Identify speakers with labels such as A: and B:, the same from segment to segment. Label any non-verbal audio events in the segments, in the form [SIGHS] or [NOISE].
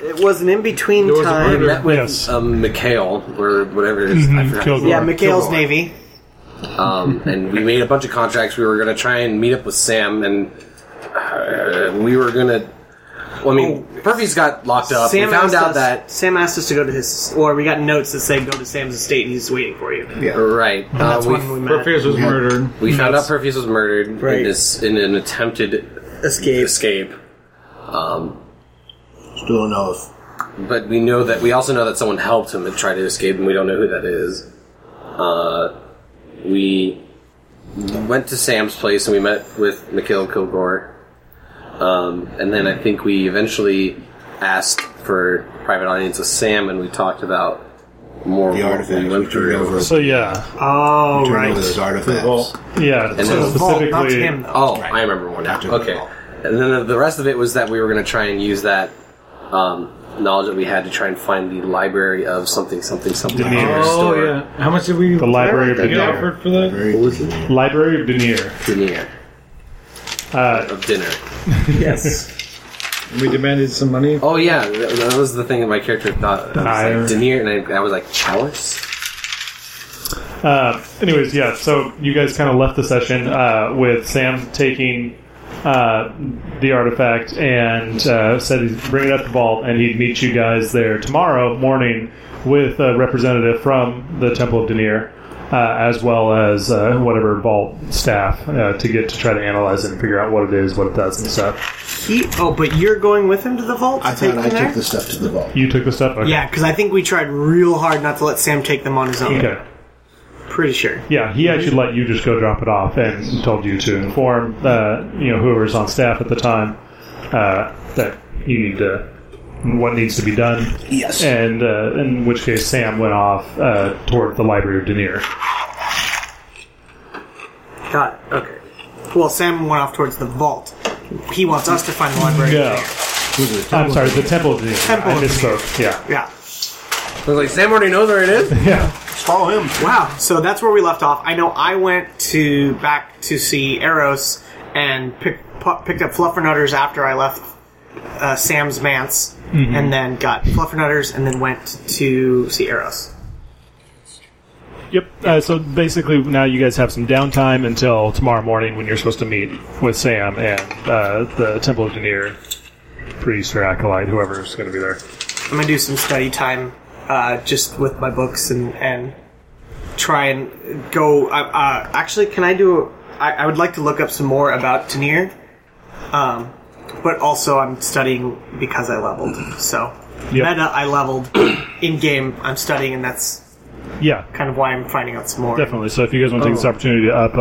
A: was an in between
B: There was a
A: time.
B: murder.
C: Met with
D: Yes.
C: um, McHale or whatever it is. I forgot.
D: Kilgore.
A: yeah, McHale's
B: Kilgore.
A: Navy.
C: Um, and we made a bunch of contracts. We were going to try and meet up with Sam, and uh, we were going to. Well, I mean, Murphy's got locked up. we found
A: Oh. asked
C: out
A: us-
C: that.
A: Sam asked us to go to his, or we got notes that say go to Sam's estate and he's waiting for you.
E: Yeah.
C: Right.
A: That's
C: uh, we
A: when we met.
B: Perfius was murdered.
C: we found out
D: That's-
C: Perfius was murdered
A: Right.
C: in, this, in an attempted
A: Escape.
C: escape. Um,
E: Still don't know if
C: but we know that we also know that someone helped him to try to escape, and we don't know who that is. Uh, we went to Sam's place and we met with Mikhail Kilgore, um, and then I think we eventually asked for private audience with Sam, and we talked about more
E: the
C: of what we
E: artifact
C: went
E: we took
C: through.
E: over.
D: So yeah, Uh,
A: Oh,
E: Turn
A: right.
E: over those artifacts.
B: Well,
D: yeah.
C: then
D: so
C: the
A: Vault, not to him
D: specifically,
A: though.
C: Oh, I remember one now.
E: After the
C: Okay.
E: ball.
C: And then the, the rest of it was that we were going to try and use that um, knowledge that we had to try and find the library of something, something, something.
D: Denier.
C: to
B: oh
C: restore
B: yeah. How much did we?
D: the Library of
B: Get
D: Denier.
B: offered for that?
E: Very good.
D: Library of Denier.
C: Denier.
D: Uh,
C: Of dinner.
A: yes.
B: We demanded some money.
C: Oh yeah, that, that was the thing that my character thought. I
D: Denier.
C: was like, Denier, and I, I was like, chalice.
D: Uh, anyways, yeah. So you guys kind of left the session uh, with Sam taking uh, the artifact and uh, said he's bringing it up to vault, and he'd meet you guys there tomorrow morning with a representative from the Temple of Denier, uh, as well as uh, whatever vault staff uh, to get to try to analyze it and figure out what it is, what it does, and stuff.
A: He, oh, but you're going with him to the vault? to
E: I
A: take
E: thought
A: them
E: I
A: there?
E: took the stuff to the vault.
D: You took the stuff. Okay.
A: Yeah, because I think we tried real hard not to let Sam take them on his own.
D: Okay.
A: Pretty sure.
D: Yeah, he actually let you just go drop it off and told you to inform uh, you know whoever's on staff at the time uh, that you need to what needs to be done.
E: Yes.
D: And uh, in which case, Sam went off uh, toward the Library of Denier.
A: Got it. Okay. Well, Sam went off towards the vault. He wants us to find the library.
D: Yeah, I'm sorry, the Temple of Denier.
A: Temple
D: I
A: of
D: misspoke. Yeah,
A: Yeah.
C: I was like, Sam already knows where it is.
D: [LAUGHS] yeah,
E: Follow him.
A: Wow. So that's where we left off. I know I went to back to see Eros and pick, pu- picked up Fluffernutters after I left uh, Sam's manse, and then got Fluffernutters, and then went to see Eros.
D: yep. Uh, so basically, now you guys have some downtime until tomorrow morning when you're supposed to meet with Sam and uh, the Temple of Denier priest or acolyte, whoever's going to be there.
A: I'm gonna do some study time, uh, just with my books and and try and go. Uh, uh, actually, can I do? I, I would like to look up some more about Tanir, um, but also I'm studying because I leveled. So
D: Yep.
A: meta, I leveled [CLEARS THROAT] in game. I'm studying, and that's
D: Yeah,
A: kind of why I'm finding out some more.
D: Definitely. So if you guys want to take this opportunity to up uh,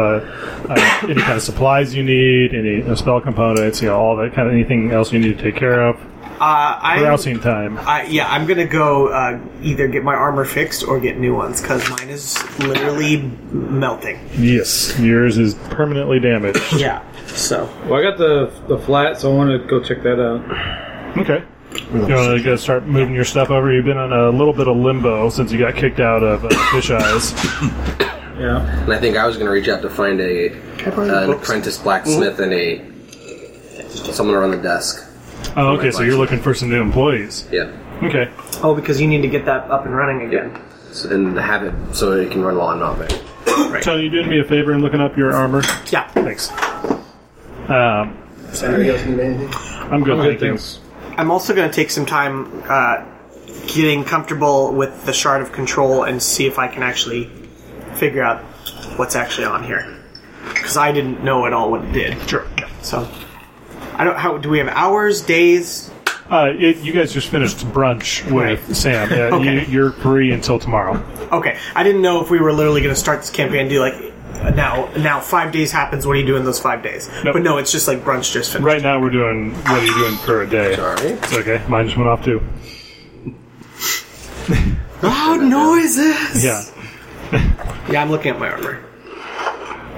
D: uh, any kind of supplies you need, any uh, spell components, you know, all that kind of anything else you need to take care of,
A: Uh, I'm,
D: browsing time.
A: I, yeah, I'm gonna go uh, either get my armor fixed or get new ones because mine is literally melting.
D: Yes, yours is permanently damaged.
A: Yeah. So
B: Well, I got the the flat, so I want to go check that out.
D: okay. You want to go start moving your stuff over? You've been on a little bit of limbo since you got kicked out of uh, Fish Eyes.
B: Yeah.
C: And I think I was going to reach out to find a uh, an apprentice blacksmith and a someone around the desk.
D: Oh, okay. So you're looking for some new employees.
C: Yeah.
D: Okay.
A: Oh, because you need to get that up and running again.
C: So, and have it so it can run law and mopping.
D: Tony, you doing me a favor and looking up your armor?
A: Yeah.
D: Thanks. Um, I'm good.
B: Good
D: Thank you.
B: things.
A: I'm also going to take some time uh, getting comfortable with the shard of control and see if I can actually figure out what's actually on here. Because I didn't know at all what it did. Sure. So, I don't. How do we have hours, days?
D: Uh, it, you guys just finished brunch with
A: Right.
D: Sam. Yeah,
A: Okay.
D: you, you're free until tomorrow.
A: Okay, I didn't know if we were literally going to start this campaign and do like uh, now. Now five days happens. What do you do in those five days?
D: Nope.
A: But no, it's just like brunch just finished.
D: Right now, we're doing what are you doing for a day?
C: Sorry.
D: It's okay. Mine just went off too.
A: Loud Ah, noises.
D: Yeah.
A: Yeah, I'm looking at my armor.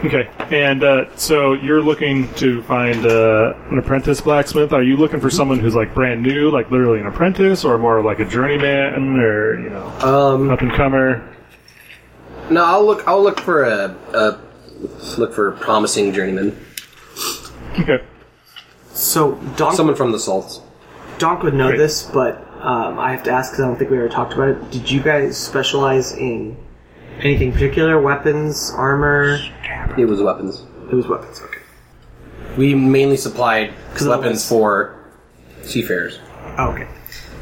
D: Okay. And uh, so you're looking to find uh, an apprentice blacksmith. Are you looking for someone who's like brand new, like literally an apprentice, or more like a journeyman, or you know,
C: Um,
D: up and comer?
C: no, I'll look. I'll look for a, a look for a promising journeyman.
D: Okay.
A: So Don
C: Someone from the Salts.
A: Donk would know
D: Great.
A: this, but um, I have to ask because I don't think we ever talked about it. Did you guys specialize in anything particular? Weapons, armor?
C: It was weapons.
A: It was weapons. Okay.
C: We mainly supplied
A: 'Cause
C: weapons
A: otherwise-
C: for seafarers.
A: Oh, okay.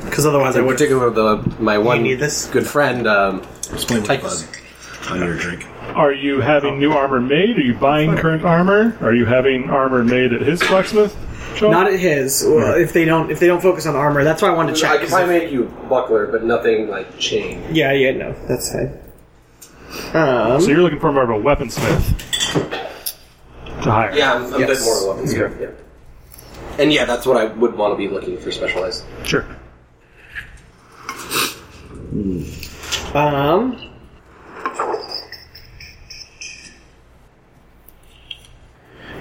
A: Because otherwise, I
C: In
A: would.
C: particular, the my one
A: need this?
C: good friend. Um,
E: Explain what you
C: Typhus.
E: on your drink.
F: Are you having new armor made? Are you buying current armor? Are you having armor made at his blacksmith? shop?
A: Not at his. Well, if they don't, if they don't focus on armor, that's why I wanted to check. 'cause if-
C: make you a buckler, but nothing like chain.
A: yeah, yeah, no, that's fine. Um,
F: So you're looking for more of a weaponsmith to hire.
C: Yeah, I'm, I'm a bit
A: Yes.
C: more of a weapons guy, Yeah. And yeah, that's what I would want to be looking for specialized.
F: sure.
A: Um.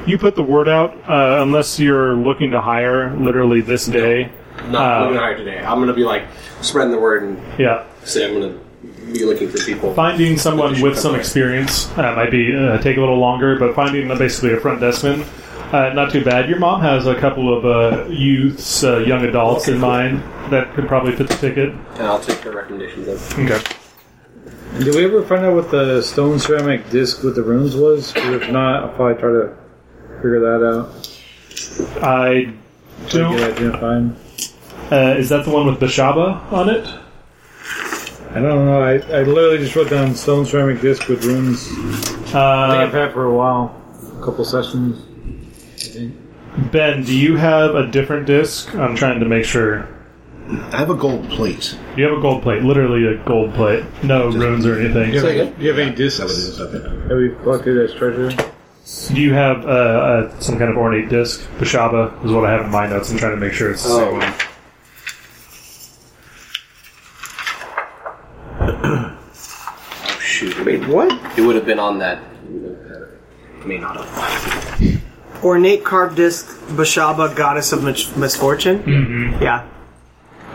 F: You put the word out uh, unless you're looking to hire literally this day.
C: Not
F: Uh,
C: looking to hire today. I'm going to be like spreading the word and
F: Yeah,
C: say I'm going to be looking for people.
D: Finding someone with some experience uh, might be uh, take a little longer, but finding uh, basically a front deskman, uh, not too bad. Your mom has a couple of uh, youths, uh, young adults in mind that could probably fit the ticket.
C: And I'll take their recommendations. Of.
D: Okay.
B: Did we ever find out what the stone ceramic disc with the runes was? 'Cause if not, I'll probably try to figure that out.
D: I
B: Try to
D: don't.
B: get identifying.
D: Uh, is that the one with the Shaba on it?
B: I don't know. I, I literally just wrote down stone ceramic disc with runes. I think Uh, I've
D: Uh,
B: had for a while, a couple sessions. I think.
D: ben, do you have a different disc? I'm trying to make sure.
E: I have a gold plate.
D: You have a gold plate, literally a gold plate. No runes or anything.
B: Do you have,
C: again?
B: do you have any
E: Is that what it
B: discs
E: is? Okay.
B: that we collected as treasure?
D: Do you have uh, uh, some kind of ornate disc? Bashaba is what I have in my notes. I'm trying to make sure it's the same one.
C: [COUGHS] Oh, shoot.
A: What?
C: It would have been on that. May not have.
A: Ornate carved disc, Bashaba, goddess of mis- misfortune. Mm-hmm. Yeah,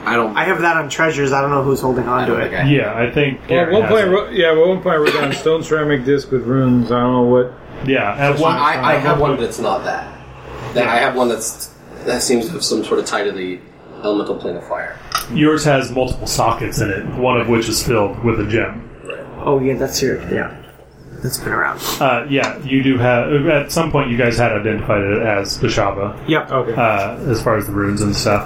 C: I don't.
A: I have that on treasures. I don't know who's holding on to
C: don't
A: it.
C: think I-
D: Yeah, I think.
B: Well,
D: Garen
B: at one
D: has
B: point, I
D: it.
B: wrote, yeah, at one point I wrote down stone ceramic disc with runes. I don't know what.
D: Yeah, at one.
C: I, I have one that's not that. That I have one that's that seems to have some sort of tie to the elemental plane of fire.
D: Yours has multiple sockets in it, one of which is filled with a gem.
A: Oh yeah, that's your yeah. That's been around.
D: Uh, yeah, you do have. At some point, you guys had identified it as Bashaba,
A: Yep.
B: Okay.
D: uh, as far as the runes and stuff.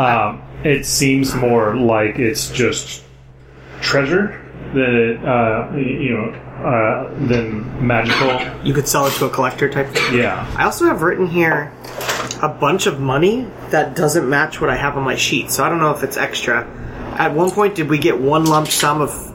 D: Um, it seems more like it's just treasure than it, uh, y- you know, uh, than magical.
A: You could sell it to a collector type.
D: Yeah.
A: I also have written here a bunch of money that doesn't match what I have on my sheet, so I don't know if it's extra. At one point, did we get one lump sum of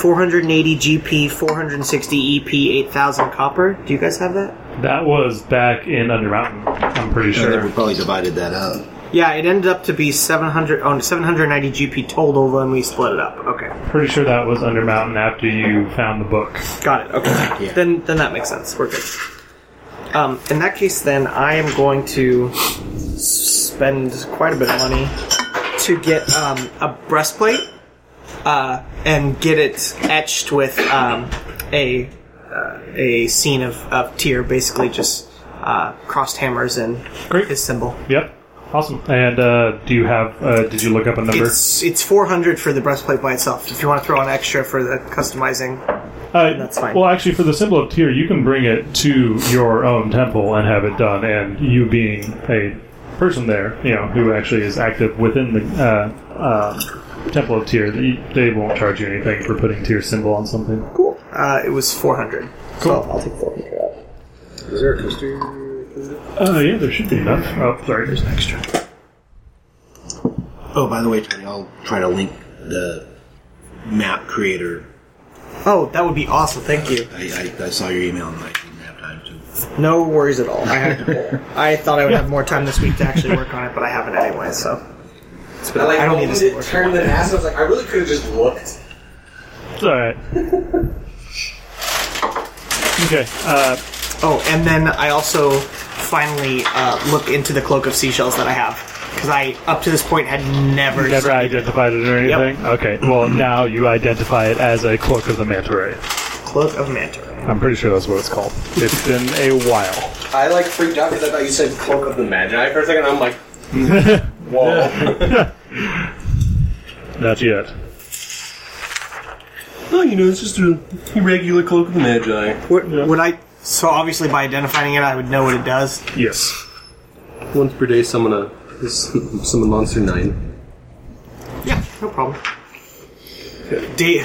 A: 480 GP, 460 EP, 8,000 copper? Do you guys have that?
D: That was back in Undermountain, I'm pretty
E: I think we
D: sure.
E: probably divided that up.
A: Yeah, it ended up to be 700, oh, 790 GP total, and we split it up. Okay,
D: Pretty sure that was Undermountain after you found the book.
A: got it. Okay, then then that makes sense. We're good. Um, in that case, then I am going to spend quite a bit of money to get um, a breastplate uh, and get it etched with um, a uh, a scene of, of tear, basically just uh, crossed hammers and
D: Great.
A: his symbol.
D: Yep. Awesome. And uh, do you have? Uh, did you look up a number?
A: It's it's 400 for the breastplate by itself. If you want to throw an extra for the customizing,
D: uh,
A: that's fine.
D: Well, actually, for the symbol of tear, you can bring it to your own temple and have it done. And you being a person there, you know, who actually is active within the uh, um temple of tear, they- they won't charge you anything for putting tear symbol on something.
A: cool. Uh, it was 400. So I'll take 400 out.
C: Is there a history?
D: Uh, yeah, there should be enough. Oh, sorry, there's an extra.
E: Oh, by the way, Tony, I'll try to link the map creator.
A: Oh, that would be awesome. Thank you.
E: I, I, I saw your email and I didn't have time to.
A: No worries at all. I [LAUGHS] had I thought I would have more time this week to actually work on it, but I haven't anyway. So It's been- I don't need this. to work.
C: turned and asked. I was like, I really could have just looked.
F: It's all right. okay. Uh,
A: Oh, and then I also finally uh, look into the cloak of seashells that I have because I up to this point had never.
F: never identified it or
A: Yep.
F: anything. Okay. Well, now you identify it as a cloak of the manta ray.
A: cloak of manta.
F: I'm pretty sure that's what it's called. It's been a while.
C: I like freaked out because I thought you said cloak of the magi for a second. I'm like, whoa.
D: Not yet.
C: No, oh, you know, it's just a regular cloak of the Magi.
A: Would, would I? So obviously, by identifying it, I would know what it does.
D: Yes.
C: Once per day, summon a summon monster nine.
A: Yeah, no problem. [LAUGHS] Date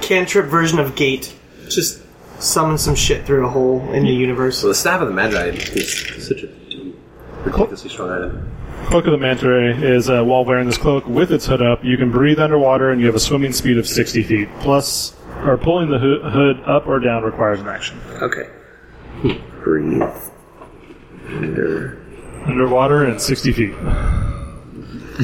A: [LAUGHS] cantrip version of gate. Just summon some shit through a hole in the universe.
C: So the staff of the Magi is such a ridiculously strong item.
D: Cloak of the Manta Ray is uh, while wearing this cloak with its hood up, you can breathe underwater and you have a swimming speed of 60 feet. Plus, or pulling the hoo- hood up or down requires an action.
C: Okay.
E: Hmm. Breathe. Under.
D: Underwater and 60
E: [LAUGHS]
D: feet. action.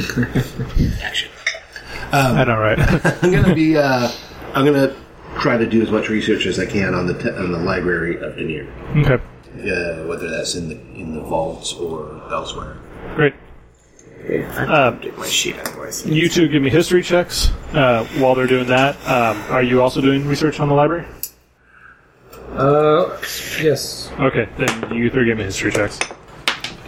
D: I know, right?
E: [LAUGHS]
D: [LAUGHS]
E: I'm gonna be. Uh, I'm gonna try to do as much research as I can on the te- on the library of Denier,
D: okay.
E: uh, whether that's in the in the vaults or elsewhere.
D: Great.
C: Uh,
A: Get my sheet anyways.
D: You two give me history checks uh, while they're doing that. Um, are you also doing research on the library?
B: Uh, yes.
D: Okay, then you three give me history checks.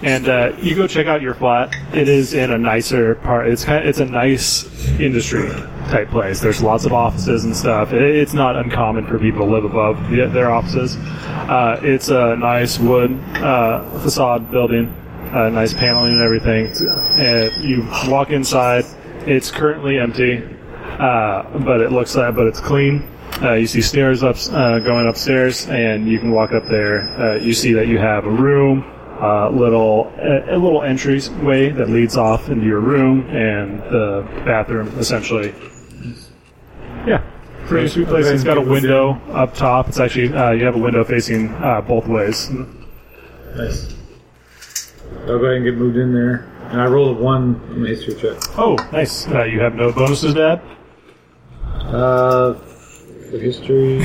D: And uh, you go check out your flat. It is in a nicer part. It's kind. it's a nice industry type place. There's lots of offices and stuff. It, it's not uncommon for people to live above the, their offices. Uh, it's a nice wood uh, facade building, uh, nice paneling and everything. And you walk inside. It's currently empty uh, but it looks uh, but it's clean. Uh, you see stairs up uh, going upstairs, and you can walk up there. Uh, you see that you have a room, uh, little a, a little entrance way that leads off into your room and the bathroom, essentially. Yeah, pretty sweet place. It's got a window up top. It's actually uh, you have a window facing uh, both ways.
B: Nice. I'll go ahead and get moved in there. And I rolled a one on my history check.
D: Oh, nice. Uh, you have no bonuses, Dad.
B: Uh,
D: [LAUGHS]
B: for history.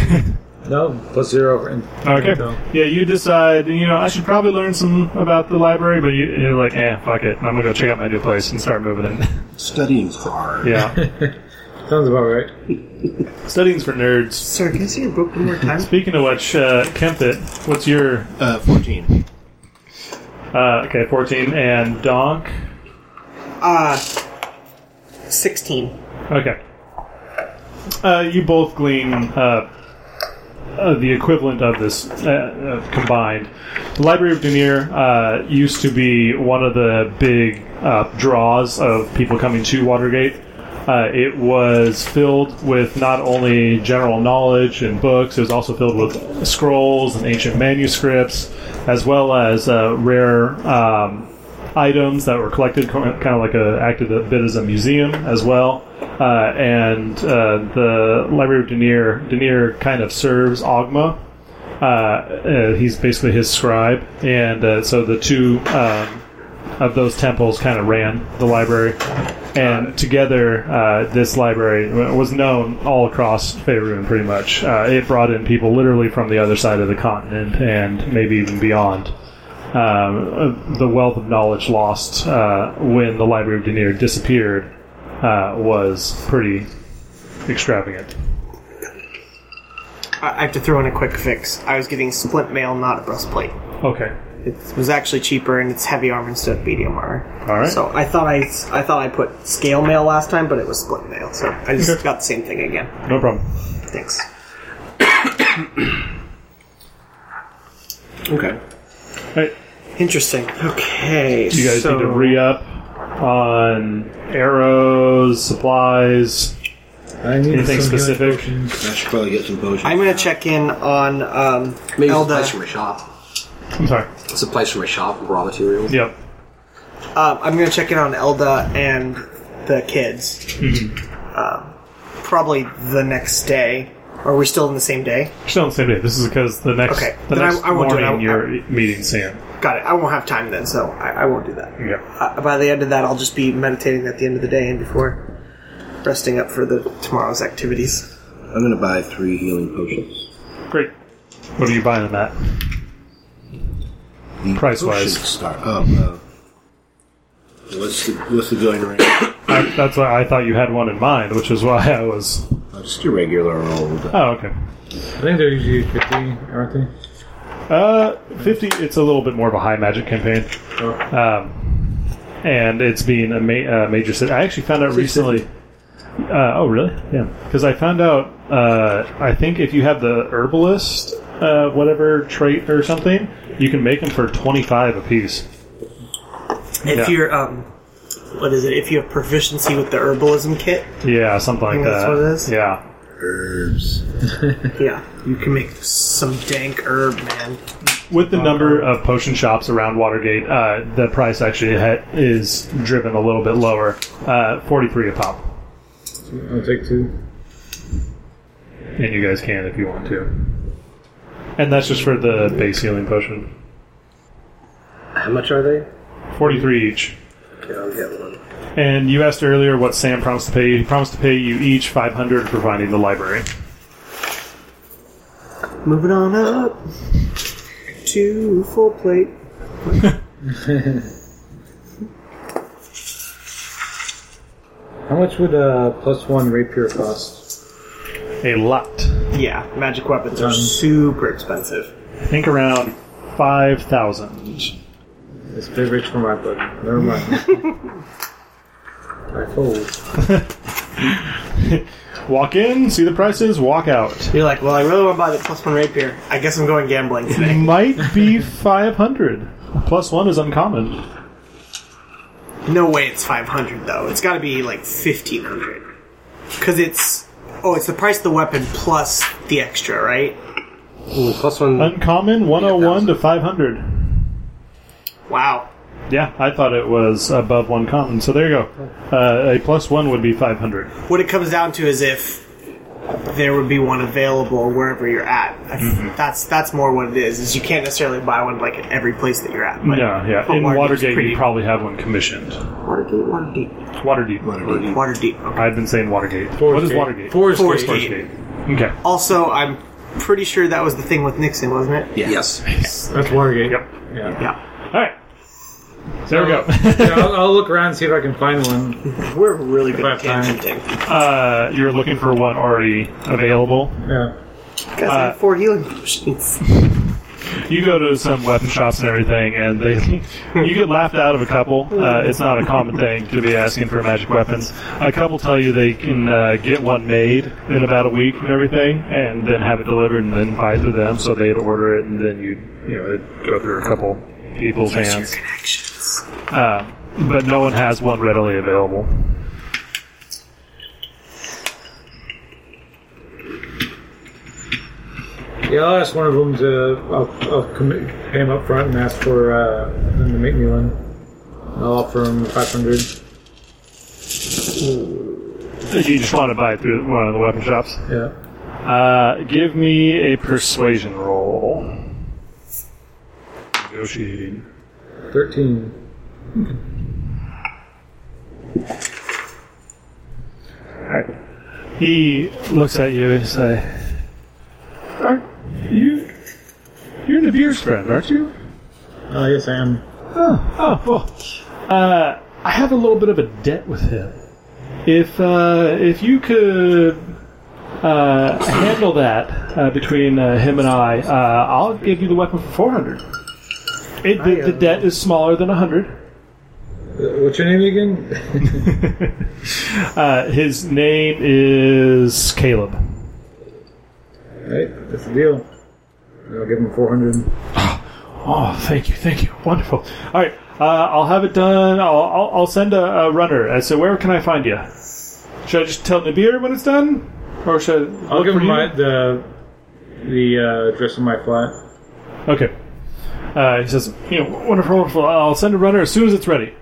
B: no, plus zero. For in-
D: Okay.
B: So-
D: Yeah, you decide. You know, I should probably learn some about the library, but you, you're like, eh, fuck it. I'm gonna go check out my new place and start moving [LAUGHS] in.
E: Studying's hard.
D: Yeah,
B: Sounds about right.
D: studying's for nerds.
A: Sir, can I see your book one more time?
D: Speaking of which, uh, Kempit, what's your
E: Uh, Fourteen.
D: uh, okay? Fourteen and Donk.
A: Uh, sixteen.
D: Okay. Uh, you both glean uh, uh, the equivalent of this uh, uh, combined. The Library of Dunir uh, used to be one of the big uh, draws of people coming to Watergate. Uh, it was filled with not only general knowledge and books, it was also filled with scrolls and ancient manuscripts, as well as uh, rare um, items that were collected, kind of like a acted a bit as a museum as well. Uh, and uh, the Library of Denier, Denier kind of serves Ogma. Uh, uh, he's basically his scribe, and uh, so the two um, of those temples kind of ran the library. And together, uh, this library w- was known all across Faerun pretty much. Uh, it brought in people literally from the other side of the continent and maybe even beyond um, uh, the wealth of knowledge lost uh, when the Library of Denier disappeared uh, was pretty extravagant.
A: I I have to throw in a quick fix. I was getting splint mail, not a breastplate.
D: Okay.
A: It was actually cheaper, and it's heavy armor instead of medium armor.
D: All right.
A: So I thought I, I thought I put scale mail last time, but it was split mail. So I just got the same thing again.
D: No problem. [COUGHS]
A: Thanks.
E: Okay.
D: All right.
A: Interesting. Okay.
D: You guys
A: so
D: need to re up on arrows, supplies.
B: I need
D: Anything
B: some healing
D: specific?
B: potions.
E: I should probably get some potions.
A: I'm gonna check in on um,
C: Maybe
A: Elda.
C: supplies from my shop.
D: I'm sorry.
C: Supplies from my shop, raw materials.
D: Yep.
A: Uh, I'm gonna check in on Elda and the kids.
D: Mm-hmm.
A: Um, probably the next day. Are we still in the same day?
D: You're still on the same day. This is because the next,
A: Okay.
D: the
A: Then I-
D: next
A: I won't do it.
D: morning
A: I-
D: you're meeting Sam.
A: Got it. I won't have time then, so I, I won't do that.
D: Yeah.
A: Uh, by the end of that, I'll just be meditating at the end of the day and before resting up for the tomorrow's activities.
E: I'm gonna buy three healing potions.
D: Great. What are you buying them at?
E: The
D: Price-wise.
E: potions Start. Oh, uh, what's the what's the going rate?
D: I, that's why I thought you had one in mind, which is why I was.
E: Uh, [COUGHS] just a regular old. Uh,
D: Oh, okay.
B: I think they're usually 50, aren't they?
D: Uh, fifty. It's a little bit more of a high magic campaign. Um, and it's being a ma- uh, major city. I actually found out recently. Uh, oh, really? Yeah. Because I found out, uh, I think if you have the herbalist, uh, whatever trait or something, you can make them for 25 apiece.
A: If
D: Yeah.
A: you're, um, what is it? If you have proficiency with the herbalism kit,
D: Yeah, something like
A: Think that's
D: that.
A: what it is?
D: Yeah.
E: Herbs.
A: yeah, you can make some dank herb, man.
D: With the number of potion shops around Watergate, uh, the price actually ha- is driven a little bit lower. Uh, 43 a pop.
B: I'll take two.
D: And you guys can if you want to. And that's just for the base healing potion.
C: How much are they?
D: 43 each.
C: Yeah, I'll get one.
D: And you asked earlier what Sam promised to pay you. He promised to pay you each 500 for finding the library.
A: Moving on up to full plate.
B: How much would a plus one rapier cost?
D: A lot.
A: Yeah, magic weapons are super expensive.
D: I think around 5,000.
B: It's big rich for my blood. Never mind.
D: [LAUGHS]
B: I fold.
D: Walk in, see the prices, walk out.
A: You're like, well, I really want to buy the plus one rapier. I guess I'm going gambling today.
D: Might be 500. Plus one is uncommon.
A: no way it's 500 though. It's got to be like 1500. Cuz it's oh, it's the price of the weapon plus the extra, right?
C: Ooh, plus one.
D: Oh, Uncommon 101 to 500.
A: Wow.
D: Yeah, I thought it was above one common. So there you go. Uh, a plus one would be 500.
A: What it comes down to is if there would be one available wherever you're at. I- That's that's more what it is. Is you can't necessarily buy one like at every place that you're at. But
D: yeah, yeah.
A: but
D: In
A: Watergate's
D: Watergate,
A: pretty-
D: you probably have one commissioned.
A: Watergate, Watergate,
D: Waterdeep.
E: Waterdeep.
A: Waterdeep. Okay.
D: I've been saying Watergate. what is Watergate?
B: Forest
A: Forest
D: Forest
A: Gate.
D: Gate. Okay.
A: Also, I'm pretty sure that was the thing with Nixon, wasn't it?
C: Yes.
B: That's Watergate.
D: Yep.
B: Yeah.
A: Yeah.
D: All right. There we go.
B: [LAUGHS] yeah I'll, I'll look around and see if I can find one.
A: We're really good at
B: About time.
A: tangent.
D: Uh, you're looking for one already available.
B: Yeah.
A: Guys, I have four healing [LAUGHS] potions.
D: You go to some weapon shops and everything, and they [LAUGHS] you get laughed out of a couple. Uh, it's not a common thing to be asking for magic weapons. A couple tell you they can uh, get one made in about a week and everything, and then have it delivered and then buy through them. So they'd order it, and then you you know it'd go through a couple people's hands.
A: Connections.
D: Uh, but no one has one readily available.
B: Yeah, I'll ask one of them to. I'll, I'll commit, pay him up front and ask for uh, them to make me one. I'll offer him 500.
D: You just want to buy it through one of the weapon shops.
B: Yeah.
D: Uh, give me a persuasion roll. Negotiating.
B: 13.
D: He looks at you and says, "Aren't you? You're the beer's friend, aren't you?"
B: Uh, yes, I am.
D: Oh well, uh, I have a little bit of a debt with him. If uh, if you could uh, handle that uh, between uh, him and I, uh, I'll give you the weapon for four hundred. It, the, the debt is smaller than a hundred.
B: Uh, What's your name again?
D: Uh, his name is Caleb.
B: Alright, that's the deal. I'll give him 400.
D: Oh, thank you, thank you. Wonderful. All right, uh, I'll have it done. I'll, I'll, I'll send a, a runner. I said, where can I find you? Should I just tell Nabir when it's done? Or should I
B: I'll
D: look
B: give
D: for you?
B: him my, the, the uh, address of my flat.
D: Okay. Uh, he says, you know, wonderful, wonderful. I'll send a runner as soon as it's ready.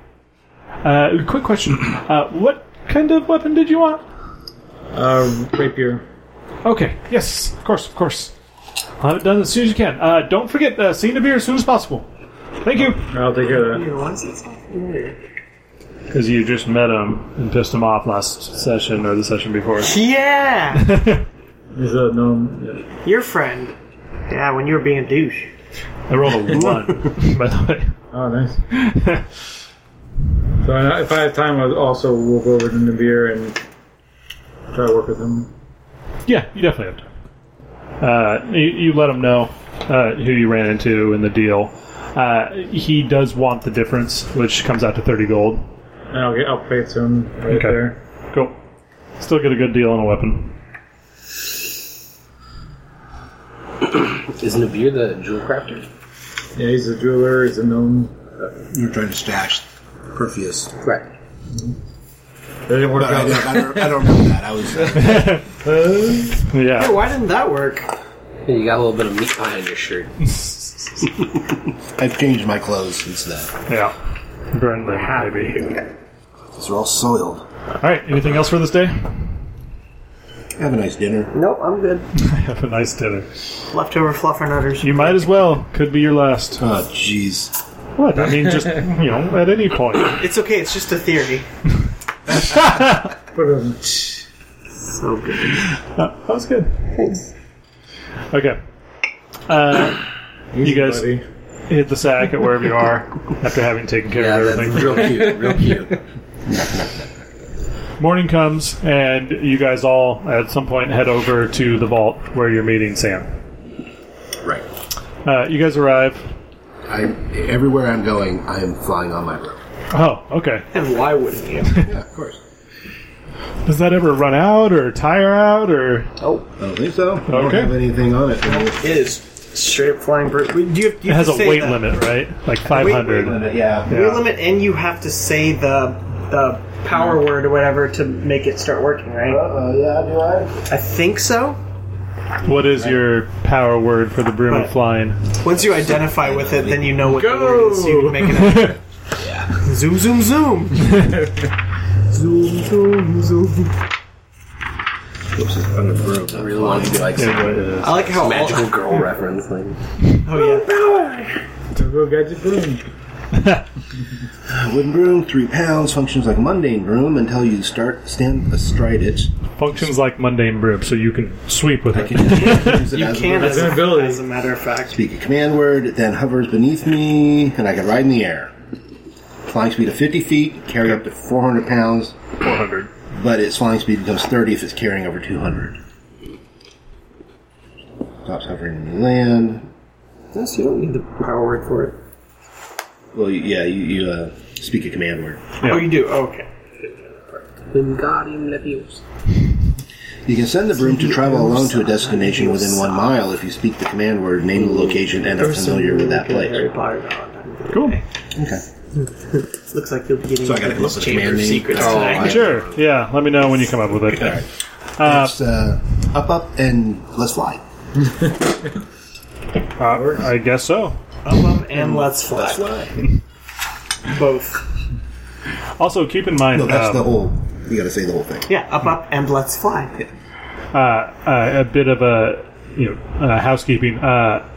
D: Uh, quick question. Uh, what kind of weapon did you want?
B: Uh, rapier.
D: Okay, yes, of course, of course. I'll have it done as soon as you can. Uh, don't forget, uh, see Nabir as soon as possible. Thank you.
B: I'll take care of that.
A: You know, why does it sound familiar?
D: Because you just met him and pissed him off last session or the session before.
A: Yeah!
B: He's a gnome. Yeah.
A: Your friend. Yeah, when you were being a douche.
D: I rolled [LAUGHS] a one, by the way.
B: Oh, [LAUGHS] nice. so I- if I have time, I'll also walk over to Nabir and try to work with him.
D: Yeah, you definitely have to. Uh, you, you let him know uh, who you ran into and the deal. Uh, he does want the difference, which comes out to 30 gold.
B: I'll, get, I'll pay it to him right
D: Okay.
B: there.
D: Cool. Still get a good deal on a weapon.
C: Is Nabir the jewel crafter?
B: Yeah, he's a jeweler. He's a gnome.
E: You're trying to stash Perseus.
C: Right.
B: That didn't work
E: But [LAUGHS] I,
B: out.
E: don't- I, don't, I don't remember that. I was. Uh,
A: Hey,
D: Yeah.
A: why didn't that work?
C: You got a little bit of meat behind your shirt.
E: [LAUGHS] I've changed my clothes since then.
D: Yeah. Burn them, maybe.
E: These are all soiled.
D: All right. Anything else for this day? [LAUGHS]
E: Have a nice dinner.
A: Nope, I'm good.
D: Have a nice dinner.
A: Leftover fluffernutters.
D: You might as well. Could be your last.
E: Oh, jeez.
D: What? I mean, just, you know, at any point.
A: It's okay. It's just a theory.
B: Put him-
A: So good.
D: That was good. Thanks. Okay. Uh, you guys
B: buddy.
D: hit the sack at wherever you are after having taken care
C: Yeah,
D: of
C: that's
D: everything.
C: real cute. Real
D: [LAUGHS]
C: cute.
D: Morning comes, and you guys all at some point head over to the vault where you're meeting Sam.
E: Right.
D: Uh, you guys arrive.
E: I everywhere I'm going, I am flying on my rope.
D: Oh, okay.
A: And why wouldn't you?
E: Yeah, of course.
D: Does that ever run out or tire out or?
C: Oh.
E: I don't think so. I don't
D: Okay.
E: have anything on it. Uh,
A: It is straight up flying bird. Do you, you have
D: It has
A: to
D: a
A: say
D: weight
A: the-
D: limit, right? Like
A: weight
D: 500.
E: Yeah.
A: Weight
D: Yeah.
A: limit, and you have to say the the power word or whatever to make it start working, right?
E: Uh, yeah, do I?
A: I think so.
D: What is your power word for the broom of
A: Right.
D: flying?
A: Once you identify with it, then you know what the word is. So you can make it. Up. Zoom, zoom, zoom. zoom, zoom, zoom.
E: Oops, it's under broom.
C: I really want to be like some
A: I like how all-
C: magical girl reference. Like,
A: [LAUGHS] oh yeah.
B: To go gadget broom.
E: Wooden broom, three pounds, functions like a mundane broom until you start stand astride it.
D: Functions like mundane broom, so you can sweep with
E: I
D: it.
E: can [LAUGHS] use it
A: You
E: as a
A: can
E: broom.
A: as,
B: an
A: a,
B: ability.
A: as a matter of fact.
E: Speak a command word, it then hovers beneath me, and I can ride in the air. Flying speed of 50 feet, carry up to 400 pounds,
D: 400.
E: but its flying speed becomes 30 if it's carrying over 200. Stops hovering when you land.
A: Yes, you don't need the power word for it.
E: Well, you- yeah, you, you uh, speak a command word.
A: Oh, you do. Oh, okay.
C: Wingardium Leviosa.
E: You can send the broom to travel alone to a destination within one mile if you speak the command word, name the location, and are familiar with that place.
A: Harry Potter. now.
D: Cool.
E: Okay.
A: Looks like you'll be getting
E: So I gotta come up
A: this
E: with a
A: chamber
E: command
A: of
E: name?
A: secrets
E: Oh,
A: tonight.
E: I-
D: Sure. Yeah. Let me know when you come up with it.
E: Alright. It's, uh, up, up, and let's fly.
D: Uh, I guess so.
A: Up, up, and let's fly.
E: fly.
A: [LAUGHS] Both.
D: Also, keep in mind.
E: No, that's
D: um,
E: the whole. You gotta say the whole thing.
A: Yeah, up, up, and let's fly.
D: uh, a bit of a you know uh, housekeeping. Uh,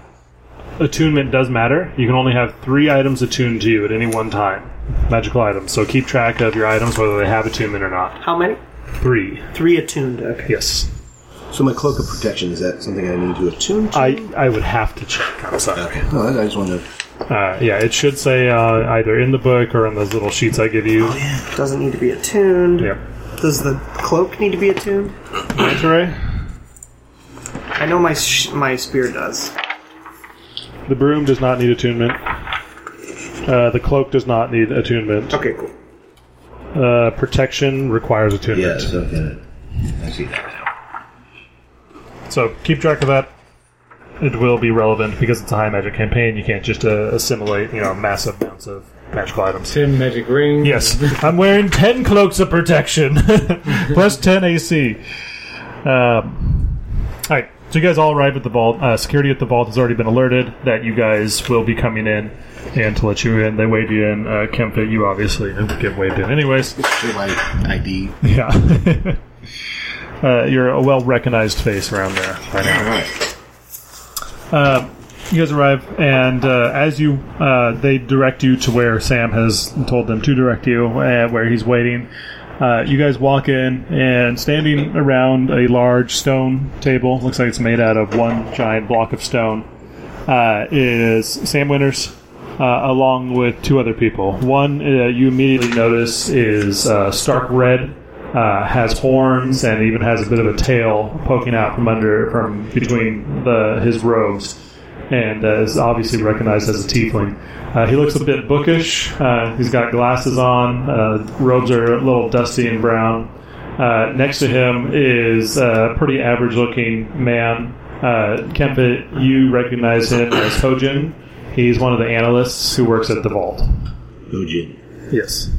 D: attunement does matter. You can only have three items attuned to you at any one time. Magical items. So keep track of your items whether they have attunement or not.
A: How many?
D: Three.
A: Three attuned. Okay.
D: Yes.
E: So my cloak of protection is that something I need to attune to?
D: I I would have to check. I'm sorry.
E: okay. No, I I just want to.
D: Uh, yeah, it should say uh, either in the book or in those little sheets I give you.
A: Doesn't need to be attuned.
D: Yep.
A: Does the cloak need to be attuned?
D: That's right.
A: I know my sh- my spear does.
D: The broom does not need attunement. Uh, the cloak does not need attunement.
A: Okay, cool.
D: Uh, protection requires attunement.
E: so okay. I see that
D: So keep track of that. It will be relevant because it's a high magic campaign. You can't just uh, assimilate, you know, massive amounts of magical items.
B: Ten magic ring.
D: Yes, I'm wearing ten cloaks of protection, [LAUGHS] plus ten AC. Um, all right, so you guys all arrive at the vault. Uh, security at the vault has already been alerted that you guys will be coming in, and to let you in, they wave you in. Uh, Kempa, you obviously get waved in, anyways. [LAUGHS]
E: now. My ID.
D: Yeah. [LAUGHS] Uh, you're a well recognized face around there by now.
E: Alright.
D: Uh, you guys arrive, and uh, as you, uh, they direct you to where Sam has told them to direct you, uh, where he's waiting. Uh, you guys walk in, and standing around a large stone table, looks like it's made out of one giant block of stone, uh, is Sam Winters. Uh, along with two other people. One uh, you immediately notice is uh, stark red, uh, has horns, and even has a bit of a tail poking out from under, from between the his robes. and uh, is obviously recognized as a tiefling. Uh, he looks a bit bookish. Uh, he's got glasses on. Uh, robes are a little dusty and brown. Uh, next to him is a pretty average-looking man. Uh, Kempe, you recognize him as Hojin. He's one of the analysts who works at the vault.
E: Hojin.
D: Yes.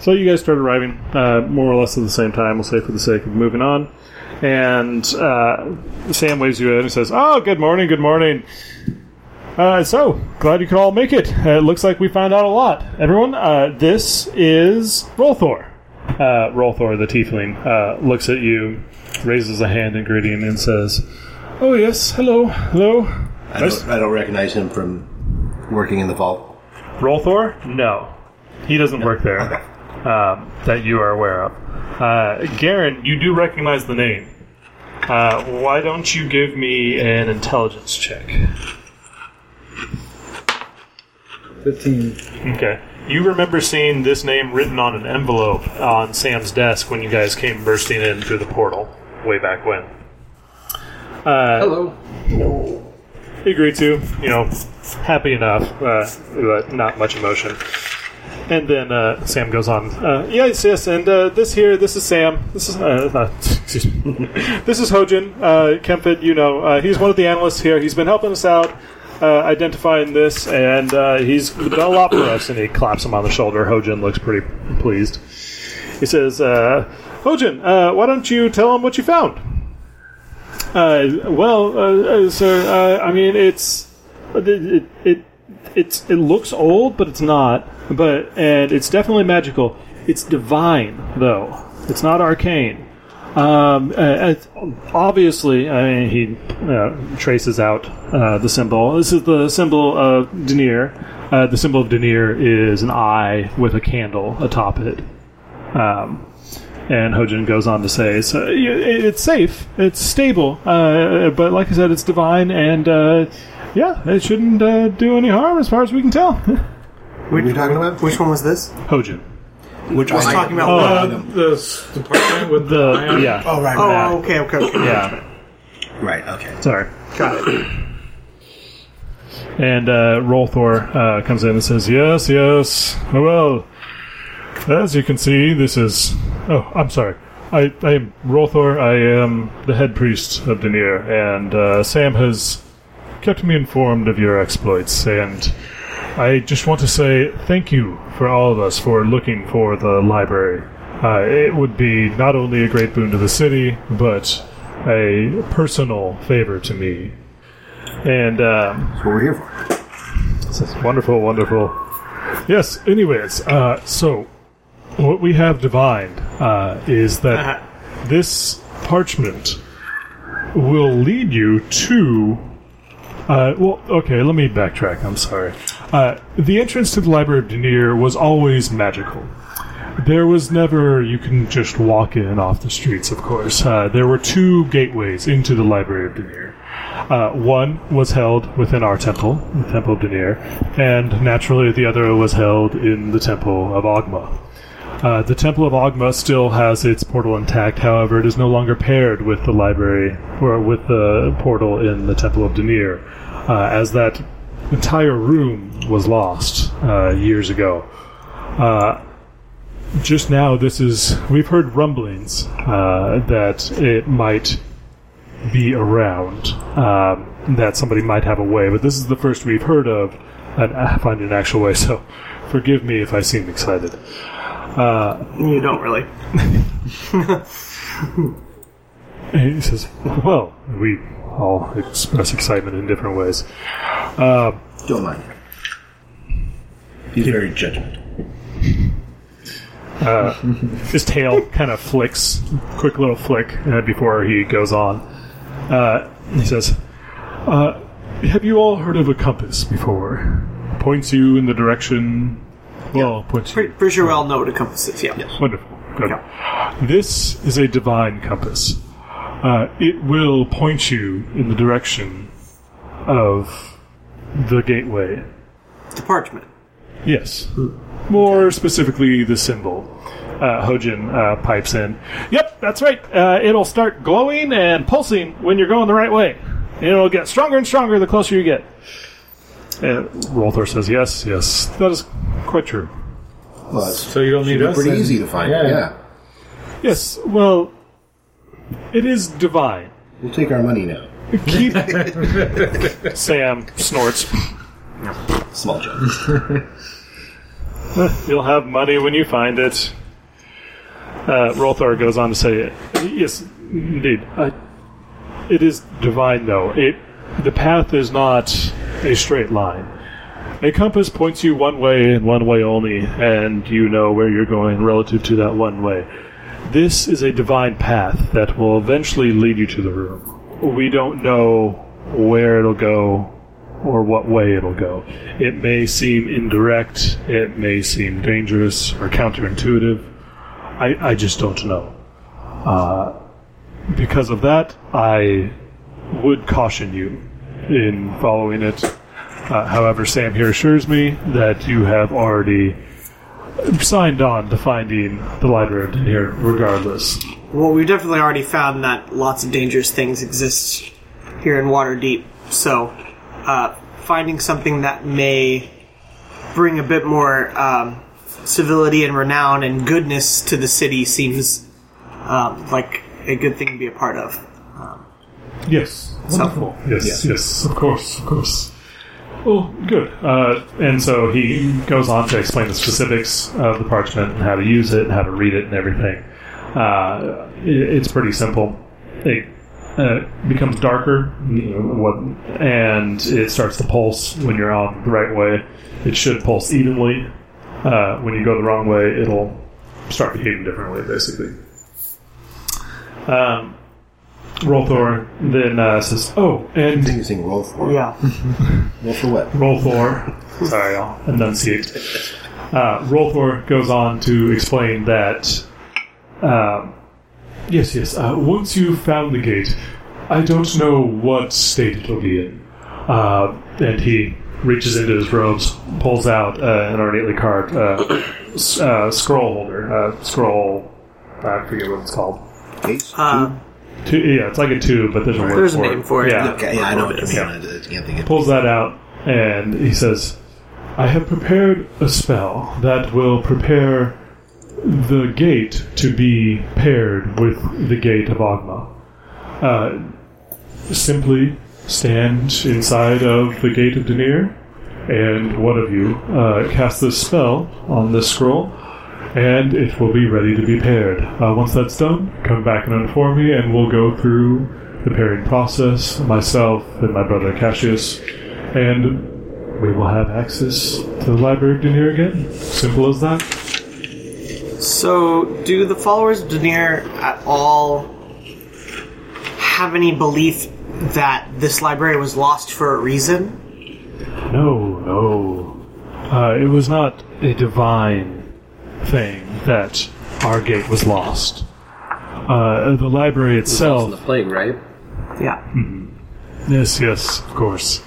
D: So you guys start arriving uh, more or less at the same time. We'll say for the sake of moving on. And uh, Sam waves you in and says, "Oh, good morning, good morning. Uh, so glad you could all make it. Uh, it looks like we found out a lot. Everyone, uh, this is Rolthor. Uh, Rolthor, the Tiefling, uh, looks at you, raises a hand in greeting, and says, "Oh yes, hello, hello.
E: I don't, I don't recognize him from working in the vault.
D: Rolthor? No. He doesn't work there. Um, that you are aware of. Uh, Garen, you do recognize the name. Uh, why don't you give me an intelligence check?
B: 15.
D: Okay. You remember seeing this name written on an envelope on Sam's desk when you guys came bursting in through the portal way back when. Uh,
C: Hello.
D: He greets you, you know, happy enough, uh, but not much emotion. And then uh, Sam goes on. Uh, yes, yes, and uh, this here, this is Sam. This is uh, uh, [LAUGHS] excuse me. this is Hojin uh, Kempit. You know, uh, he's one of the analysts here. He's been helping us out uh, identifying this, and uh, he's done a lot for us. And he claps him on the shoulder. Hojin looks pretty pleased. He says, uh, "Hojin, uh, why don't you tell him what you found?" Uh, well, uh, uh, sir, uh, I mean, it's it, it, it it's it looks old, but it's not. But and it's definitely magical. It's divine, though. It's not arcane. Um, uh, it's- obviously, I mean, he uh, traces out uh, the symbol. This is the symbol of Denier. Uh, the symbol of Denier is an eye with a candle atop it. Um, and Hojin goes on to say, so, y- "It's safe, it's stable, uh, but like I said, it's divine, and uh, yeah, it shouldn't uh, do any harm as far as we can tell." [LAUGHS]
E: What are you talking about?
A: Which one was this?
D: Hojin,
E: Which
A: I was talking about.
B: Uh, the s- department with the.
D: the yeah,
E: Oh, right, right.
A: oh, okay, okay, okay.
D: yeah,
E: Right, okay.
D: sorry.
A: Got it.
D: And uh, Rolthor uh, comes in and says, "Yes, yes. Well, as you can see, this is. Oh, I'm sorry. I, I am Rolthor. I am the head priest of Denier, and uh, Sam has kept me informed of your exploits. And I just want to say thank you for all of us for looking for the library. Uh, it would be not only a great boon to the city, but a personal favor to me. And." Um,
E: That's what we're here for.
D: that's wonderful, wonderful. Yes. Anyways, uh, so what we have divined uh, is that this parchment will lead you to. Uh, well, okay. Let me backtrack. I'm sorry. Uh, the entrance to the Library of Denier was always magical. There was never you can just walk in off the streets. Of course, uh, there were two gateways into the Library of Denier. Uh, one was held within our temple, the Temple of Denier, and naturally the other was held in the Temple of Ogma. Uh, the Temple of Ogma still has its portal intact, however, it is no longer paired with the library or with the portal in the Temple of Denier, uh, as that entire room was lost uh, years ago. Uh, just now, this is. We've heard rumblings uh, that it might be around um, that somebody might have a way, but this is the first we've heard of and I find an [LAUGHS] actual way. So, forgive me if I seem excited.
A: You don't really.
D: And he says, "Well, we all express excitement in different ways." Uh,
E: Don't mind him. He's very judgmental.
D: his tail kind of flicks, quick little flick uh, before he goes on. Uh, he says, uh, "Have you all heard of a compass before? Points you in the direction. Well, points you
A: Pretty, pretty sure we all know what a compass is. Yeah.
D: Wonderful. Good. This is a divine compass. Uh, it will point you in the direction of the gateway.
A: The parchment.
D: Yes. More specifically, the symbol. Uh, Hojin uh, pipes in. Yep, that's right. Uh, it'll start glowing and pulsing when you're going the right way. and it'll get stronger and stronger the closer you get. And Rolthor says, "Yes, yes, that is quite true.
E: Well, it's
B: So you don't need us.
E: pretty
B: then.
E: easy to find.
B: Yeah.
E: Yeah.
D: Yes, well, it is divine."
E: We'll take our money now.
D: Keep [LAUGHS] Sam snorts.
E: Small [LAUGHS] joke.
D: You'll have money when you find it. Uh, Rolthar goes on to say, "Yes, indeed. Uh, it is divine, though. It the path is not a straight line. A compass points you one way and one way only, and you know where you're going relative to that one way. This is a divine path that will eventually lead you to the room. We don't know where it'll go or what way it'll go. It may seem indirect, it may seem dangerous or counterintuitive. I, I just don't know. Uh, because of that, I would caution you in following it. Uh, however, Sam here assures me that you have already signed on to finding the light road here, regardless.
A: Well, we've definitely already found that lots of dangerous things exist here in Waterdeep. So, uh, finding something that may bring a bit more um, civility and renown and goodness to the city seems um, like a good thing to be a part of.
D: Yes.
A: So,
D: Yes, yes, of course, of course. Well, good. Uh, and so he goes on to explain the specifics of the parchment and how to use it and how to read it and everything. Uh, i it's pretty simple. It uh, becomes darker, you know, what, and it starts to pulse when you're on the right way. It should pulse evenly. Uh, when you go the wrong way, it'll start behaving differently, basically. Um, Rolthor then uh, says, "Oh, and
E: Thing you sing roll for.
A: yeah.
E: Roll for what?
D: Roll four. Sorry, I'll enunciate. Uh, roll four goes on to explain that. Um, yes, yes. Uh, once you've found the gate, I don't know what state it'll be in. Uh, and he reaches into his robes, pulls out uh, an ornately carved uh, s- uh, scroll holder, uh, scroll. I forget what it's called.
E: Case?
A: Uh,
D: Tu- yeah, it's like a tube, but there's a word
A: There's a
D: for
A: name
D: it.
A: for it.
D: Yeah,
E: okay, yeah, I know what you mean.
D: yeah.
E: I just can't think of
D: pulls that out and he says, I have prepared a spell that will prepare the gate to be paired with the gate of Agma. Uh, simply stand inside of the gate of Denir, and one of you uh, cast this spell on this scroll, and it will be ready to be paired. Uh, once that's done, come back and inform me, and we'll go through the pairing process, myself and my brother Cassius, and we will have access to the library of Dunir again. Simple as that.
A: So, do the followers of Daenerys at all have any belief that this library was lost for a reason?
D: No, no. Uh, it was not a divine thing that our gate was lost. Uh, the library
C: From the
D: itself.
C: plague, right?
A: Yeah.
D: Yes, yes, of course.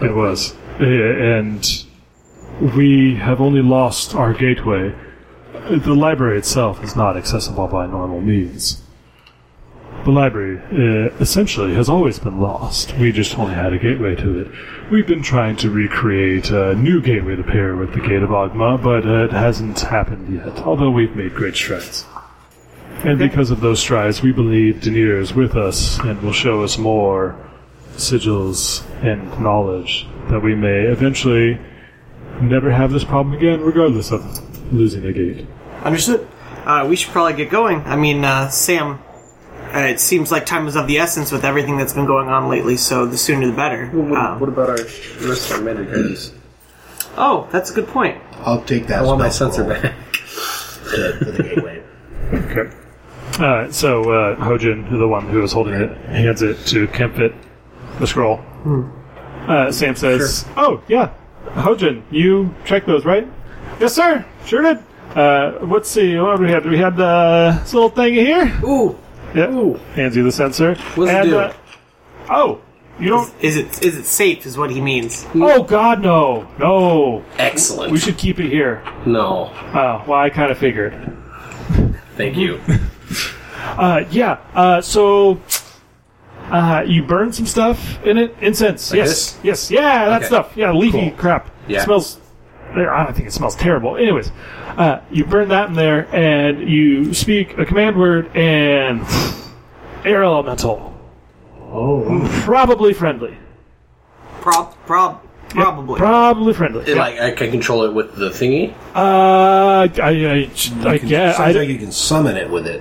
D: It was. Uh, And we have only lost our gateway. Uh, The library itself is not accessible by normal means. The library uh, essentially has always been lost. We just only had a gateway to it. We've been trying to recreate a new gateway to pair with the Gate of Agma, but uh, it hasn't happened yet, although we've made great strides. And because of those strides, we believe Denir is with us and will show us more sigils and knowledge that we may eventually never have this problem again, regardless of losing a gate.
A: Understood. Uh, we should probably get going. I mean, uh, Sam, uh, it seems like time is of the essence with everything that's been going on lately, so the sooner the better. Um,
C: What about our the rest of our men and
A: oh, that's a good point.
E: I'll take that.
C: I want my
E: spell
C: sensor
E: scroll
C: back.
E: To, to [LAUGHS] the gateway.
D: Uh, so uh, Hojin, the one who is holding it, hands it to Kempit, the scroll.
C: Hmm.
D: Uh, Sam says, "Oh yeah, Hojin, you checked those, right? Yes, sir. Sure did. Uh, let's see. What do we have? Do we have the this little thing here?
C: Ooh,
D: Yeah. Hands you the sensor.
C: What's it
D: and,
C: do?
D: Uh, oh, you don't.
A: Is it is it safe? Is what he means.
D: Oh God, no, no.
C: [LAUGHS] excellent.
D: We should keep it here.
C: No,
D: Uh, well, I kind of figured. [LAUGHS]
C: thank you.
D: Uh, yeah. Uh, so, Uh, you burn some stuff in it. Incense. yes.
C: this?
D: Yes. Yeah, that
C: Okay.
D: stuff. Yeah, leafy
C: Cool.
D: crap.
C: Yeah.
D: It smells. I don't think it smells terrible. Anyways, uh, you burn that in there, and you speak a command word, and [SIGHS] air elemental. Oh. Probably friendly.
A: Prob, prob, probably.
D: Probably friendly.
C: It, Like I can control it with the thingy.
D: Uh, I, I, I
E: can,
D: guess.
E: sounds like
D: I,
E: you can summon it with it.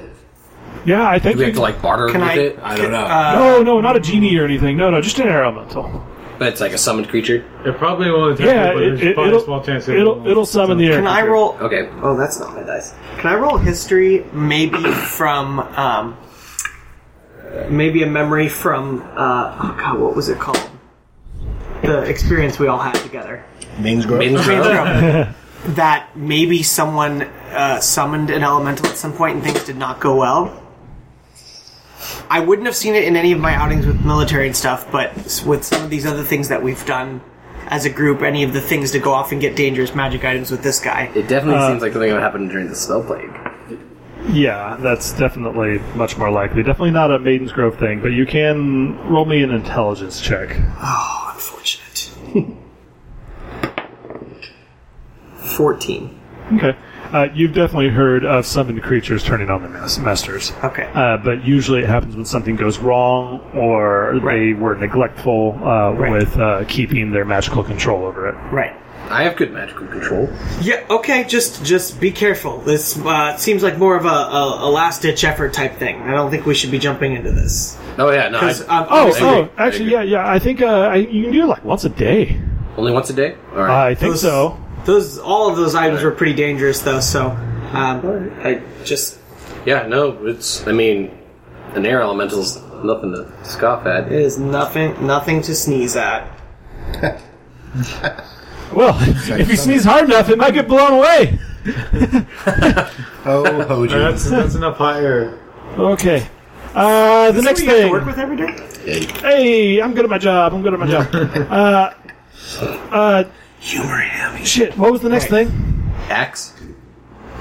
D: yeah, I
C: Do
D: think.
C: we have
D: you-
C: to like barter
A: Can
C: with
A: I?
C: it?
E: I don't know.
A: Uh,
D: no, no, not a genie or anything. No, no, just an air elemental.
C: But it's like a summoned creature.
B: It probably won't attack
D: Yeah,
B: you, but
D: it,
B: there's
D: it,
B: probably
D: will
B: a small chance it
D: it'll
B: won't.
D: it'll summon the air.
A: Can I roll?
D: [LAUGHS]
C: Okay.
A: Oh, that's not my dice. Can I roll history? Maybe from um, maybe a memory from uh, oh god, what was it called? The experience we all had together.
E: Maine's growth.
D: [LAUGHS]
C: Maiden's Grove?
A: that maybe someone uh, summoned an elemental at some point and things did not go well. I wouldn't have seen it in any of my outings with military and stuff, but s- with some of these other things that we've done as a group, any of the things to go off and get dangerous magic items with this guy.
C: It definitely seems like something that happened during the spell plague.
D: Yeah, that's definitely much more likely. Definitely not a Maiden's Grove thing, but you can roll me an intelligence check.
A: Oh, unfortunate. 14.
D: Okay. Uh, you've definitely heard of summoned creatures turning on their mas- masters.
A: Okay.
D: Uh, but usually it happens when something goes wrong or they
A: Right.
D: were neglectful uh,
A: Right.
D: with uh, keeping their magical control over it.
A: right.
C: I have good magical control.
A: Yeah, okay, just just be careful. This uh, seems like more of a, a, a last ditch effort type thing. I don't think we should be jumping into this.
C: Oh yeah, no. I,
A: 'Cause, um,
D: Oh,
A: obviously-
D: oh,
C: oh,
D: actually,
C: actually,
D: yeah, yeah. I think uh, I, you can do it like once a day.
C: only once a day. All right.
D: I think
A: Those-
D: so.
A: Those all of those items were pretty dangerous, though. So, um, I just
C: yeah, no. It's. I mean, an air elemental's nothing to scoff at.
A: it is nothing, nothing to sneeze at.
D: [LAUGHS] Well, if you sneeze hard enough, it might get blown away.
E: Oh, Hoju.
D: Uh,
B: That's, that's enough higher.
D: Okay. Uh, the
A: What do
D: next
A: you have to
D: thing.
A: work with every day.
D: Hey, I'm good at my job. I'm good at my job. [LAUGHS] uh, uh,
E: Humor him.
D: shit. What was the next thing?
C: Axe.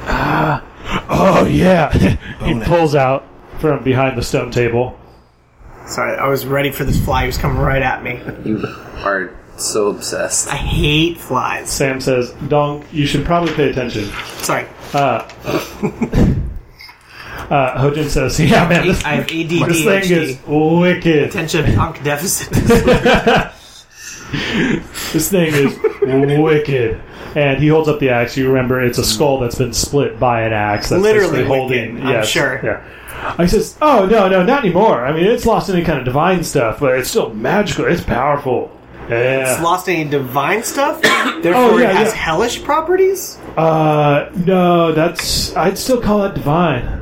D: Oh yeah. [LAUGHS] he
E: Bonus.
D: pulls out from behind the stone table.
A: Sorry, I was ready for this fly. He was coming right at me.
C: You are so obsessed.
A: I hate flies.
D: Sam says, "Donk, you should probably pay attention."
A: Sorry,
D: Uh, Hojin says, [LAUGHS] "Yeah, man, this,
A: I have
D: this thing
A: ADD,
D: is wicked.
A: attention punk [LAUGHS] deficit.
D: This thing is wicked." And he holds up the axe. You remember, it's a skull that's been split by an axe. That's
A: Literally
D: basically holding.
A: wicked, I'm
D: yes,
A: sure.
D: Yeah. I says, "Oh no, no, not anymore. I mean, it's lost any kind of divine stuff, but it's still magical. It's powerful." Yeah. Oh,
A: It's lost any divine
D: [COUGHS]
A: stuff. Therefore,
D: yeah,
A: it has
D: yeah.
A: hellish properties.
D: Uh, no, that's. I'd still call it divine.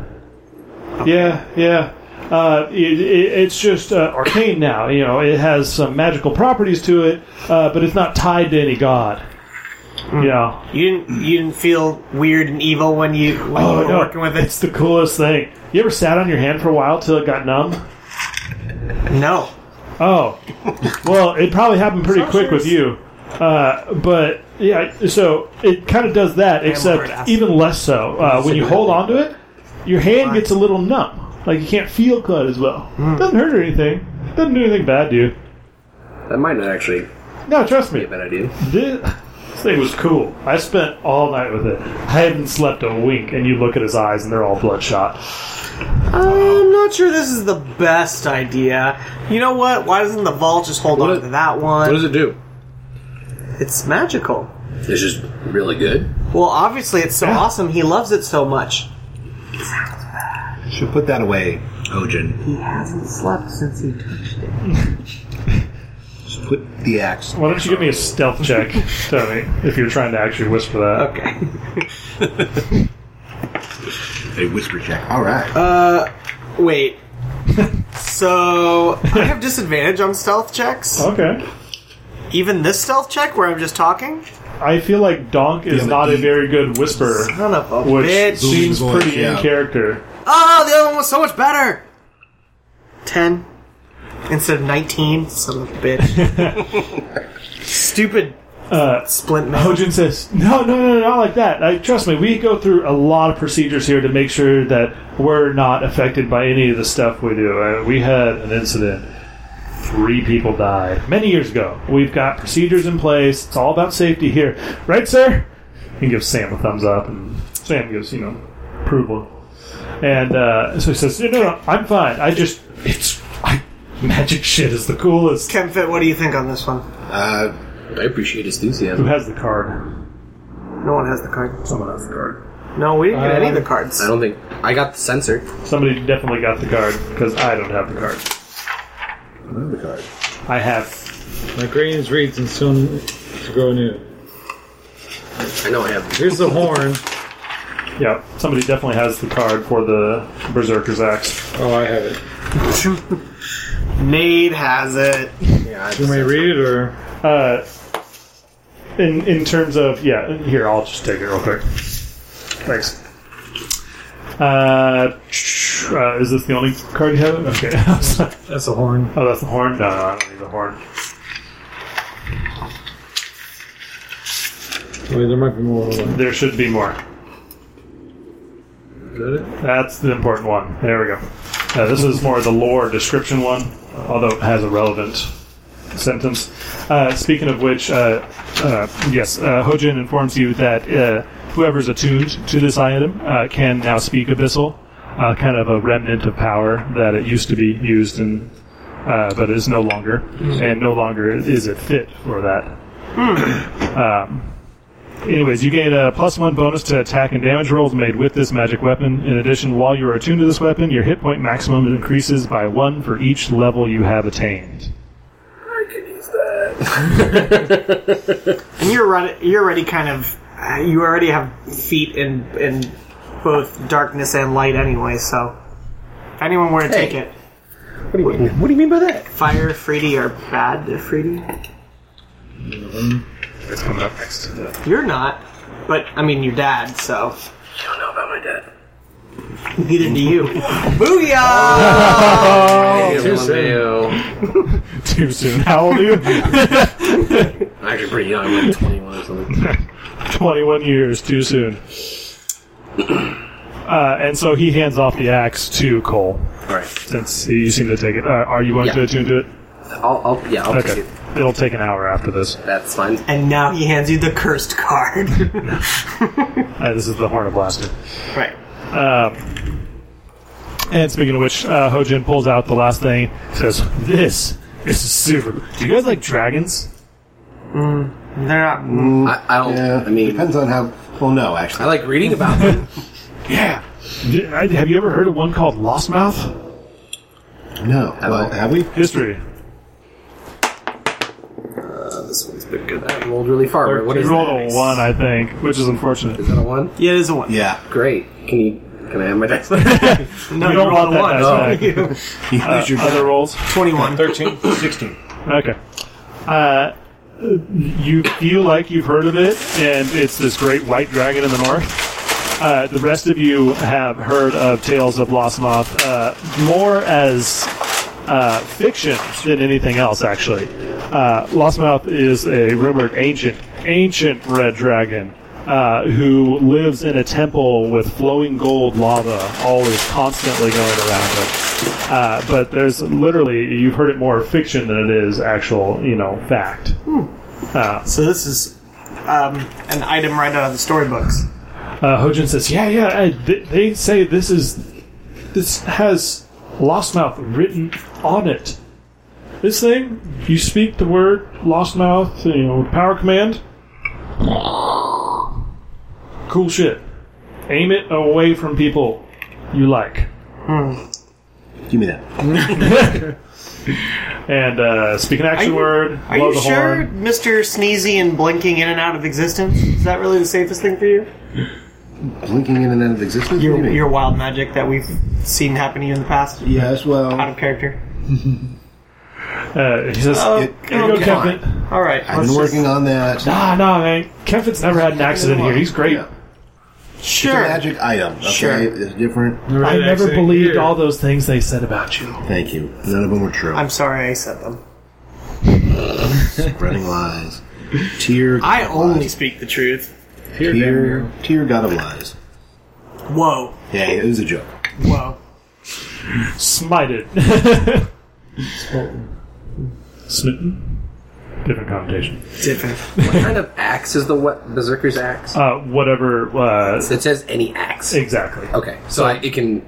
D: Yeah, yeah. Uh, it, it, it's just uh, arcane now. You know, it has some magical properties to it, uh, but it's not tied to any god.
A: Hmm.
D: Yeah.
A: You didn't, you didn't feel weird and evil when you when you
D: Oh
A: were
D: no,
A: working with it.
D: it's the coolest thing. You ever sat on your hand for a while till it got numb?
A: No,
D: Oh, well, it probably happened pretty quick with you. Uh, but yeah, so it kind of does that,
A: Lord, ask-
D: except even less so. Uh, when you hold on to it, your hand gets a little numb. Like you can't feel good as well. Doesn't hurt or anything. Doesn't do anything bad to you.
C: That might not actually be
D: No, trust me.
C: a bad idea.
D: This, this thing was cool. I spent all night with it. I haven't slept a wink, and you look at his eyes, and they're all bloodshot.
A: I'm not sure this is the best idea. You know what? Why doesn't the vault just hold
C: What
A: on
C: is-
A: to that
C: What
A: one?
C: does it do?
A: it's magical.
C: It's just really good.
A: Well, obviously, it's so awesome. He loves it so much.
E: Should put that away, Hojan.
A: He hasn't slept since he touched it.
E: Just put the axe.
D: Why don't you give me a stealth check, Tony, if you're trying to actually whisper that?
A: Okay. [LAUGHS]
E: A whisper check. All right.
A: Uh, wait. so I have disadvantage on stealth checks.
D: Okay.
A: Even this stealth check, where I'm just talking.
D: I feel like Donk is
E: but
D: not a
E: he-
D: very good whisperer,
A: Son of a
D: which
A: bitch.
D: seems
E: Booming voice,
D: pretty in
E: yeah.
D: character.
A: Oh, the other one was so much better. Ten instead of nineteen. Son of a bitch.
D: [LAUGHS]
A: Stupid.
D: Uh,
A: Splint man.
D: Hojin says, "No, no, no, no, not like that. Like, trust me, we go through a lot of procedures here to make sure that we're not affected by any of the stuff we do. Uh, we had an incident three people died many years ago. We've got procedures in place. It's all about safety here, right, sir? He gives Sam a thumbs up, and Sam gives you know approval. And uh, so he says, "No, no, no, I'm fine. I just it's I, magic shit is the coolest."
A: Kemfit, what do you think on this one?
E: Uh,
C: I appreciate his
D: Who
C: enthusiasm.
D: has the card?
A: No one has the card.
D: Someone has the card.
A: No, we didn't get any of
D: Uh,
A: the cards. [LAUGHS]
C: I don't think I got the sensor.
D: Somebody definitely got the card because I don't have the card.
E: another card.
D: I have.
B: My greens reeds and soon to grow new.
C: I know I have.
B: Here's the horn.
D: Yeah, somebody definitely has the card for the Berserker's Axe.
B: Oh, I have it.
A: Nade has it.
C: Yeah, I
B: You may read it or
D: Uh, in in terms of yeah, here I'll just take it real quick. Thanks. Uh, tsh- uh, is this the only card you have? Okay. [LAUGHS] oh,
B: that's a horn.
D: that's the horn. No, no, I don't need the horn.
B: Wait, there might be more. Hold on.
D: There should be more.
B: Is that it?
D: That's the important one. There we go. Uh, this is more the lore description one, although it has a relevant sentence. Uh, speaking of which, uh, uh, yes, uh, Hojin informs you that uh, whoever's attuned to this item uh, can now speak Abyssal, uh, kind of a remnant of power that it used to be used in, uh, but is no longer, and no longer is it fit for that. Anyways, you gain a plus one bonus to attack and damage rolls made with this magic weapon. In addition, while you are attuned to this weapon, your hit point maximum increases by one for each level you have attained. [LAUGHS]
A: And you're already, you're already kind of, uh, you already have feet in in both darkness and light anyway. So, if anyone were to take it,
C: What do you mean by that?
A: fire, Freedy, or bad, uh, Freedy.
D: It's coming up next.
A: You're not, but I mean, your dad. So
C: I don't know about my dad.
A: neither do
C: [LAUGHS]
A: you. Booyah!
C: Hey,
B: too soon.
C: LMAO.
D: Too soon. How old are you?
C: I'm actually pretty young. I'm like 21 or something.
D: 21 years. Too soon. [CLEARS THROAT] Uh, and so he hands off the axe to Cole,
C: All right.
D: since you seem to take it. Uh, are you going
C: Yeah.
D: to attune to it?
C: I'll, I'll yeah, I'll take
D: Okay.
C: it.
D: It'll take an hour after this.
C: That's fine.
A: And now he hands you the cursed card.
C: [LAUGHS]
D: Uh, this is the Horn of Blaster.
A: right.
D: Um, And speaking of which, uh, Hojin pulls out the last thing. Says, "This, this is super. Do you guys like dragons?
A: They're not.
C: I, I don't.
E: Yeah,
C: I mean,
E: depends on how. Well, no,
C: I
E: actually.
C: like reading about them.
D: Yeah. D- I- Have you ever heard of one called Lossmouth?
E: No. Well,
C: I-
E: have we?
D: History.
C: Uh, this one's been good. That rolled really far. but What
D: You
C: is
D: rolled
C: that?
D: a one, I think, which is unfortunate.
C: Is that a one?
A: Yeah, it is a one.
E: Yeah.
C: Great. Can you? Can I have
D: [LAUGHS]
C: my dice?
A: No,
D: We don't want that dice
A: one.
E: [LAUGHS] You lose your
D: Other rolls.
A: [LAUGHS] Twenty-one.
B: 13, 16.
D: Okay. Uh, you feel like you've heard of it, and it's this great white dragon in the north. Uh, the rest of you have heard of Tales of Lost Moth uh, more as uh, fiction than anything else, actually. Uh, Lost Mouth is a rumored ancient, ancient red dragon uh, who lives in a temple with flowing gold lava always constantly going around him. Uh, but there's literally, you've heard it more fiction than it is actual, you know, fact.
A: So this is um, an item right out of the storybooks.
D: Uh, Hojin says, "Yeah, yeah. I, th- they say this is this has Lost Mouth written on it. This thing, you speak the word Lost Mouth, you know, power command. Cool shit. Aim it away from people you like." [LAUGHS]
E: Give me that.
D: And uh, speak an action
A: Are you-
D: word.
A: Are
D: blow
A: you
D: the
A: sure,
D: horn.
A: Mister Sneezy, and blinking in and out of existence? Is that really the safest thing for you?
E: Blinking in and out of existence? What do you
A: Your,
E: mean?
A: your wild magic that we've seen happen to you in the past,
E: yes,
A: out
E: well.
A: of character.
D: Uh, he says,
A: Oh,
E: It-
D: "Here you
A: okay.
D: go, Captain."
A: All right,
E: I've been working on that.
D: Nah, nah, man. Kevin's never had an accident here. He's great.
E: Yeah.
A: Sure.
E: Magic item. Okay,
A: Sure.
E: it's different.
D: I
B: Right,
D: never
B: accident
D: believed
B: here.
D: all those things they said about you.
E: Thank you. None of them were true.
A: I'm sorry I said them.
E: spreading lies. Tear.
A: [LAUGHS] I only speak the truth.
B: Here, damn
E: Tear.
B: you.
E: Tear. God of lies.
A: Whoa,
E: Yeah, it was a joke.
A: whoa.
D: Smited.
B: Bolton.
D: Smitten? Different connotation.
A: Different.
C: What kind of axe is the what berserker's axe?
D: Uh, whatever. Uh,
C: it says any axe.
D: exactly.
C: Okay, so I, it can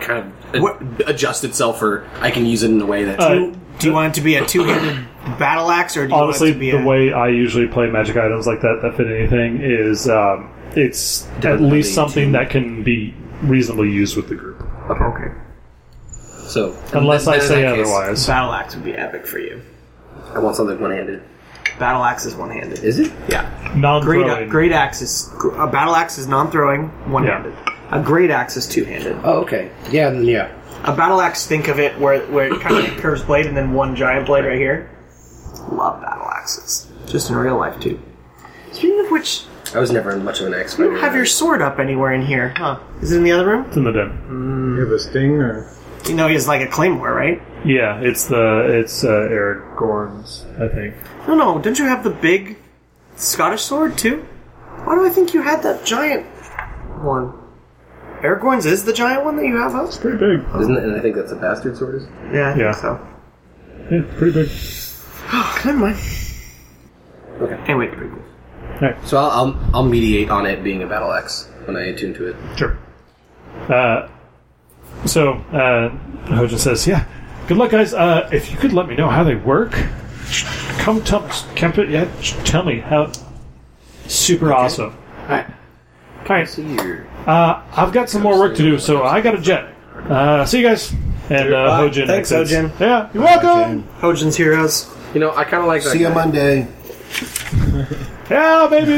C: kind of ad-
A: What-
C: adjust itself, or I can use it in a way that.
D: Uh,
A: Do you want it to be a two-handed battle axe, or do you
D: honestly,
A: want it to be
D: the
A: a,
D: way I usually play magic items like that that fit anything is um, it's at
C: Definitely
D: least something
C: two.
D: that can be reasonably used with the group,
C: okay. So
D: unless
C: then-
D: I
C: then in
D: say
C: that case,
D: otherwise.
A: battle axe would be epic for you?
C: I want something one-handed.
A: Battle axe is one-handed.
C: Is it?
A: yeah. Great, uh,
D: Non-throwing.
A: great axe is a battle axe is non-throwing, one-handed. A great axe is two-handed.
E: Oh, okay. Yeah, then yeah.
A: A battle axe, think of it where where it kind of curves blade and then one giant blade right here. Love battle axes, just in real life too. Speaking of which,
C: I was never much of an axe.
A: you don't have your sword up anywhere in here, huh? Is it in the other room?
D: It's in the den.
B: You have a sting or
A: You know, he's like a claymore, right?
D: Yeah, it's the it's uh, Eric Gorn's, I think.
A: No, no, don't you have the big Scottish sword too? Why do I think you had that giant one? Aragorn's is the giant one that you have up?
D: Pretty big.
C: Isn't it? And I think that's a bastard sword. Is it?
A: Yeah, I think
D: Yeah.
A: so.
D: Yeah, pretty big.
A: Oh, Never mind.
C: Okay.
A: Anyway, pretty cool.
C: So I'll, I'll I'll mediate on it being a battle axe when I attune to it.
D: Sure. Uh, so uh, Hojan says, "Yeah, good luck, guys. Uh, if you could let me know how they work, come tell me. Come, to- yeah, tell me how. Super awesome.
C: Alright.
D: All right,
C: See your
D: uh, I've got some more work to do, so I got a jet. Uh, see you guys." And uh,
A: Bye.
D: Hojan
A: Thanks,
D: exits.
A: Hojan.
D: Yeah, you're welcome.
E: Okay.
A: Hojan's Heroes.
C: You know, I kind of like that.
E: See you
C: guy.
E: Monday.
D: Yeah, baby.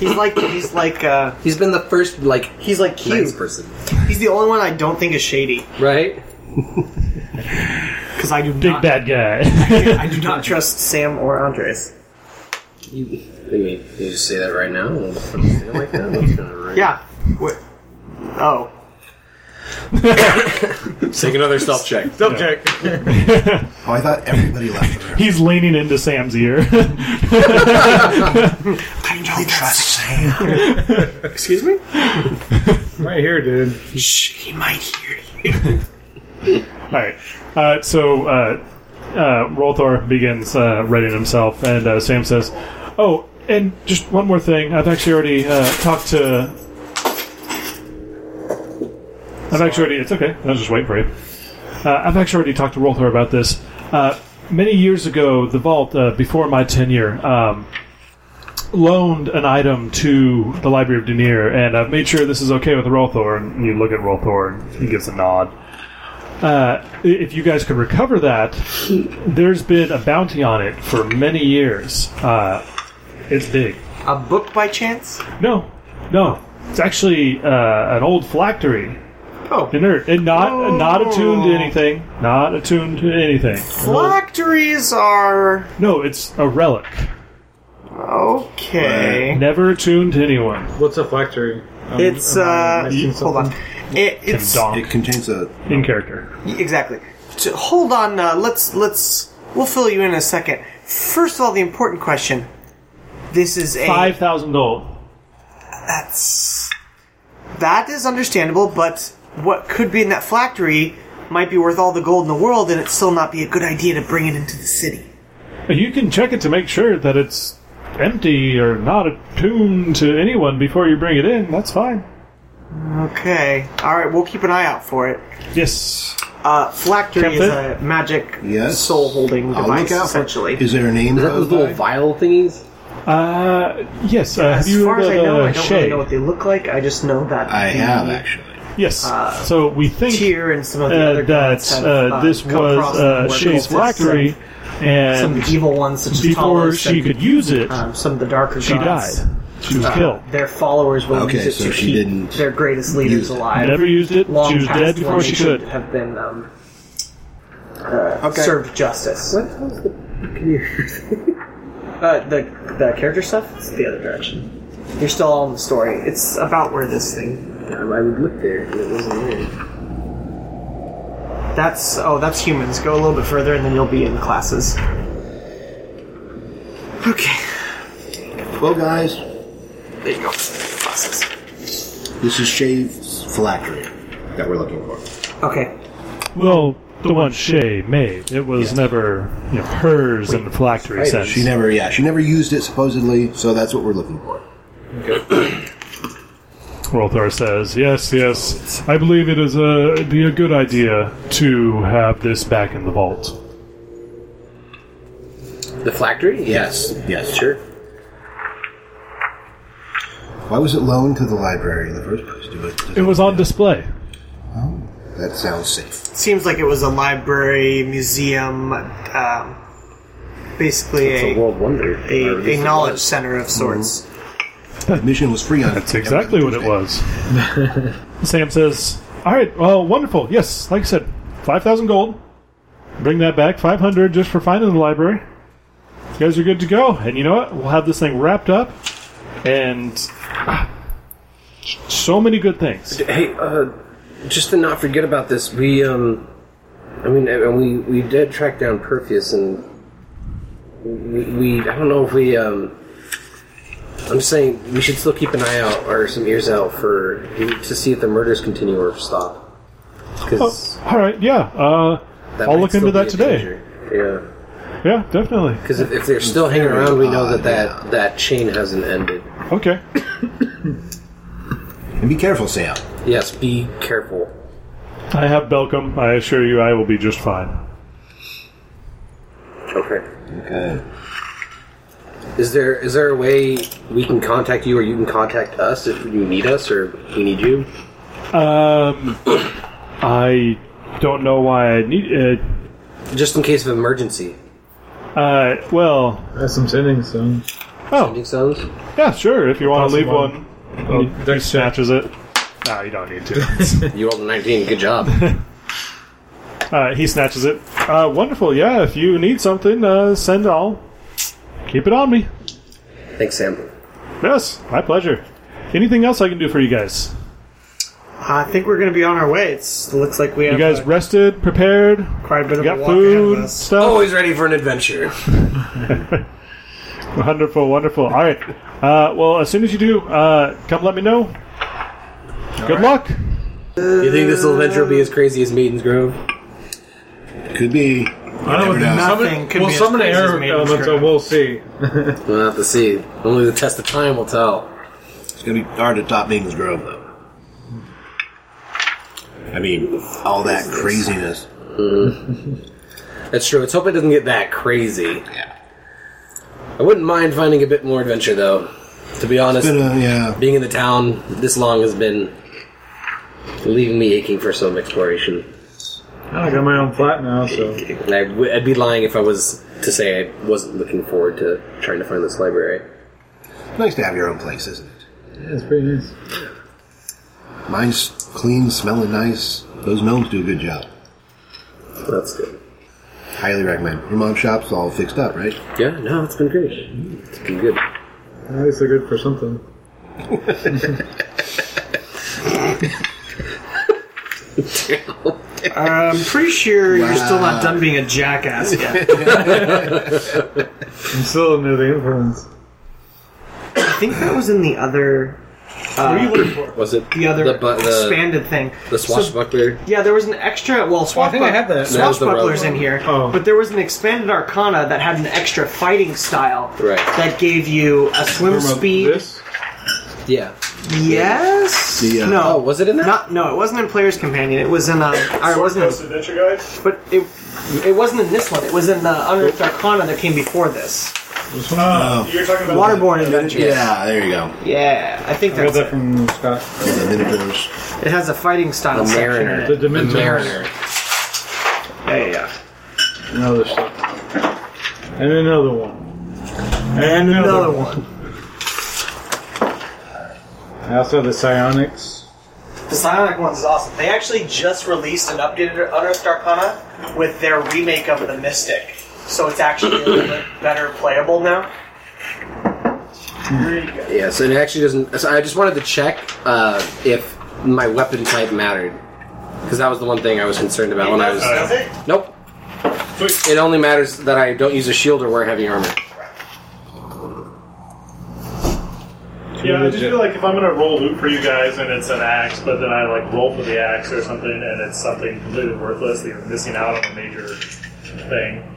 A: He's like he's like uh
C: He's been the first like
A: he's like
C: nice
A: cute.
C: person,
A: He's the only one I don't think is shady
C: right?
A: because I do
D: big
A: not
D: bad guy. [LAUGHS]
A: I do not trust Sam or Andres.
C: You, what do you mean? You just say that right now? I like that. That's kinda rude.
A: Yeah. Wait. Oh.
C: [LAUGHS] Take another stealth check.
B: double check?
E: Oh, I thought everybody left the room.
D: He's leaning into Sam's ear.
A: [LAUGHS]
D: [LAUGHS]
A: I don't trust Sam. Excuse me?
B: right here, dude.
A: Shh, he might hear you.
D: All right. Uh, so uh, uh, Rolthor begins uh, readying himself, and uh, Sam says, "Oh, and just one more thing. I've actually already uh, talked to. I've actually already. It's okay. I was just waiting for you. Uh, I've actually already talked to Rolthor about this. Uh, many years ago, the vault uh, before my tenure." Um, Loaned an item to the Library of Denier, and I've made sure this is okay with Rolthor. And you look at Rolthor, and he gives a nod uh, i- if you guys could recover that, there's been a bounty on it for many years. Uh, it's big.
A: A book by chance?
D: No, no, it's actually uh, an old phylactery.
A: Oh.
D: Inert and not
A: Oh.
D: not attuned to anything. Not attuned to anything.
A: Phylacteries are
D: No, it's a relic.
A: okay.
D: Never attuned to anyone.
B: What's a phylactery? Um,
A: It's
B: am I
A: uh
B: missing
A: hold on.
B: something?
A: It, it's
E: It
D: Donk
E: contains a.
D: in character.
A: Exactly. T- hold on. Uh, let's let's we'll fill you in in a second. First of all, the important question. This is a
D: Five thousand gold.
A: That's that is understandable, but what could be in that phylactery might be worth all the gold in the world, and it still not be a good idea to bring it into the city.
D: You can check it to make sure that it's empty or not attuned to anyone before you bring it in. That's fine.
A: Okay. All right. We'll keep an eye out for it.
D: Yes.
A: Uh, phylactery is
D: Captain?
A: a magic
E: Yes.
A: soul holding
E: I'll
A: device,
E: look out for-
A: essentially.
E: Is there a name?
C: Is that those little
E: code?
C: vial thingies?
D: Uh, yes. Uh, have
A: as
D: you
A: far
D: heard
A: as
D: of
A: I know,
D: uh,
A: I don't
D: Shay?
A: really know what they look like. I just know that
E: I
A: the
E: have actually.
D: yes. so we think
A: uh, tier and some of the
D: uh,
A: other
D: that
A: gods have,
D: uh, this
A: come across
D: was uh,
A: and worked
D: Shay's
A: with
D: phylactery,
A: Some,
D: and
A: some evil ones, such as
D: before
A: Talos,
D: she
A: and,
D: could use it,
A: um, some of the darker
D: she
A: gods. Uh,
D: died. She was killed.
A: Their followers will
E: Okay,
A: use it
E: so
A: to
E: she
A: keep
E: didn't
A: their greatest leaders
E: use it.
A: alive.
D: Never used it. She
A: Long
D: was
A: past
D: dead
A: when
D: before she
A: they
D: could.
A: Have been um, uh, served justice. What was the [LAUGHS] uh, the the character stuff? It's the other direction. You're still all in the story. It's about where this thing.
C: I I would look there, and it wasn't there.
A: That's oh, that's humans. Go a little bit further, and then you'll be in classes. Okay,
E: Well, guys,
A: there you go. Classes.
E: this is Shave Phylactery that we're looking for.
A: Okay.
D: Well, the one Shay made. It was never you know, hers in the phylactery sense.
E: She never, yeah, she never used it supposedly, so that's what we're looking for.
D: Rolthar says, "Yes, yes. I believe it is a be a good idea to have this back in the vault."
C: The phylactery? Yes.
E: Yes.
C: Sure.
E: Why was it loaned to the library in the first place? Do it,
D: It was on display.
E: That sounds safe.
A: It seems like it was a library, museum, um, basically
C: It's a
A: a,
C: world wonder. Or at least
A: a,
C: it
A: a knowledge
C: was.
A: center of sorts.
E: Admission was free on
D: That's exactly what it was. Sam says, "All right, well, wonderful. Yes, like I said, five thousand gold. Bring that back. Five hundred just for finding the library. You guys are good to go. And you know what? We'll have this thing wrapped up, and ah, so many good things.
C: Hey, uh, just to not forget about this, we, um, I mean, and we, we did track down Perseus, and we, we, I don't know if we, um, I'm saying we should still keep an eye out or some ears out for to see if the murders continue or stop. Because
D: All right, yeah. Uh, Oh, I'll look into that today.
C: Yeah.
D: yeah, definitely.
C: Because if, if they're still hanging around, we know that that, that chain hasn't ended.
D: Okay.
E: And be careful, Sam.
C: Yes, be careful.
D: I have Belcom. I assure you, I will be just fine.
C: Okay.
E: Okay.
C: Is there is there a way we can contact you, or you can contact us if you need us, or we need you?
D: Um, [COUGHS] I don't know why I need.
C: Just in case of emergency.
D: Uh, uh, well,
B: That's some sending stone.
D: oh
C: Sending stones.
D: yeah, sure. If you want
B: Toss
D: to leave
B: him
D: one,
B: one.
D: he-
B: Oh,
D: he
B: dex check.
D: snatches it. No, you don't need to.
C: You rolled a nineteen. Good [LAUGHS] job.
D: [LAUGHS] uh, he snatches it. Uh, wonderful. Yeah, if you need something, uh, send all. Keep it on me.
C: Thanks, Sam.
D: Yes, my pleasure. Anything else I can do for you guys?
A: I think we're going to be on our way. It's, it looks like we have
D: You guys
A: uh,
D: rested, prepared,
A: quite a bit of a
D: got
A: walk ahead of
D: food,
A: us.
D: stuff.
C: Always ready for an adventure.
D: Wonderful, wonderful. All right. Uh, well, as soon as you do, uh, come let me know. Good luck.
C: You think this little adventure will be as crazy as Maiden's Grove?
E: Could be.
B: I
E: never know.
A: Nothing
B: Summon-
A: could
B: well,
A: be as
B: summon
A: crazy as
B: air
A: Maiden's
B: elements,
A: Grove.
B: so we'll see.
C: We'll have to see. Only the test of time will tell.
E: It's gonna be hard to top Maiden's Grove, though. I mean, all that craziness.
C: That's true. Let's hope it doesn't get that crazy.
E: Yeah.
C: I wouldn't mind finding a bit more adventure, though. To be honest,
E: But, uh, yeah.
C: being in the town this long has been leaving me aching for some exploration.
B: I got my own flat now, so
C: And I w- I'd be lying if I was to say I wasn't looking forward to trying to find this library.
E: Nice to have your own place, isn't it?
B: yeah, it's pretty nice.
E: Mine's clean, smelling nice. Those gnomes do a good job.
C: That's good.
E: Highly recommend. Your mom's shop's all fixed up, right?
C: Yeah, no, it's been great. It's been good.
B: At least they're good for something.
A: I'm pretty sure you're still not done being a jackass yet.
B: I'm still under the influence.
A: I think that was in the other. Uh,
C: Was it
A: The other
C: the, bu- the,
A: expanded thing.
C: the swashbuckler?
A: Yeah, there was an extra. Well,
B: I think I had that.
A: swashbuckler's
C: That was the
A: swashbucklers
C: rogue
A: in
C: one.
A: here,
B: Oh.
A: but there was an expanded arcana that had an extra fighting style
C: Right.
A: that gave you a swim
B: Remember
A: speed.
B: This?
C: yeah.
A: Yes.
E: The, uh,
A: no.
C: Oh, was it in that?
A: Not no, it wasn't in Player's Companion. It was in
C: [LAUGHS]
A: um, or it wasn't, in-
D: Adventure Guide.
A: but it it wasn't in this one. It was in uh, the Unearthed Arcana that came before this.
B: This one? Oh.
D: You're talking about
A: Waterborne Adventures.
E: Yeah, there you go.
A: Yeah, I think
B: I got
A: that's
B: that
A: it.
B: from Scott.
E: The Minotaurs.
A: It has a fighting style
C: The
A: section in
C: Mariner.
B: The
A: it.
C: The
B: Dementors.
C: Mariner.
A: Yeah, yeah, yeah.
B: And other stuff. And another one. And
A: Another one.
B: I also have the psionics.
A: The Psionic ones is awesome. They actually just released an updated Unearthed Arcana with their remake of the Mystic, so it's actually a little
C: [CLEARS THROAT]
A: bit better playable now. Really good.
C: Yeah, so it actually doesn't. So I just wanted to check uh, if my weapon type mattered. Because that was the one thing I was concerned about when I was.
A: Does it?
C: Nope. It only matters that I don't use a shield or wear heavy armor.
D: You're
G: Yeah, I just
B: legit.
G: feel like if I'm gonna roll loot for you guys and it's an axe, but then I like roll for the axe or something and it's something completely worthless, that you're missing out on a major thing.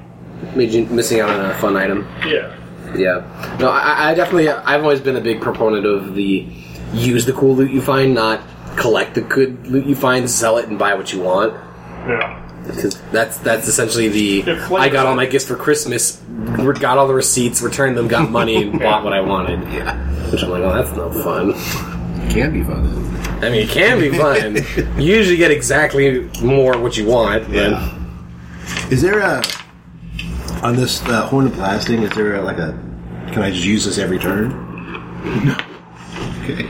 C: Maybe missing out on a fun item.
G: Yeah.
C: Yeah. No, I, I definitely. I've always been a big proponent of the use the cool loot you find, not collect the good loot you find, sell it, and buy what you want.
G: Yeah.
C: Because that's that's essentially the
G: It flavors
C: I got all
G: it.
C: my gifts for Christmas, re- got all the receipts, returned them, got money, and bought what I wanted. Yeah. Which I'm like, well, that's no fun.
E: Can be fun.
C: I mean, it can be fun. you usually get exactly more what you want. But
E: Yeah. Is there a on this uh, horn of glass thing? Is there like a? Can I just use this every turn? No. [LAUGHS] Okay.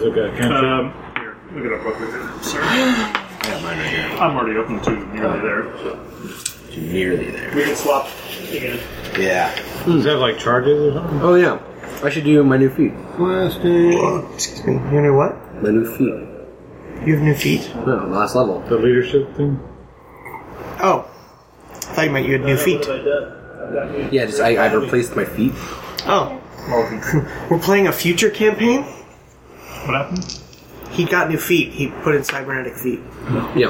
B: Okay, can't
G: Um, here, look it up real quick. Sorry.
E: I got mine right here.
G: I'm already open to nearly there.
E: Nearly there.
G: We can swap again.
E: Yeah.
B: Does that have like charges or something?
C: oh yeah, I should do my new feet.
E: Plastic.
A: Excuse me. You know what?
C: My new feet.
A: You have new feet.
C: No, last level.
B: The leadership thing?
A: Oh, I thought you meant you had new feet.
C: Yeah, just I, I replaced my feet.
A: Oh, [LAUGHS] we're playing a future campaign.
G: What happened?
A: He got new feet. He put in cybernetic feet.
C: Yeah.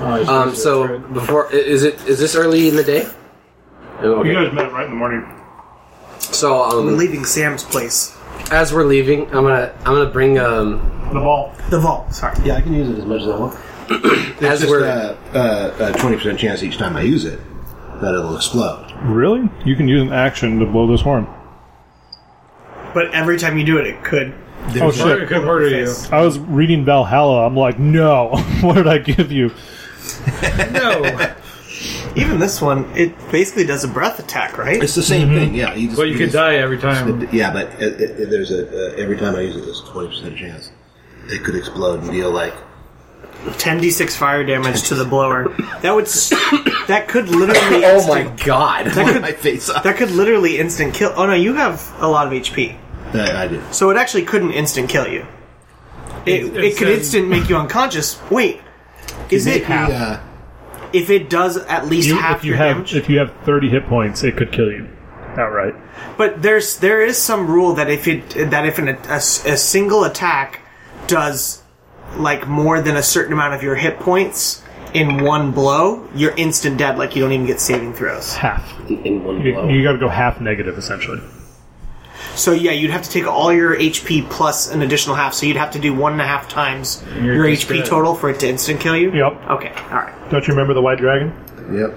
B: Oh, it's
C: Um.
B: just a
C: So
B: trade.
C: before i- is it is this early in the day? Oh,
G: You
C: Okay.
G: guys met right in the morning.
C: So
A: We're
C: um,
A: leaving Sam's place.
C: as we're leaving, I'm gonna I'm gonna bring um
G: The ball.
A: The vault. Sorry.
E: Yeah, I can use it as much as I want.
C: as
E: Just uh,
C: we're
E: a a twenty percent chance each time I use it that it'll explode.
D: Really? You can use an action to blow this horn.
A: But every time you do it, it could.
D: Oh
B: Sorry, I
D: shit!
B: couldn't murder you.
D: I was reading Valhalla. I'm like, no. [LAUGHS] what did I give you?
B: No,
A: Even this one, it basically does a breath attack, right?
E: It's the same thing. Yeah. Mm-hmm. You just,
B: but you could
E: just-
B: die every time.
E: Yeah, but it, it, it- there's a uh, every time I use it, there's a twenty percent chance it could explode and deal like [LAUGHS]
A: 10d6 fire damage to the blower. That would. s that could literally.
C: oh my
A: instant-
C: god.
A: That
E: my
A: could.
E: face off.
A: That could literally instant kill. Oh no, you have a lot of HP,
E: That I did.
A: so it actually couldn't instant kill you. It, it,
B: it's
A: could
B: an-
A: instant make you unconscious. Wait, is it
E: Yeah.
A: if it does at least
D: You-
A: half
D: if you
A: your
D: have
A: damage?
D: if you have 30 hit points, it could kill you outright.
A: But there's there is some rule that if it that if an, a, a single attack does like more than a certain amount of your hit points in one blow, you're instant dead. Like you don't even get saving throws.
D: Half.
C: In one
D: You,
C: blow.
D: you got to go half negative essentially.
A: So yeah, you'd have to take all your HP plus an additional half. So you'd have to do one and a half times
B: You're
A: your
B: just
A: HP
B: dead.
A: total for it to instant kill you.
D: Yep.
A: Okay. All right.
D: Don't you remember the white dragon?
E: Yep.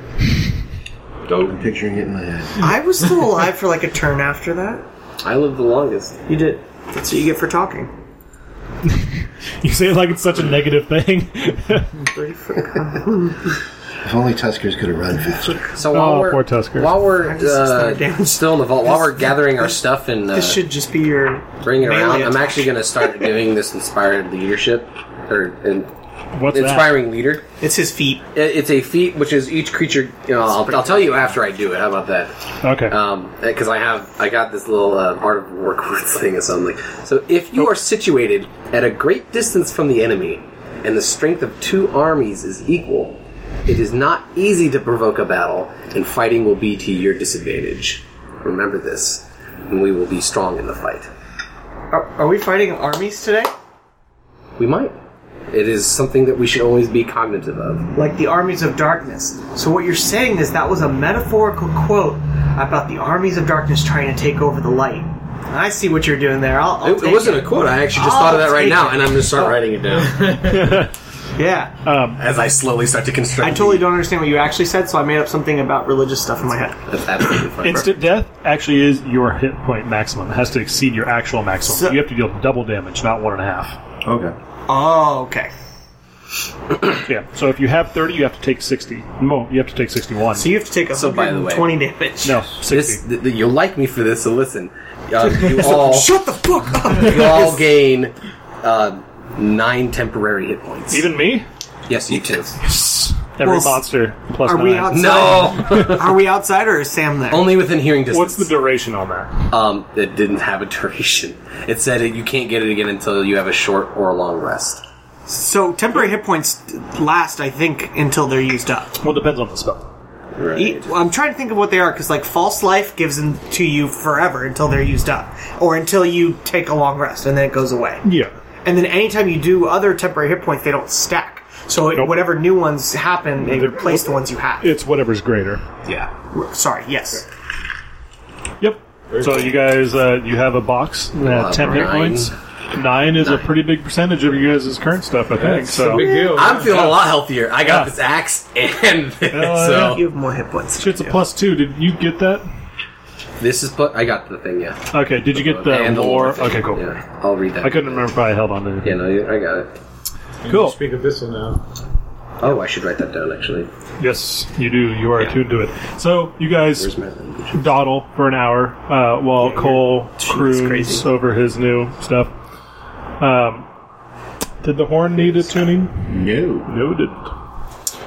B: Dope.
E: I'm picturing it in my head.
A: I was still alive for like a turn after that.
C: I lived the longest.
A: You did. That's what you get for talking.
D: You say it like it's such a negative thing. [LAUGHS]
A: Thirty [LAUGHS] for
E: If only Tuskers could have run faster.
C: So while
D: Oh,
C: we're
D: poor Tusker.
C: while we're
A: I just- it's not
C: uh,
A: damaged.
C: still in the vault, while we're gathering our stuff and uh,
A: This should just be your
C: bringing it
A: melee
C: around, I'm
A: attack.
C: actually gonna start doing this inspired leadership or in,
D: What's
C: inspiring leader.
A: It's his feet.
C: It- It's a feat which is each creature. You know, I'll, I'll tell you after I do it. How about that?
D: that? Okay.
A: Um,
C: because Um, eh, I have I got this little uh, art of war [LAUGHS] words thing or something. So if
A: Oh.
C: you are situated at a great distance from the enemy, and the strength of two armies is equal, it is not easy to provoke a battle, and fighting will be to your disadvantage. Remember this, and we will be strong in the fight.
A: Are, are we fighting armies today?
C: We might. It is something that we should always be cognitive of.
A: Like the armies of darkness. So what you're saying is that was a metaphorical quote about the armies of darkness trying to take over the light. I see what you're doing there. I'll, I'll
C: It, it
A: take
C: wasn't a quote. I actually just
A: I'll
C: thought of that right
A: take
C: now,
A: it.
C: and I'm Um, going to start writing it [LAUGHS] down
A: Yeah,
C: as I slowly start to
A: I
C: construct.
A: totally don't understand what you actually said, so I made up something about religious stuff in my head.
C: That's absolutely fine.
D: Instant death actually is your hit point maximum. It has to exceed your actual maximum.
A: So-
D: you have to deal double damage, not one and a half.
E: Okay.
A: Oh, okay.
D: Yeah. So if you have 30, you have to take 60. No, you have to take 61.
A: So you have to take a
C: So by the way-
A: 120 damage.
D: no, 60.
C: This, th- th- you'll like me for this, so listen.
D: [LAUGHS]
C: Uh, you all,
A: Shut the fuck up.
C: you all gain uh, nine temporary hit points.
D: Even me?
C: yes,
D: [LAUGHS]
C: you too.
D: Every
A: Well,
D: monster plus
A: Are
D: nine.
A: we outside?
D: [LAUGHS]
C: No,
A: [LAUGHS] Are we outside or is Sam there?
C: only within hearing distance.
D: What's the duration on that?
C: um? It didn't have a duration. It said it, you can't get it again until you have a short or a long rest.
A: So temporary hit points last, I think, until they're used up.
D: Well, it depends on the spell.
C: Right.
A: E- well, I'm trying to think of what they are because like false life gives them to you forever until they're used up or until you take a long rest and then it goes away.
D: Yeah.
A: And then anytime you do other temporary hit points, they don't stack. So it-
D: Nope.
A: whatever new ones happen, they replace the ones you have.
D: It's whatever's greater.
A: yeah. R- Sorry. Yes.
D: Yep. So you guys, uh, you have a box that
C: have
D: ten hit
C: nine.
D: points. Nine is a pretty big percentage of you guys' current stuff, I think.
B: That's a
D: So
B: big deal.
C: I'm feeling a lot healthier. I got this axe
D: [LAUGHS]
C: and this,
D: Hell
C: so
A: You have more hit points.
D: it's a plus two. Did you get that?
C: this is. Put, I got the thing. Yeah.
D: Okay. Did you get
C: And
D: the war?
C: thing.
D: Okay, cool.
C: Yeah, I'll read that.
D: I couldn't remember if I held on to it.
C: Yeah, no, you- I got it.
D: Cool.
B: Speak of this one now.
C: Oh, I should write that down actually.
D: Yes, you do. You are
C: Yeah.
D: attuned to it. So you guys
C: Where's my language?
D: dawdle for an hour uh, while Cole croons
A: crazy.
D: over his new stuff. Um, did the horn need a tuning?
E: No.
D: No, it didn't.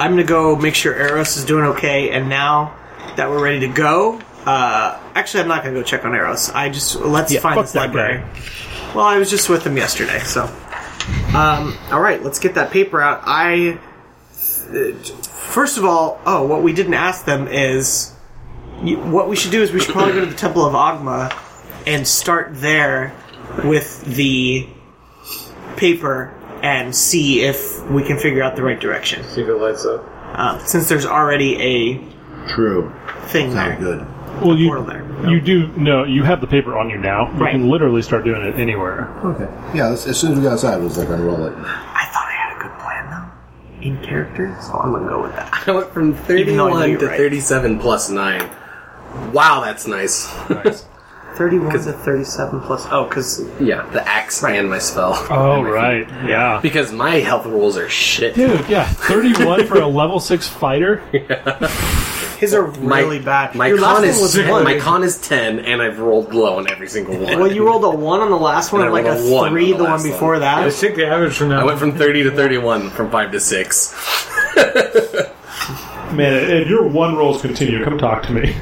A: I'm gonna go make sure Eros is doing okay, and now that we're ready to go, uh, actually, I'm not gonna go check on Eros. I just let's find
D: fuck
A: this
D: that
A: library. Well, I was just with him yesterday, so. Um, all right, let's get that paper out. I first of all, oh, what we didn't ask them is you, what we should do is we should probably go to the Temple of Agma and start there with the paper and see if we can figure out the right direction.
B: See if it lights up.
A: Uh, since there's already
E: True.
A: a thing there.
E: Not good.
D: Well, you
A: Portal there.
D: you do no. You have the paper on you now. You
A: Right.
D: can literally start doing it anywhere.
E: Okay. Yeah, as, as soon as we got outside, it was like, unroll it.
A: I thought I had a good plan though, in character, so I'm gonna go with that.
C: I went from
A: Even though I know
C: 31 to
A: you're right.
C: 37 plus 9. Wow, that's nice.
A: Thirty-one to thirty-seven plus. Oh, because
C: yeah, the axe and my spell.
D: Oh
C: And my
D: right, yeah.
C: Because my health rolls are shit.
D: Dude, yeah, thirty-one for a level six fighter.
A: his are
C: My,
A: really bad.
C: My
A: Your last
C: con
A: one
C: is
A: was
C: 10,
A: one.
C: my con is 10 and I've rolled low on every
A: [LAUGHS]
C: single one.
A: Well, you rolled a one on the last one,
C: And
A: and
C: I
A: like a
C: rolled a one
A: three
C: on
A: the,
C: the
A: one
C: last
A: before
C: one.
A: that.
C: [LAUGHS]
B: Let's take the average from now.
C: I went from 30 to 31 from 5 to
D: [LAUGHS]
C: 6.
D: Man, if your one rolls continue, come talk to me.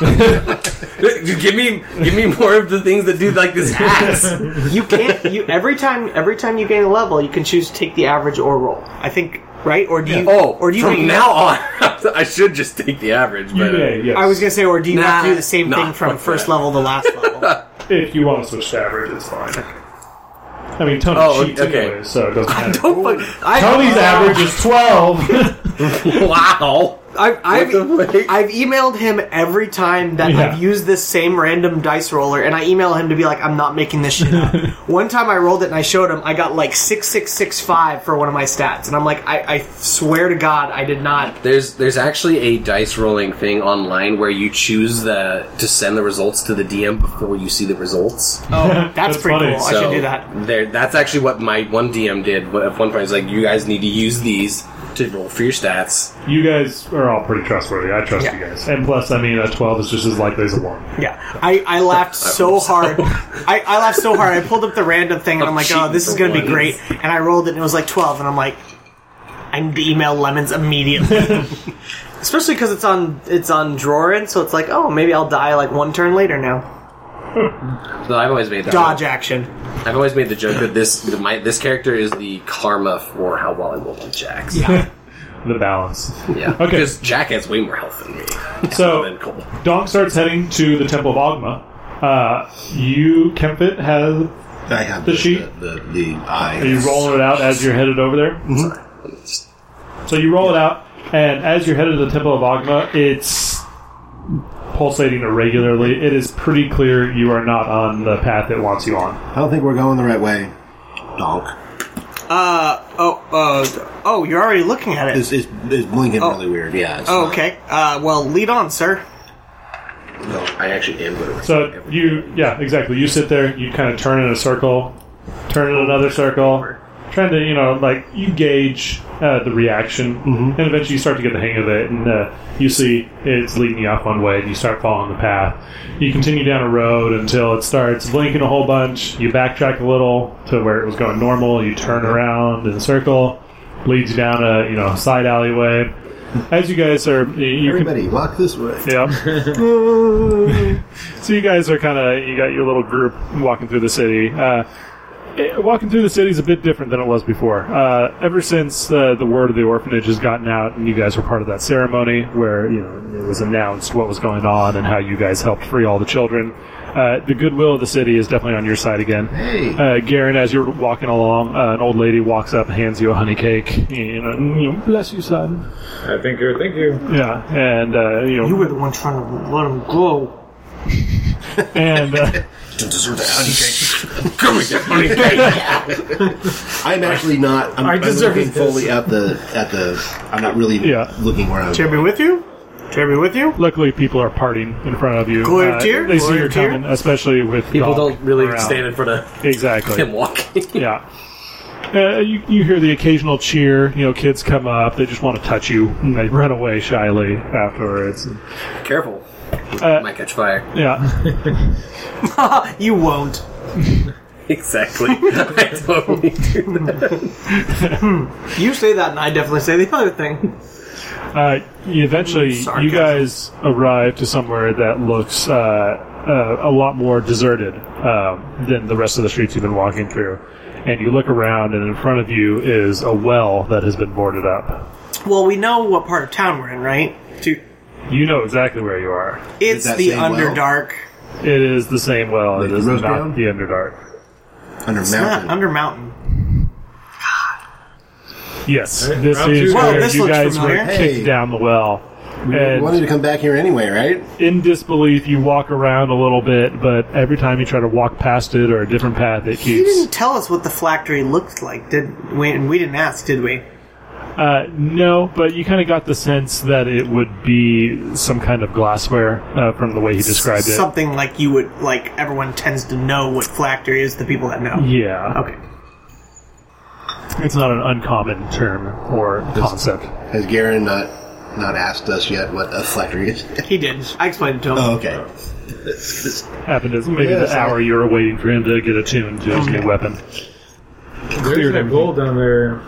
C: [LAUGHS] give me give me more of the things that do like this axe.
A: You can't. You every time every time you gain a level, you can choose to take the average or roll. I think right or do [LAUGHS] you?
C: Oh,
A: or do you?
C: from
A: make-
C: now on [LAUGHS] I should just take the average,
D: [LAUGHS]
C: but uh,
D: Yeah, yes.
A: I was gonna say, or do you have to
C: Nah,
A: do the same
C: nah,
A: thing from
C: fuck
A: first
C: that.
A: level to last
C: [LAUGHS]
A: level?
D: if you want to switch to average, it's fine. I mean, Tony
C: Oh,
D: cheats
C: okay.
D: anyway, so it doesn't matter.
C: don't Oh, fuck,
A: [LAUGHS]
C: I,
D: Tony's average is twelve.
C: Wow.
A: I've I've,
C: What the fuck?
A: I've emailed him every time that
D: Yeah.
A: I've used this same random dice roller, and I email him to be like, I'm not making this shit
D: [LAUGHS]
A: up. one time I rolled it and I showed him, I got like six six six five for one of my stats, and I'm like, I, I swear to God, I did
D: [LAUGHS]
A: not.
C: There's there's actually a dice rolling thing online where you choose the to send the results to the DM before you see the results.
A: Oh, that's, pretty
D: funny.
A: cool. I should do that.
C: There, that's actually what my one DM did. But At one point, he's like, "You guys need to use these to roll for your stats."
D: You guys are all pretty trustworthy. I trust you guys. And plus, I mean, a 12 is just as likely as a 1.
A: Yeah, [LAUGHS] I, I laughed so hard. I, I laughed so hard. I pulled up the random thing and I'm like, oh, this is going to be great. And I rolled it and it was like 12. And I'm like, I need to email Lemons [LAUGHS] immediately. Especially because it's on it's on Drorin, so it's like, oh, maybe I'll die like one turn later now.
C: So I've always made that.
A: Dodge action.
C: I've always made the joke that this that my this character is the karma for how well I rolled on Jax. Yeah,
D: The balance. Okay.
C: Because Jack has way more health than me.
D: So-
C: than Cole.
D: Donk starts heading to the Temple of Ogma. Uh, you, Kempit, has.
E: I have
D: The
E: the,
D: sheet?
E: The, the, the eye.
D: Are you rolling it out as you're headed over there? So you roll it out, and as you're headed to the Temple of Ogma, it's pulsating irregularly. It is pretty clear you are not on the path it wants you on.
E: I don't think we're going the right way. Donk.
A: Uh, oh, uh, oh, you're already looking at it.
E: It's, it's, it's blinking really weird. Yeah. It's
A: Oh, okay. Uh, well, lead on, sir.
C: No, I actually am. good at
D: So
C: everything.
D: you, yeah, exactly. You sit there, you kind of turn in a circle, turn in another circle, trying to, you know, like you gauge uh, the reaction, and eventually you start to get the hang of it, and uh, you see it's leading you off one way, and you start following the path. You continue down a road until it starts blinking a whole bunch. You backtrack a little to where it was going normal. You turn around in a circle, leads you down a you know side alleyway. As you guys are, you can
E: Everybody, walk this way.
D: [LAUGHS] yeah. so you guys are kind of you got your little group walking through the city. Uh, eh, walking through the city is a bit different than it was before. Uh, ever since uh, the word of the orphanage has gotten out, and you guys were part of that ceremony where you know it was announced what was going on and how you guys helped free all the children, uh, the goodwill of the city is definitely on your side again.
E: Hey.
D: Uh, Garen, as you're walking along, uh, an old lady walks up, hands you a honey cake. You know, you know, bless you, son.
B: I think you're. Thank you.
D: Yeah, and uh, you know,
A: You were the one trying to let him go.
D: and uh,
E: Don't deserve that honey cake. [LAUGHS] Come with that honey cake. I'm actually not. I'm,
A: I
E: I
A: deserve
E: deserve am looking
A: this.
E: fully at the at the. I'm not really
D: Yeah.
E: looking where I'm.
A: Jeremy with you? Jeremy with you? [LAUGHS]
D: luckily people are partying in front of you. Uh,
A: Glory tier?
D: They see
A: Glory
D: you
A: tier?
D: coming, especially with
C: People
D: dog
C: don't really
D: around.
C: stand in front of
D: exactly.
C: him walking.
D: Yeah. Uh, you, you hear the occasional cheer. You know, kids come up. They just want to touch you. And they run away shyly afterwards.
C: Careful.
D: Uh,
C: Might catch fire. [LAUGHS]
D: Yeah.
A: you won't.
D: [LAUGHS]
C: Exactly. [LAUGHS] I totally do that.
A: You say that, and I definitely say the other thing.
D: Uh, you eventually,
A: Sarcasm.
D: you guys arrive to somewhere that looks uh, uh, a lot more deserted um, than the rest of the streets you've been walking through. And you look around, and in front of you is a well that has been boarded up.
A: Well, we know what part of town we're in, right? To-
D: You know exactly where you are.
A: It's
E: that
A: the
E: same well?
A: Underdark.
D: It is the same well. It
E: Like
D: is
E: Rose
D: not
E: Brown?
D: the Underdark.
E: Under
A: It's not
E: mountain.
A: Under Mountain.
D: Yes,
B: Right,
D: this
B: round
D: is
B: two.
A: Whoa,
D: where
A: this
D: you
A: looks
D: guys were
A: familiar.
D: kicked
E: Hey.
D: down the well.
E: we wanted
D: And
E: to come back here anyway, right?
D: in disbelief, you walk around a little bit, but every time you try to walk past it or a different path, it
A: You
D: keeps.
A: didn't tell us what the flactory looked like, did we? And we didn't ask, did we?
D: Uh, no, but you kind of got the sense that it would be some kind of glassware uh, from the way he described it.
A: Something like you would like. Everyone tends to know what flactory is. The people that know.
D: Yeah,
A: Okay.
D: it's not an uncommon term or concept.
E: Has Garen not not asked us yet what a flattery is?
A: He did. I explained it to him.
E: oh, okay.
D: Happened as maybe
E: Yes,
D: the
E: I-
D: hour you were waiting for him to get attuned to his new weapon.
B: There's that gold down there.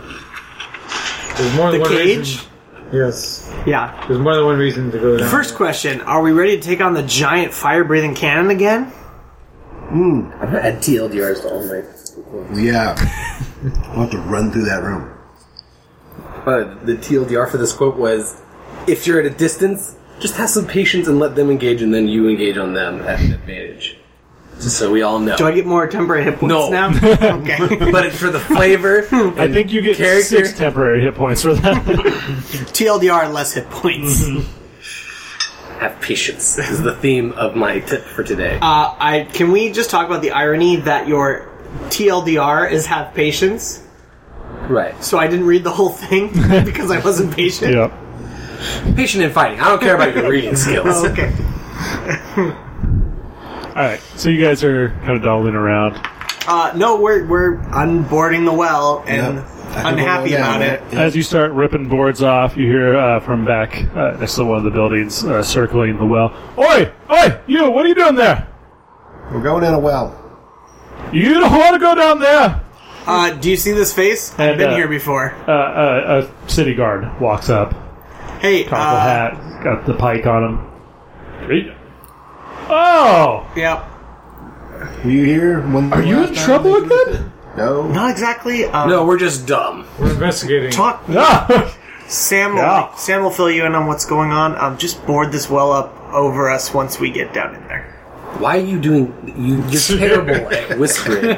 B: There's
A: the
B: more than one
A: cage.
B: reason. Yes.
A: Yeah.
B: There's more than one reason to go down.
A: First question: Are we ready to take on the giant fire-breathing cannon again?
C: I'm gonna add TLDRs to all my.
E: Yeah. We'll have to run through that room.
C: But the TLDR for this quote was if you're at a distance, just have some patience and let them engage, and then you engage on them at an advantage. Just so we all know.
A: Do I get more temporary hit points
D: [LAUGHS]
C: No.
A: now? Okay. [LAUGHS]
C: [LAUGHS] but it's for the flavor.
D: I think you get
C: character.
D: six temporary hit points for that. [LAUGHS]
A: TLDR less hit
D: Mm-hmm.
A: points.
C: Have patience is the theme of my tip for today.
A: Uh, I can we just talk about the irony that your TLDR is have patience?
C: right.
A: So I didn't read the whole thing [LAUGHS] because I wasn't patient.
D: yep.
C: Patient in fighting. I don't care about your
D: [LAUGHS]
C: reading skills.
A: Oh, Okay.
D: All right, so you guys are kind of dawdling around.
A: Uh, no, we're we're unboarding the well and
E: Yep. I think
A: unhappy
E: we'll go down,
A: about it.
E: right?
D: As you start ripping boards off, you hear uh, from back uh, next to one of the buildings, uh, circling the well. Oi, oi, you! What are you doing there?
E: We're going in a well.
D: You don't want to go down there.
A: Uh, do you see this face? I've
D: And,
A: been
D: uh,
A: here before.
D: Uh, uh, a city guard walks up,
A: Hey,
D: cockle
A: uh,
D: hat, got the pike on him. Hey. Oh,
A: yep.
E: Were you here when?
D: are you in trouble again?
E: No.
A: Not exactly. Um,
C: No, we're just dumb.
B: We're investigating.
A: Talk.
D: [LAUGHS] Ah.
A: Sam. Will,
D: Yeah.
A: Sam will fill you in on what's going on. Um, just board this well up over us once we get down in
D: [LAUGHS]
A: there.
C: Why are you doing? You, [LAUGHS] you're terrible at whispering.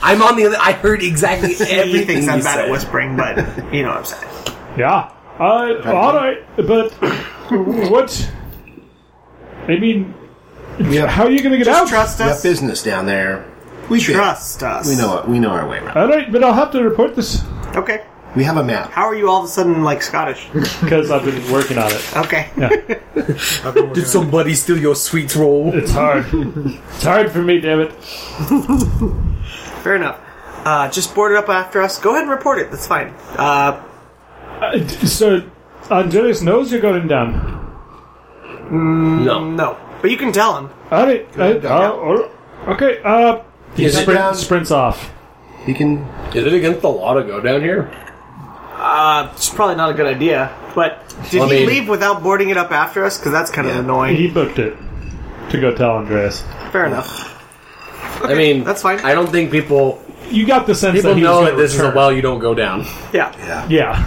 C: I'm on the other. I heard
A: [LAUGHS]
C: exactly
A: He
C: everything
A: thinks
C: you
A: I'm bad
C: said.
A: at whispering, but you know what I'm saying.
D: yeah. Uh, all right, but [COUGHS] what? I mean,
E: Yeah.
D: how are you going to get out?
A: Just trust
E: We got
A: us.
E: business down there. We should-
A: Trust us.
E: We know it. We know our way around.
D: all right, but I'll have to report this
A: Okay.
E: We have a map.
A: How are you all of a sudden like Scottish?
D: because I've been working on it.
A: Okay.
C: Did somebody steal your sweet roll?
D: It's hard. it's hard for me, damn it.
A: Fair enough. Uh, just board it up after us. Go ahead and report it. That's fine. Uh,
D: Uh, d- so, Andreas knows you're going down.
C: No.
A: no, but you can tell him.
D: All right. uh, uh, all- okay. Uh, he
C: Is it
D: sprint-
E: down?
D: sprints off.
E: You can.
C: Is it against the law to go down here?
A: Uh, it's probably not a good idea. But did
C: Well, I
A: he
C: mean-
A: leave without boarding it up after us? Because that's kind of
E: Yeah.
A: annoying.
D: He booked it to go tell Andreas.
A: Fair enough.
C: I mean,
A: that's fine.
C: I don't think people
D: you got the sense
C: People
D: that he
C: know
D: was
C: that
D: gonna
C: this is a
D: return.
C: well you don't go down.
A: Yeah.
D: Yeah,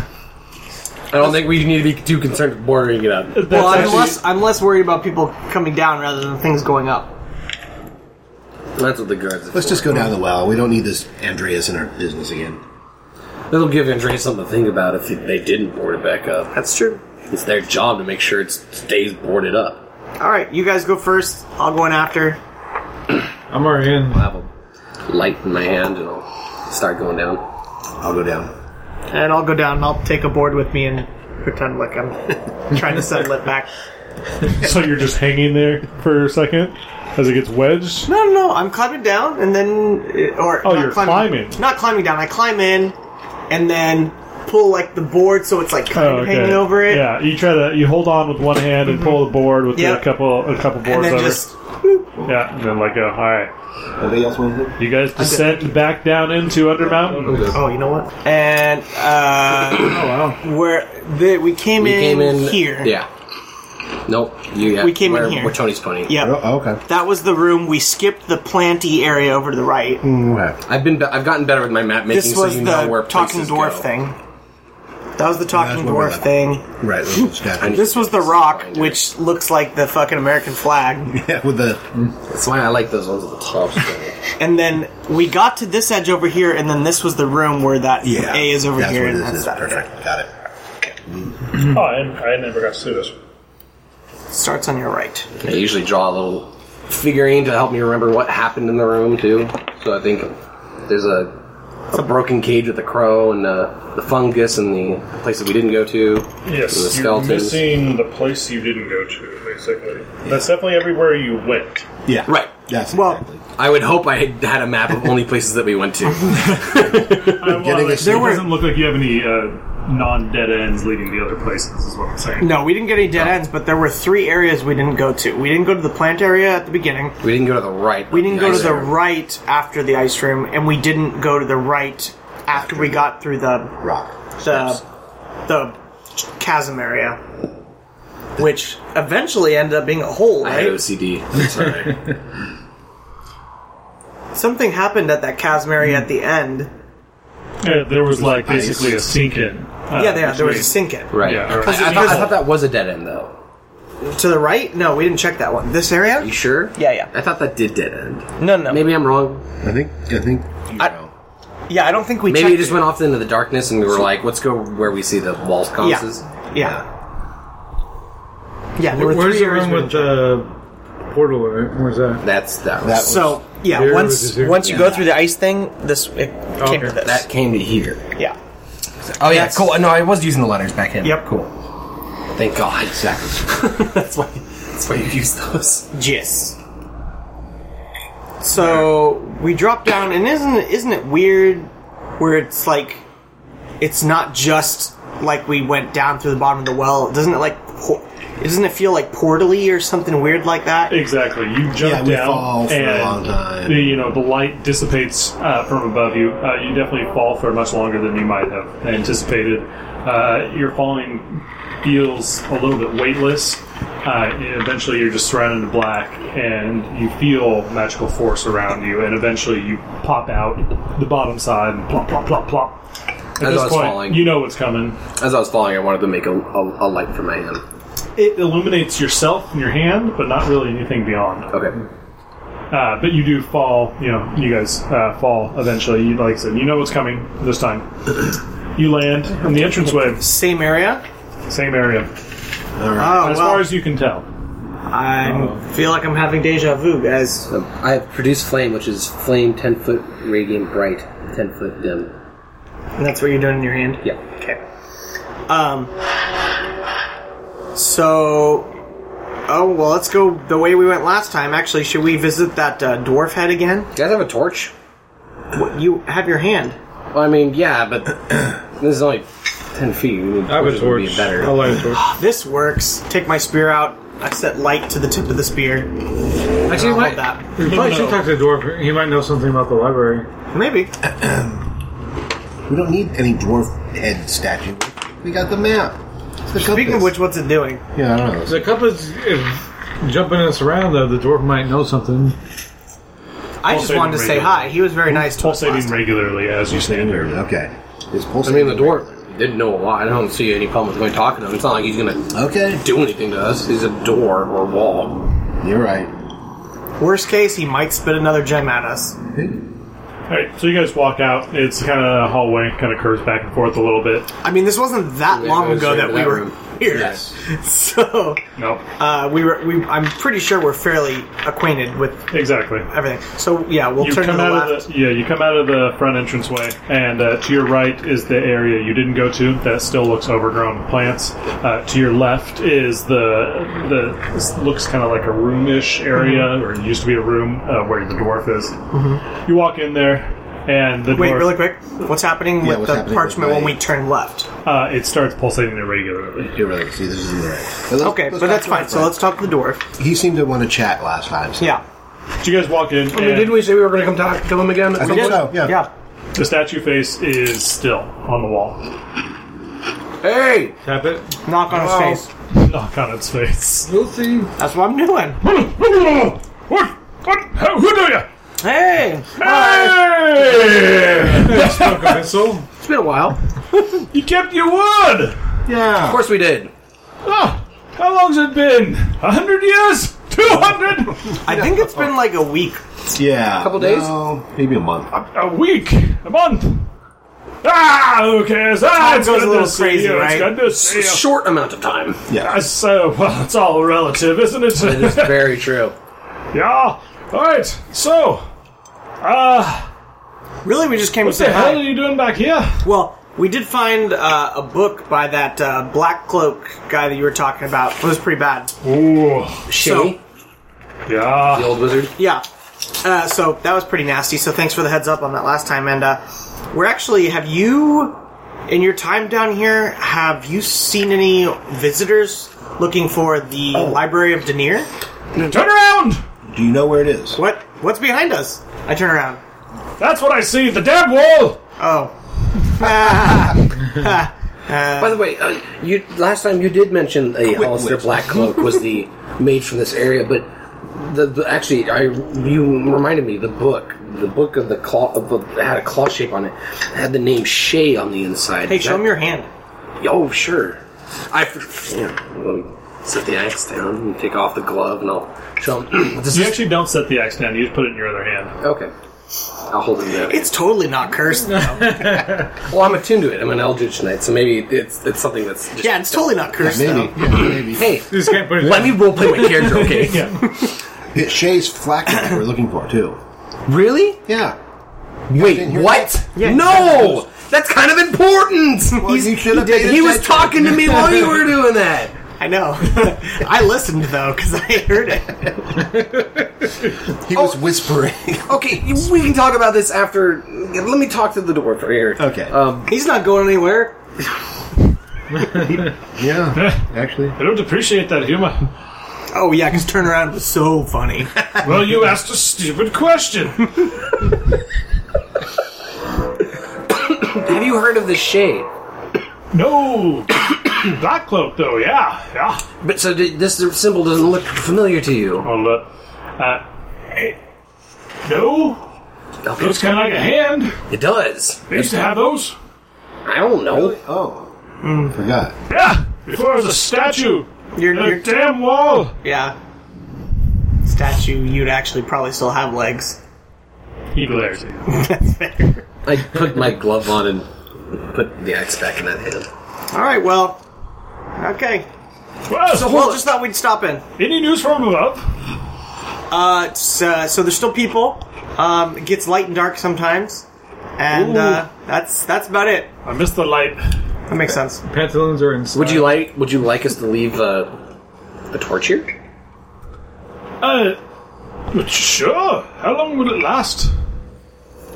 C: I don't think we need to be too concerned with bordering it up.
D: that's
A: Well, I'm
D: actually-
A: less, I'm less worried about people coming down rather than things going up.
C: That's what the guards.
E: Let's just go down the well. We don't need this Andreas in our business again.
C: It'll give Andrea something to think about if they didn't board it back up.
A: That's true.
C: It's their job to make sure it stays boarded up.
A: All right, you guys go first. I'll go in after.
B: I'm already in.
C: I have a light in my hand and I'll start going down.
E: I'll go down.
A: And I'll go down. I'll take a board with me and pretend like I'm [LAUGHS] trying to settle it back.
D: so you're just hanging there for a second as it gets wedged.
A: No, no, no. I'm climbing down, and then uh, or
D: Oh,
A: not
D: you're climbing.
A: Not climbing down. I climb in, and then pull like the board so it's like kind
D: Oh,
A: of
D: okay.
A: hanging over it, Mm-hmm.
D: Yeah, you try to you hold on with one hand and pull the board with
A: Yep.
D: a couple a couple boards
A: and then
D: over.
A: just
D: yeah, and then let go. All right,
E: Anybody else want to?
D: you guys descend back down into Under Mountain.
A: oh, you know what? And
D: [CLEARS THROAT]
A: uh,
B: Oh wow.
A: where the, we came
C: We
A: in
C: came in
A: here.
C: Yeah. Nope. You.
A: We came in
C: where-
A: here.
C: Where Tony's pointing.
A: Yep.
E: Oh, okay.
A: That was the room. We skipped the planty area over to the right.
D: Mm.
E: Okay.
C: I've been. Be- I've gotten better with my map making,
A: This was
C: so you know where
A: the talking
C: places
A: dwarf
C: go.
A: thing. That was the talking
E: where we
A: dwarf
E: left.
A: thing.
E: Right. let's go stack
C: I
E: it.
C: need-
A: This was the rock,
C: Finder.
A: which looks like the fucking American flag.
E: Yeah, with the
C: That's why I like those ones at the top. [LAUGHS]
A: And then we got to this edge over here, and then this was the room where that
E: yeah.
A: A is over
E: that's
A: here,
E: What
A: and
E: this
A: that's
E: is.
A: that.
E: Perfect. Got it.
B: Oh, I, I never got to this.
A: Starts on your right.
C: I usually draw a little figurine to help me remember what happened in the room too. So I think there's a a broken cage with the crow and uh, the fungus and the place that we didn't go to.
H: Yes,
C: and the
H: you're
C: skeletons.
H: missing the place you didn't go to, basically. That's definitely everywhere you went.
E: Yeah.
C: Right.
E: That's
A: Well,
E: exactly.
C: I would hope I had had a map of only places that we went to. [LAUGHS]
E: Getting a
A: There
H: it
A: were-
H: doesn't look like you have any uh, non-dead ends leading to other places, is what I'm saying.
A: No, we didn't get any dead ends, but there were three areas we didn't go to. We didn't go to the plant area at the beginning.
C: We didn't go to the right.
A: We didn't go to the
C: either.
A: right after the ice room, and we didn't go to the right after we got through the
E: rock.
A: the the chasm area, which eventually ended up being a hole.
C: I had
A: Right?
C: OCD. I'm sorry.
A: Something happened at that chasm
E: Hmm.
A: area at the end.
E: Uh,
D: Yeah, there was like basically a sink in. Uh,
A: Yeah, yeah,
D: which
A: there was a
D: means-
A: sink in.
C: right.
D: Yeah, right.
C: I, I thought, I thought that was a dead end though.
A: To the right? No, we didn't check that one. This area?
C: You sure?
A: Yeah, yeah.
C: I thought that did dead end.
A: No, no.
C: Maybe I'm wrong.
E: I think. I think. You
A: I-
E: know.
A: Yeah, I don't think we
C: Maybe
A: checked
C: it just went off into the darkness and we were like, let's go where we see the wall sconces.
A: Yeah. Yeah, yeah there were
B: Where's
A: three
B: the
A: areas
B: room
A: we
B: with
A: didn't check.
B: the portal? right? Where's that?
C: That's that.
E: That
C: was-
A: So, yeah,
B: Here
A: once
B: was here.
A: once you
E: Yeah.
A: go through the ice thing, this it came to this.
C: Oh, That came to here.
A: yeah.
C: Oh yeah,
A: Yes.
C: cool. No, I was using the letters back in.
A: Yep.
C: Cool. Thank God. Exactly. [LAUGHS] that's why. That's why you use those.
A: Yes. So we drop down, and isn't isn't it weird where it's like it's not just like we went down through the bottom of the well? Doesn't it like por- doesn't it feel like portally or something weird like that?
D: Exactly. You
E: Yeah,
D: jump
E: we
D: down
E: fall for a
D: and
E: long time.
D: The, you know the light dissipates uh, from above you. Uh, you definitely fall for much longer than you might have anticipated. Uh, your falling feels a little bit weightless. Uh, and eventually, you're just surrounded in black, and you feel magical force around you. And eventually, you pop out the bottom side and plop, plop, plop, plop. At
C: As I
D: this
C: was
D: point,
C: falling.
D: you know what's coming.
C: As I was falling, I wanted to make a, a, a light for my hand.
D: It illuminates yourself and your hand, but not really anything beyond.
C: Okay.
D: Uh, but you do fall. You know, you guys uh, fall eventually. You, like I said, you know what's coming this
A: [CLEARS THROAT]
D: time. You land in the entranceway,
A: Same area.
D: same area,
A: Oh
D: as
A: well,
D: far as you can tell.
A: I feel like I'm having deja vu, guys.
C: So I have produced flame, which is flame ten foot radiant bright, ten foot dim.
A: And that's what you're doing in your hand.
C: Yeah.
A: Okay. Um. So. Oh well, let's go the way we went last time. Actually, should we visit that uh, dwarf head again?
C: Do you guys have a torch?
A: What, you have your hand.
C: Well, I mean, yeah, but this is only ten feet. We need
B: I have a
C: torches would be
B: torch.
C: better.
B: I'll light a torch.
A: This works. Take my spear out. I set light to the tip of the spear.
C: Actually,
A: I'll hold
C: what?
A: that.
B: We probably should talk to the dwarf. He might know something about the library.
A: Maybe.
E: We don't need any dwarf head statue. We got the map. It's the
A: Speaking of which, what's it doing?
E: yeah, I don't know.
B: The cup is if jumping us around, though. The dwarf might know something.
A: I just wanted to say hi. He was very nice to us. last
D: Pulsating
A: time.
D: regularly as you stand there.
E: Okay. It's
C: I
E: pulsating.
C: mean, the dwarf didn't know a lot. I don't see any problem with going talking to him. It's not like he's gonna
E: Okay.
C: do anything to us. He's a door or wall.
E: You're right.
A: Worst case, he might spit another gem at us.
D: All right, so you guys walk out. It's kind of a hallway, kind of curves back and forth a little bit.
A: I mean, this wasn't that
C: Yeah,
A: long
C: it was
A: ago
C: right
A: that
C: in
A: we
C: that
A: were
C: room.
A: here.
C: Yes.
A: [LAUGHS] So
D: Nope.
A: uh, we were. We, I'm pretty sure we're fairly acquainted with
D: Exactly.
A: everything. So yeah, we'll
D: You
A: turn to
D: come
A: the
D: out
A: left.
D: of the yeah. You come out of the front entranceway, and uh, to your right is the area you didn't go to that still looks overgrown with plants. Uh, to your left is the the this looks kind of like a roomish area, or it used to be a room uh, where the dwarf is. You walk in there, and the
A: Wait,
D: dwarf
A: really quick. What's happening with
E: what's
A: the
E: happening with
A: parchment
E: my-
A: when we turn left?
D: uh, it starts pulsating irregularly.
E: You're right. See, this isn't right. But let's-
A: Okay,
E: let's
A: but
E: talk
A: that's
E: to our
A: fine. So
E: friend.
A: let's talk to the dwarf.
E: He seemed to want to chat last time. So
A: Yeah.
D: So you guys walk in.
C: I mean,
D: and-
C: didn't we say we were gonna come talk to him again?
E: I think so. Yeah.
A: Yeah.
D: The statue face is still on the wall.
C: Hey,
B: Tap it.
A: Knock on his face.
D: Knock on its face.
B: We'll see.
A: That's what I'm doing.
D: what? What? How, who do you?
A: Hey.
D: Hey!
B: Chuck a missile.
C: it's been a while.
D: you kept your word!
C: Of course we did.
D: Ah, how long's it been? A hundred years? Two hundred?
A: I think it's been like a week.
E: Yeah. A
C: Couple days?
E: maybe a month.
D: A week? A month? Ah, who cares? Ah, it's
A: goes
D: good
A: a little
D: to see
A: crazy,
D: you.
A: right?
D: It's good to see you.
C: Short amount of time.
E: Yeah.
D: I so well, it's all relative, isn't
C: That is
D: it?
C: very true.
D: [LAUGHS] yeah. All right. So, uh,
A: Really, we just came
D: what
A: to say
D: the
A: hi.
D: hell are you doing back here?
A: Well, we did find uh, a book by that uh, black cloak guy that you were talking about. It was pretty bad.
D: Ooh.
C: Shimmy,
D: Yeah.
C: the old wizard.
A: Yeah. Uh, so that was pretty nasty. So thanks for the heads up on that last time. And uh, we're actually have you in your time down here? Have you seen any visitors looking for the Library of Denier?
D: Turn around!
E: Do you know where it is?
A: What? What's behind us? I turn around.
D: That's what I see. The damn wall.
A: Oh.
C: By the way, uh, you last time you did mention a Hollister black cloak was [LAUGHS] the made from this area, but the, the actually I you reminded me the book the book of the claw of the, had a claw shape on it had the name Shay on the inside.
A: Hey, show him your hand.
C: Oh sure, I f- yeah. Let me set the axe down and take off the glove and I'll show him. [CLEARS THROAT] this
D: You
C: is,
D: actually don't set the axe down. You just put it in your other hand.
C: okay. I'll hold him down.
A: It's totally not cursed.
C: well, I'm attuned to it. I'm an eldritch knight, so maybe it's it's something that's just,
A: Yeah, it's totally not cursed.
E: Maybe.
A: though.
E: Yeah, maybe.
C: Hey,
B: You just can't put it
C: [LAUGHS] let me roleplay my character, okay?
E: It's Shay's flat cap we're looking for too.
C: [LAUGHS] Really?
E: Yeah.
C: Wait,
E: hear
C: what? no! That's kind of important! He's-
E: you should have
C: he did-
E: paid
C: he was
E: attention.
C: talking to me while [LAUGHS] you were doing that.
A: I know. [LAUGHS] I listened though because I heard it.
E: He was whispering. [LAUGHS]
C: Okay, you- we can talk about this after. Let me talk to the dwarf right here.
E: Okay.
C: Um,
A: He's not going anywhere.
E: yeah. Actually.
D: I don't appreciate that humor.
A: Oh yeah, because turnaround was so funny.
D: Well, you asked a stupid question.
C: have you heard of the shade?
D: No. [COUGHS] Black cloak, though. Yeah, yeah.
C: But so did, this symbol doesn't look familiar to you.
D: Hold up. Uh, hey. No, it
C: Okay.
D: looks kind of like a hand.
C: It does.
D: They used to have those.
C: I don't know.
E: Oh. Forgot.
D: Yeah, before it was a statue.
A: You're,
D: And a
A: you're
D: damn wall.
A: yeah. Statue, you'd actually probably still have legs.
D: He glares.
C: I put my glove on and put the axe back in that hand.
A: All right, well, okay.
D: Well, so
A: Well, just thought we'd stop in.
D: any news from above?
A: Uh, it's, uh, so there's still people. Um, it gets light and dark sometimes, and uh, that's that's about it.
D: I missed the light.
A: That makes sense.
B: Pantaloons are in.
C: Would you like? Would you like us to leave uh, a torch here?
D: Uh, sure. How long will it last?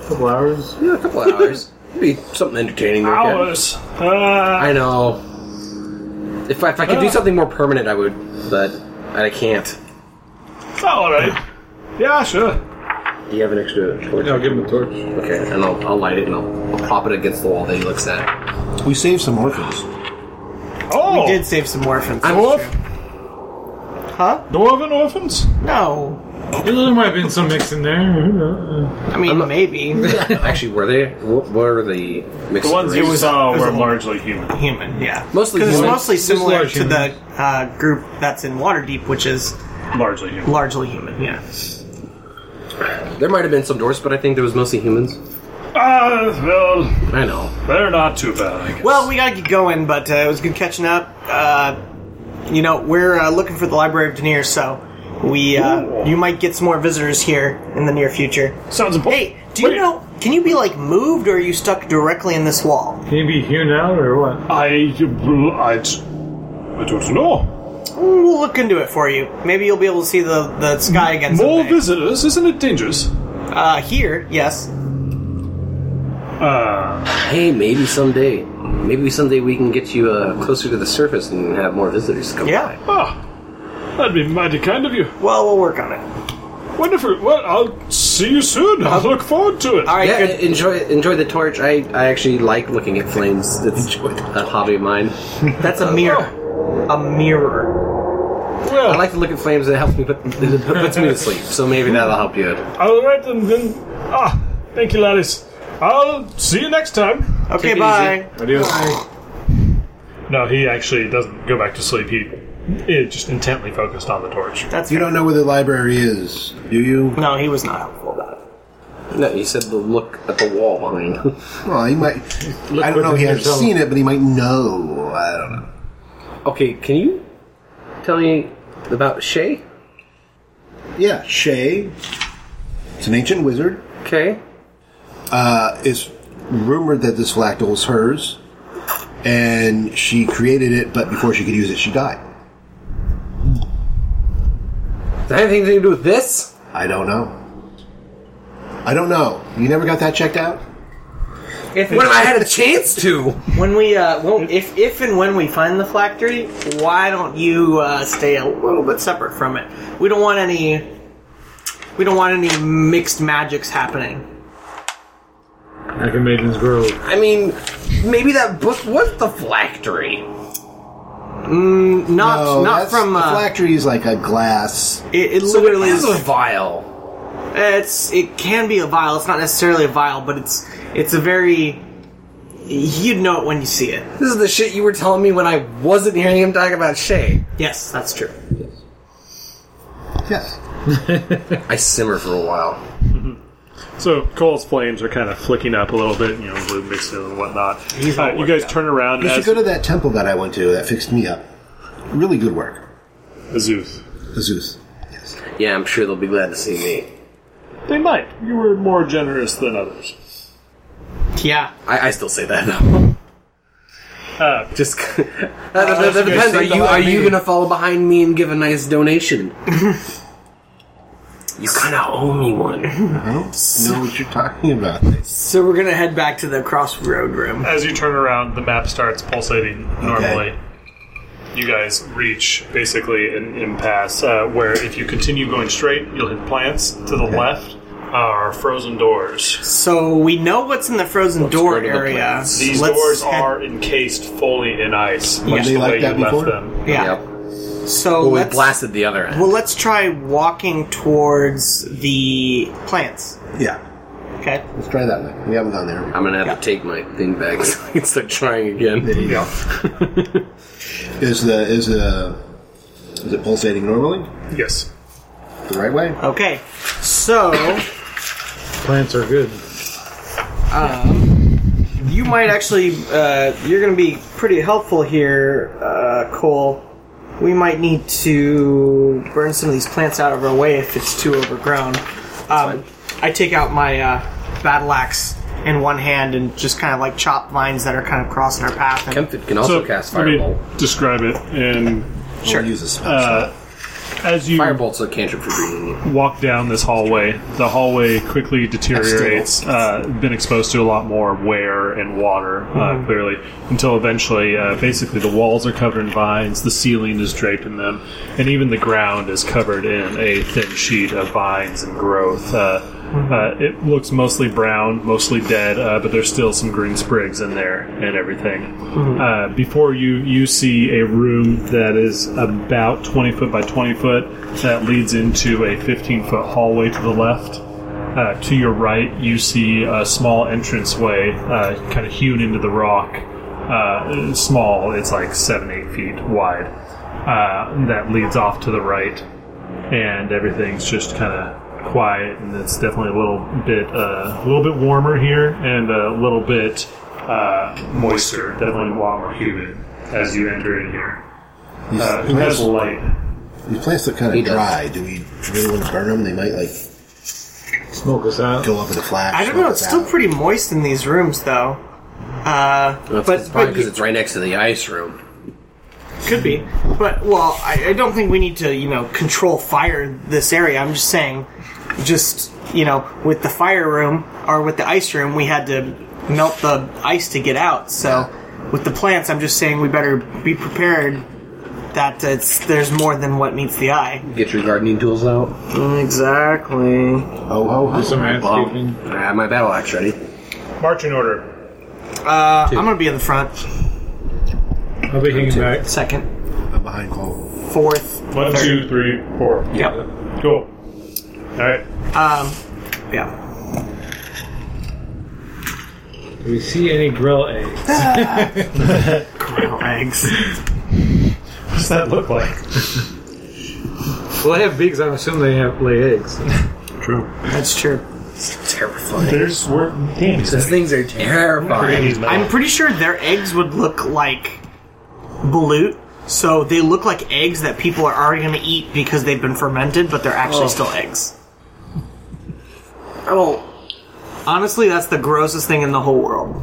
B: couple hours?
C: Yeah, a couple of hours. Be something entertaining. to look at.
D: Hours. Uh,
C: I know. If I, if I could
I: Ah.
C: do something more permanent, I would, but I can't.
D: all right. Yeah, sure.
C: Do you have an extra torch?
B: Yeah, I'll give him a torch.
C: Okay, and I'll, I'll light it and I'll, I'll prop it against the wall that he
I: [LAUGHS]
C: looks at.
E: We saved some orphans.
D: Oh,
A: Did save some orphans.
C: I'm
D: dwarf,
A: Huh?
D: dwarven orphans.
A: No.
B: There might have been some mix in there. Who knows?
A: I mean, maybe
C: Actually, were they? wh- Were the mixed
I: The ones you
C: race?
I: saw were largely human.
A: human, yeah.
C: Mostly
A: because it's
C: human.
A: mostly
B: Just
A: similar
B: large
A: to the uh, group that's in Waterdeep, which is
I: Largely human.
A: largely human. Yeah.
C: There might have been some dwarfs, but I think there was mostly humans.
I: Ah, well,
C: I know.
I: they're not too bad, I guess.
A: Well, we gotta get going, but uh, it was good catching up. Uh, you know, we're uh, looking for the Library of Denier, so we uh, you might get some more visitors here in the near future.
I: Sounds important.
A: Hey, do you know? Can you be like moved, or are you stuck directly in this wall?
B: Can you be hewn out or what?
I: I, I, I don't know.
A: Mm, We'll look into it for you. Maybe you'll be able to see the the sky again.
I: More
A: someday.
I: visitors, isn't it dangerous?
A: uh, here, yes.
I: Uh,
C: Hey, maybe someday, maybe someday we can get you uh, closer to the surface and have more visitors come.
A: Yeah.
I: ah, that'd be mighty kind of you.
A: Well, we'll work on it.
I: Wonderful. Well, I'll see you soon. I look forward to it.
A: All right.
C: Yeah,
A: good.
C: enjoy enjoy the torch. I, I actually like looking at flames. It's a hobby of mine.
A: That's a mirror. A mirror.
C: I
I: well,
C: like to look at flames. It helps me put it puts me to sleep. So maybe that'll help you.
I: all right, and then. Ah, thank you, laddies. I'll see you next time.
A: Okay.
C: it
A: Bye.
B: Adios.
D: No, he actually doesn't go back to sleep. He is just intently focused on the torch.
A: That's
E: You
A: fair.
E: don't know where the library is, do you?
A: No, he was not helpful about it.
C: No, you said to look at the wall behind.
E: Well, he might. I don't know. He hasn't seen it, but he might know. I don't know.
C: [LAUGHS] okay, can you tell me about Shay?
E: Yeah, Shay. It's an ancient wizard.
C: Okay.
E: Uh, it's rumored that this flactal is hers, and she created it, but before she could use it, she died.
C: Does that have anything to do with this?
E: I don't know. I don't know. You never got that checked out?
C: What have I had a chance to?
A: When we, uh, well, if if and when we find the factory, why don't you uh, stay a little bit separate from it? We don't want any, we don't want any mixed magics happening.
B: Like a maiden's grove.
C: I mean, maybe that book was the flactory.
A: Not not
E: that's-
A: from.
E: the
A: Uh,
E: phylactery is like a glass.
A: it, it
C: So
A: literally
C: it is
A: is.
C: a vial.
A: It's it can be a vial. It's not necessarily a vial, but it's it's a very. You'd know it when you see it.
C: This is the shit you were telling me when I wasn't hearing him talk about Shay.
A: Yes, that's true.
E: Yes.
C: I simmer for a while.
D: So Cole's flames are kind of flicking up a little bit, you know, blue mixed in and whatnot.
A: all
D: Uh, you guys turn around
E: You should
D: as
E: go to that temple that I went to that fixed me up. Really good work.
D: Azuth.
E: The Zeus.
C: Yeah, I'm sure they'll be glad to see me.
D: They might. You were more generous than others.
A: Yeah,
C: I, I still say that though.
D: Uh,
C: Just [LAUGHS] that, that- that depends. Are you are you gonna follow behind me and give a nice donation? [LAUGHS] you kind of owe me [LAUGHS] one.
E: I don't know what you're talking about.
A: so we're gonna head back to the crossroad room.
D: As you turn around, the map starts pulsating normally.
I: You guys reach basically an impasse uh, where if you continue going straight, you'll hit plants. To the left are frozen doors.
A: So we know what's in the frozen door
C: go to the
A: area.
C: plants.
I: These
A: Let's
I: doors
A: head-
I: are encased fully in ice, much
E: They
I: the
E: like
I: way
E: that
I: you
E: before?
I: left them.
A: Yeah. So
C: Well, we
A: let's
C: blasted the other end.
A: well let's try walking towards the plants.
E: Yeah.
A: Okay.
E: Let's try that way. We haven't gone there.
C: I'm gonna have to take my thing back [LAUGHS] so I can start trying again.
E: There you go. [LAUGHS] is the is the is it pulsating normally?
I: Yes.
E: The right way?
A: Okay. So
B: Plants are good.
A: um, you might actually uh, you're going to be pretty helpful here, uh, Cole. We might need to burn some of these plants out of our way if it's too overgrown. Um, I take out my uh, battle axe in one hand and just kind of like chop vines that are kind of crossing our path. And
C: Kempfit can also cast fireball.
D: Let me describe it. And
E: Sure. Use a spell.
A: Uh,
D: as you
C: Firebolt's a cantrip for green.
D: walk down this hallway, the hallway quickly deteriorates. Uh, been exposed to a lot more wear and water, uh, clearly, until eventually, uh, basically, the walls are covered in vines, the ceiling is draped in them, and even the ground is covered in a thin sheet of vines and growth. Uh, Uh, it looks mostly brown, mostly dead, uh, but there's still some green sprigs in there and everything. Uh, before you, you see a room that is about 20 foot by 20 foot that leads into a 15 foot hallway to the left. Uh, to your right, you see a small entranceway, uh, kind of hewn into the rock. Uh, small, it's like seven, eight feet wide. Uh, that leads off to the right and everything's just kind of quiet and it's definitely a little bit uh, a little bit warmer here and a little bit uh, moister definitely a lot more humid as you enter in here
E: These,
D: uh, it has
E: plants,
D: light
E: these plants look kind
C: He
E: of
C: does.
E: dry. Do we really want to burn them? They might like
B: Smoke us out.
E: go up in a flash.
A: I don't know. It's still pretty moist in these rooms, though. Uh,
C: That's
A: but
C: it's probably
A: but
C: because
A: you,
C: it's right next to the ice room.
A: could be. But well, I, I don't think we need to you know control fire this area. I'm just saying, just you know, with the fire room or with the ice room, we had to melt the ice to get out. So with the plants, I'm just saying we better be prepared that it's, there's more than what meets the eye.
C: Get your gardening tools out.
A: Exactly.
E: Oh, ho, ho.
B: Some landscaping.
C: I have ah, my battle axe ready.
D: marching order
A: Uh, I'm gonna be in the front,
B: I'll be hanging back.
A: second,
E: I'm behind Cole.
A: fourth,
J: One, two, three, four.
A: Yep.
J: Cool. All right.
A: Um, yeah.
B: Do we see any grill [LAUGHS] eggs?
A: Grill eggs.
J: What does that look
B: [LAUGHS]
J: like?
B: Well, they have beaks. I assume they have lay eggs.
A: That's true.
C: Terrifying.
J: There's we're damn.
C: These things are terrifying.
A: I'm pretty sure their eggs would look like balut. So they look like eggs that people are already going to eat because they've been fermented, but they're actually still eggs. Well, honestly, that's the grossest thing in the whole world.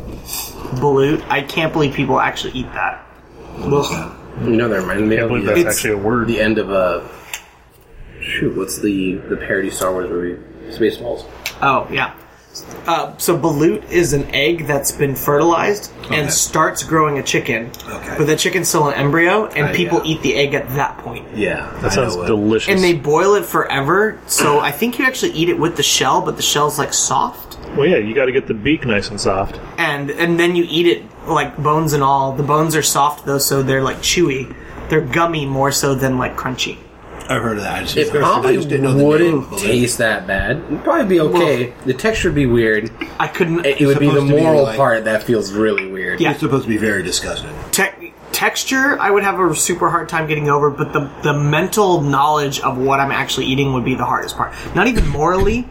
A: Balut. I can't believe people actually eat that. Ugh.
C: You know, that reminded me of
J: believe
C: the,
J: that's
A: It's-
J: actually a word.
C: the end of Uh, shoot, what's the the parody Star Wars movie? Spaceballs.
A: Oh yeah. Uh, so balut is an egg that's been fertilized and starts growing a chicken,
E: Okay.
A: but the chicken's still an embryo, and
C: Uh,
A: people
C: yeah.
A: eat the egg at that point.
C: Yeah,
D: that sounds delicious
A: And they boil it forever, so I think you actually eat it with the shell, but the shell's like soft.
D: well yeah you got to get the beak nice and soft
A: And and then you eat it like bones and all. The bones are soft though, so they're like chewy. They're gummy more so than like crunchy.
E: I've heard of that. I just,
C: It
E: I
C: probably
E: just didn't know the name.
C: wouldn't
E: Well,
C: taste that bad. It'd probably be okay. the texture would be weird.
A: I couldn't.
C: It, it would be the
E: supposed to be
C: moral
E: like-
C: part that feels really weird.
A: Yeah.
E: It's supposed to be very disgusting.
A: te- texture I would have a super hard time getting over, but the the mental knowledge of what I'm actually eating would be the hardest part. Not even morally,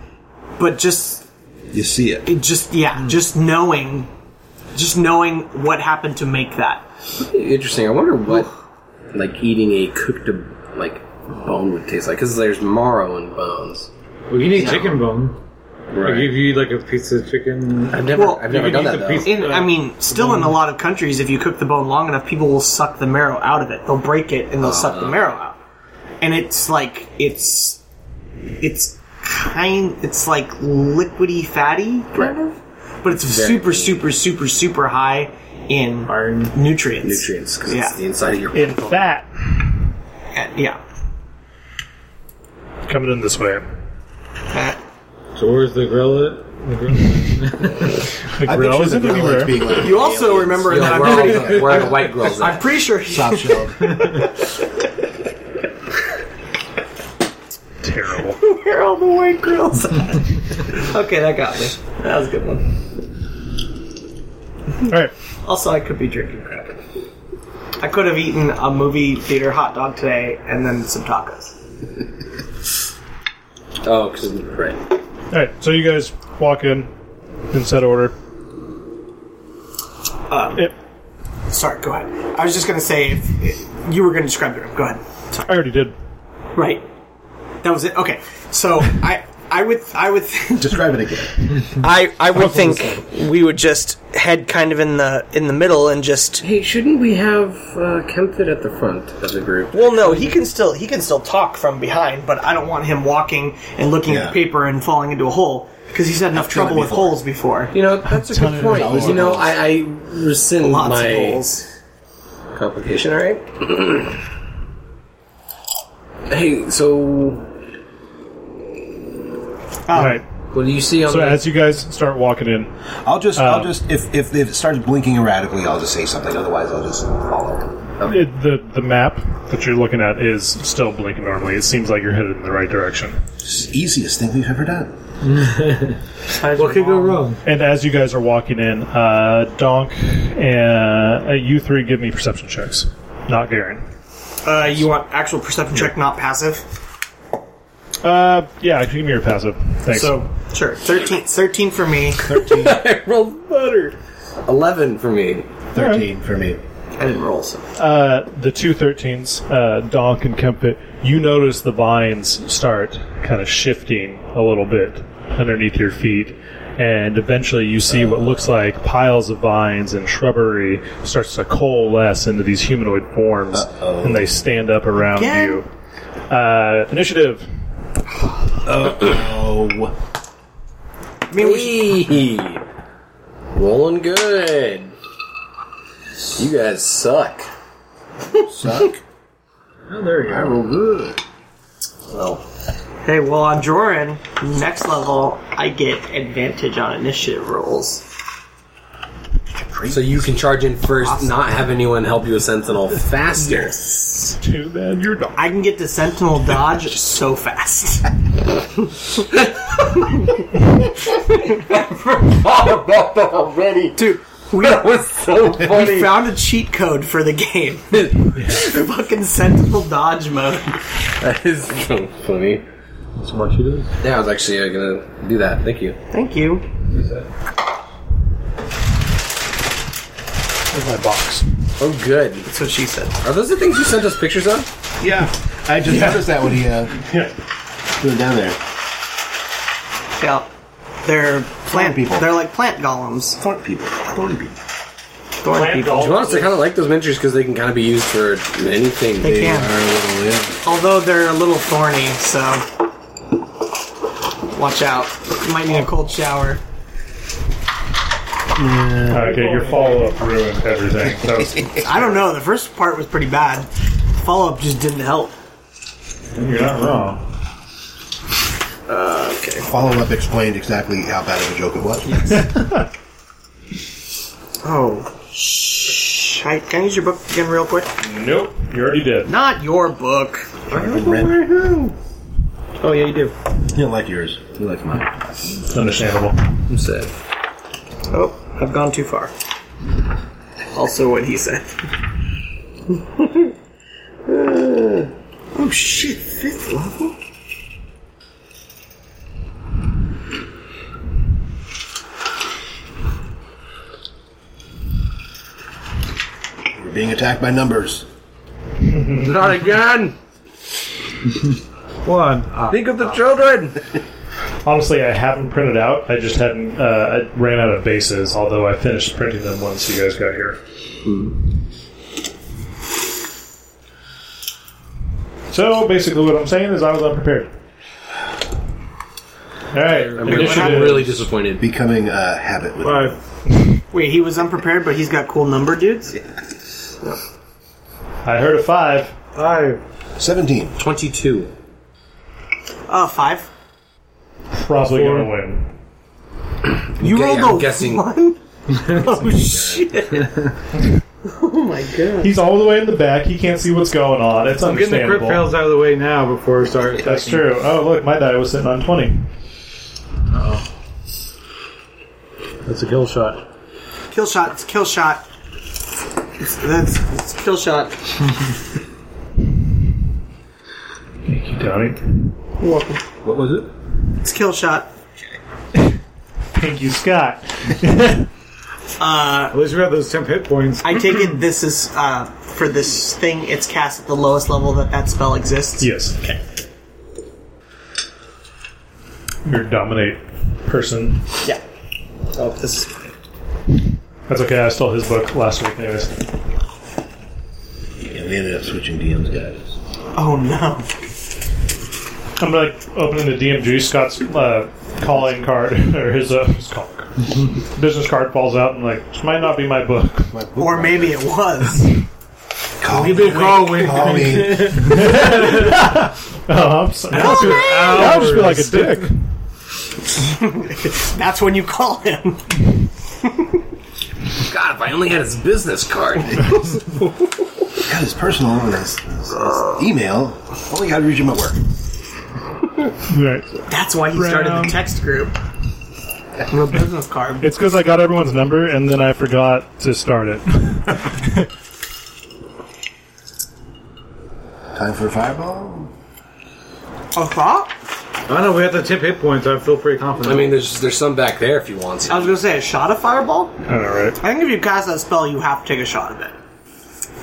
A: but just
E: You see it.
A: it just yeah, just knowing, just knowing what happened to make that.
C: Interesting. I wonder what like eating a cooked like bone would taste like because there's marrow in bones.
B: Well, you need chicken bone. Like if
C: Right.
B: you eat like a piece of chicken,
C: I've never,
A: Well,
C: I've
B: you
C: never done
B: can eat
C: that
B: the
C: though.
B: piece-
A: In, I mean, still in a lot of countries, if you cook the bone long enough, people will suck the marrow out of it. They'll break it and they'll suck
C: Uh-huh.
A: the marrow out. And it's like it's it's kind it's like liquidy fatty kind
C: Right.
A: of, but it's
C: Very
A: super
C: clean.
A: super super super high in
B: iron.
A: nutrients.
C: Nutrients because
A: Yeah.
C: it's the inside of your
J: in fat.
A: Uh, yeah.
D: coming in this way
A: Uh,
B: So where's the grill at? The grill at?
E: I
J: grill
E: picture
J: isn't
E: the relics
J: anywhere.
E: being like
A: you also remember
C: You know,
A: that I'm
C: we're, all,
A: pretty,
C: the- we're all the white
A: [LAUGHS]
C: girls.
A: I'm pretty
C: [LAUGHS]
A: sure
E: top
A: [LAUGHS]
E: shelf.
D: terrible [LAUGHS]
A: Where all the white
C: [LAUGHS]
A: girls at? okay, that got me. That was a good one.
J: All right.
A: Also, I could be drinking crap. I could have eaten a movie theater hot dog today and then some tacos.
C: oh, because right.
J: All right. So you guys walk in in set order.
A: Sorry, go ahead. I was just going to say if if you were going to describe the room. Go ahead.
J: I already did.
A: Right. That was it. Okay. So I I would I would
E: Describe it again.
A: [LAUGHS] I I would think we would just head kind of in the in the middle and just
C: Hey, shouldn't we have uh, Kempfit at the front of the group?
A: Well, no, he can still he can still talk from behind, but I don't want him walking and looking
E: Yeah.
A: at paper and falling into a hole because he's had enough
E: done it
A: trouble with
E: before.
A: holes before.
C: You know, that's a good point.
E: dollars.
C: You know, I, I rescind
A: Lots
C: my
A: of holes.
C: complication, all right? [CLEARS THROAT] hey, so
A: Um,
J: All right.
C: What do you see on
D: So
C: the
D: as you guys start walking in,
E: I'll just,
A: Uh,
E: I'll just, if, if if it starts blinking erratically, I'll just say something. Otherwise, I'll just follow.
D: it, the the map that you're looking at is
I: Still blinking normally. It seems like you're headed in the right direction.
E: It's the easiest thing we've ever done.
A: What could go wrong?
I: And as you guys are walking in, uh, Donk and uh, you three give me perception checks. Not Garen.
A: Uh, you want actual perception check, not passive.
I: Uh, yeah, give me your passive. Thanks.
A: So sure, 13, 13 for me.
C: I rolled butter. Eleven for me.
E: Thirteen for me.
A: I didn't roll, so
I: uh, the two 13s, uh, Donk and Kempit, you notice the vines start kind of shifting a little bit underneath your feet. And eventually you see what looks like piles of vines and shrubbery starts to coalesce into these humanoid forms. And they stand up around
A: Again?
I: you. Uh, initiative.
E: Oh,
A: I mean, we should,
C: Hey, rolling good. You guys suck.
E: suck.
B: [LAUGHS] Oh, there you
E: I
B: go.
E: roll good.
C: Well,
A: hey, well on Joran, next level, I get advantage on initiative rolls.
C: so you can charge in first, not have anyone help you a sentinel faster.
A: [LAUGHS]
I: Too bad you're Donk.
A: I can get to Sentinel dodge so fast.
C: thought about that already.
A: Dude, we,
C: That was so
A: we
C: funny.
A: found a cheat code for the game. Fucking Sentinel dodge mode.
C: that is so funny.
B: Smart you do.
C: Yeah, I was actually uh, gonna do that. Thank you.
A: Thank you.
I: my box.
C: Oh, good.
A: That's what she said.
C: Are those the things you sent us pictures of?
E: Yeah, I just noticed that when he uh, threw it down there.
A: Yeah. They're plant
E: people.
A: people. They're like plant golems.
E: Thorn people. Thorn people.
A: Thorn people.
C: To be honest, I kind of like those miniatures because they can kind of be used for anything.
A: They can.
E: Are a little, yeah.
A: Although they're a little thorny, so watch out. You might need a cold shower.
D: okay. Your follow up ruined everything. That was-
I: [LAUGHS]
A: I don't know. The first part was pretty bad. Follow up just didn't help.
D: you're not wrong.
E: Follow up explained exactly how bad of a joke it was.
A: Oh. Shh. Hi, Can I use your book again, real quick?
D: Nope, you already did.
A: Not your book.
E: Red.
A: Oh yeah, you do.
E: You don't like yours. You like mine.
D: It's understandable.
C: I'm sad.
A: Oh, I've gone too far. Also, what he said. Uh, [LAUGHS] oh shit! Fifth level.
E: We're being attacked by numbers.
C: Not again.
B: One. Uh,
C: Think of the children.
D: Honestly, I haven't printed out. I just hadn't. Uh, I ran out of bases. Although I finished printing them once you guys got here. Hmm. So basically, what I'm saying is I was unprepared. All right,
C: I'm really- I'm
D: initiative.
C: really disappointed.
E: Becoming a habit with
D: Five.
A: Wait, he was unprepared, but he's got cool number, dudes.
D: I heard a five.
B: five.
E: 17.
C: 22.
A: Uh, five.
D: Probably going gonna win.
A: You
C: Okay,
A: rolled
C: I'm
A: a [LAUGHS]
C: guessing-
A: one.
C: [LAUGHS]
A: oh shit! oh my god!
D: He's all the way in the back. He can't see what's going on. It's
B: I'm getting the crit
D: understandable.
B: fails out of the way now before we start.
D: That's true. Oh look, my die was sitting on twenty.
B: That's a kill shot.
A: Kill shot. It's kill shot. It's, that's it's kill shot.
D: Thank you, Tony.
A: You're welcome.
E: What was it?
A: It's kill shot.
D: Thank you, Scott.
B: At least we got those temp hit points.
A: I take it this is uh, for this thing. It's cast at the lowest level that that spell exists.
D: Yes. Okay. Your dominate person.
A: Yeah. Oh, this is
D: That's okay. I stole his book last week, anyways.
E: Yeah, we ended up switching DMs, guys.
A: Oh no.
D: I'm like opening the DMG. Scott's uh, calling card [LAUGHS] or his, uh, his calling card. [LAUGHS] business card falls out, and like this might not be my book. [LAUGHS]
A: Or maybe it was.
E: Call me. Call me.
D: Oh, I'm sorry. I'll just be like a dick.
A: That's when you call him.
C: God, if I only had his business card.
E: Got his personal and his, his- his email. Only got to reach him at work.
D: Right.
A: That's why he started
D: Brown.
A: the text group. No business card.
D: It's because I got everyone's number and then I forgot to start [LAUGHS] it.
E: Time for a fireball.
A: A thought?
B: I don't know. We have to tip hit points. I feel pretty
C: [LAUGHS]
B: confident.
C: I mean, there's there's some back there if you want
A: I
C: to.
A: was gonna say a shot of fireball.
D: All
A: I
D: right.
A: think if you cast that spell, you have to take a shot of it.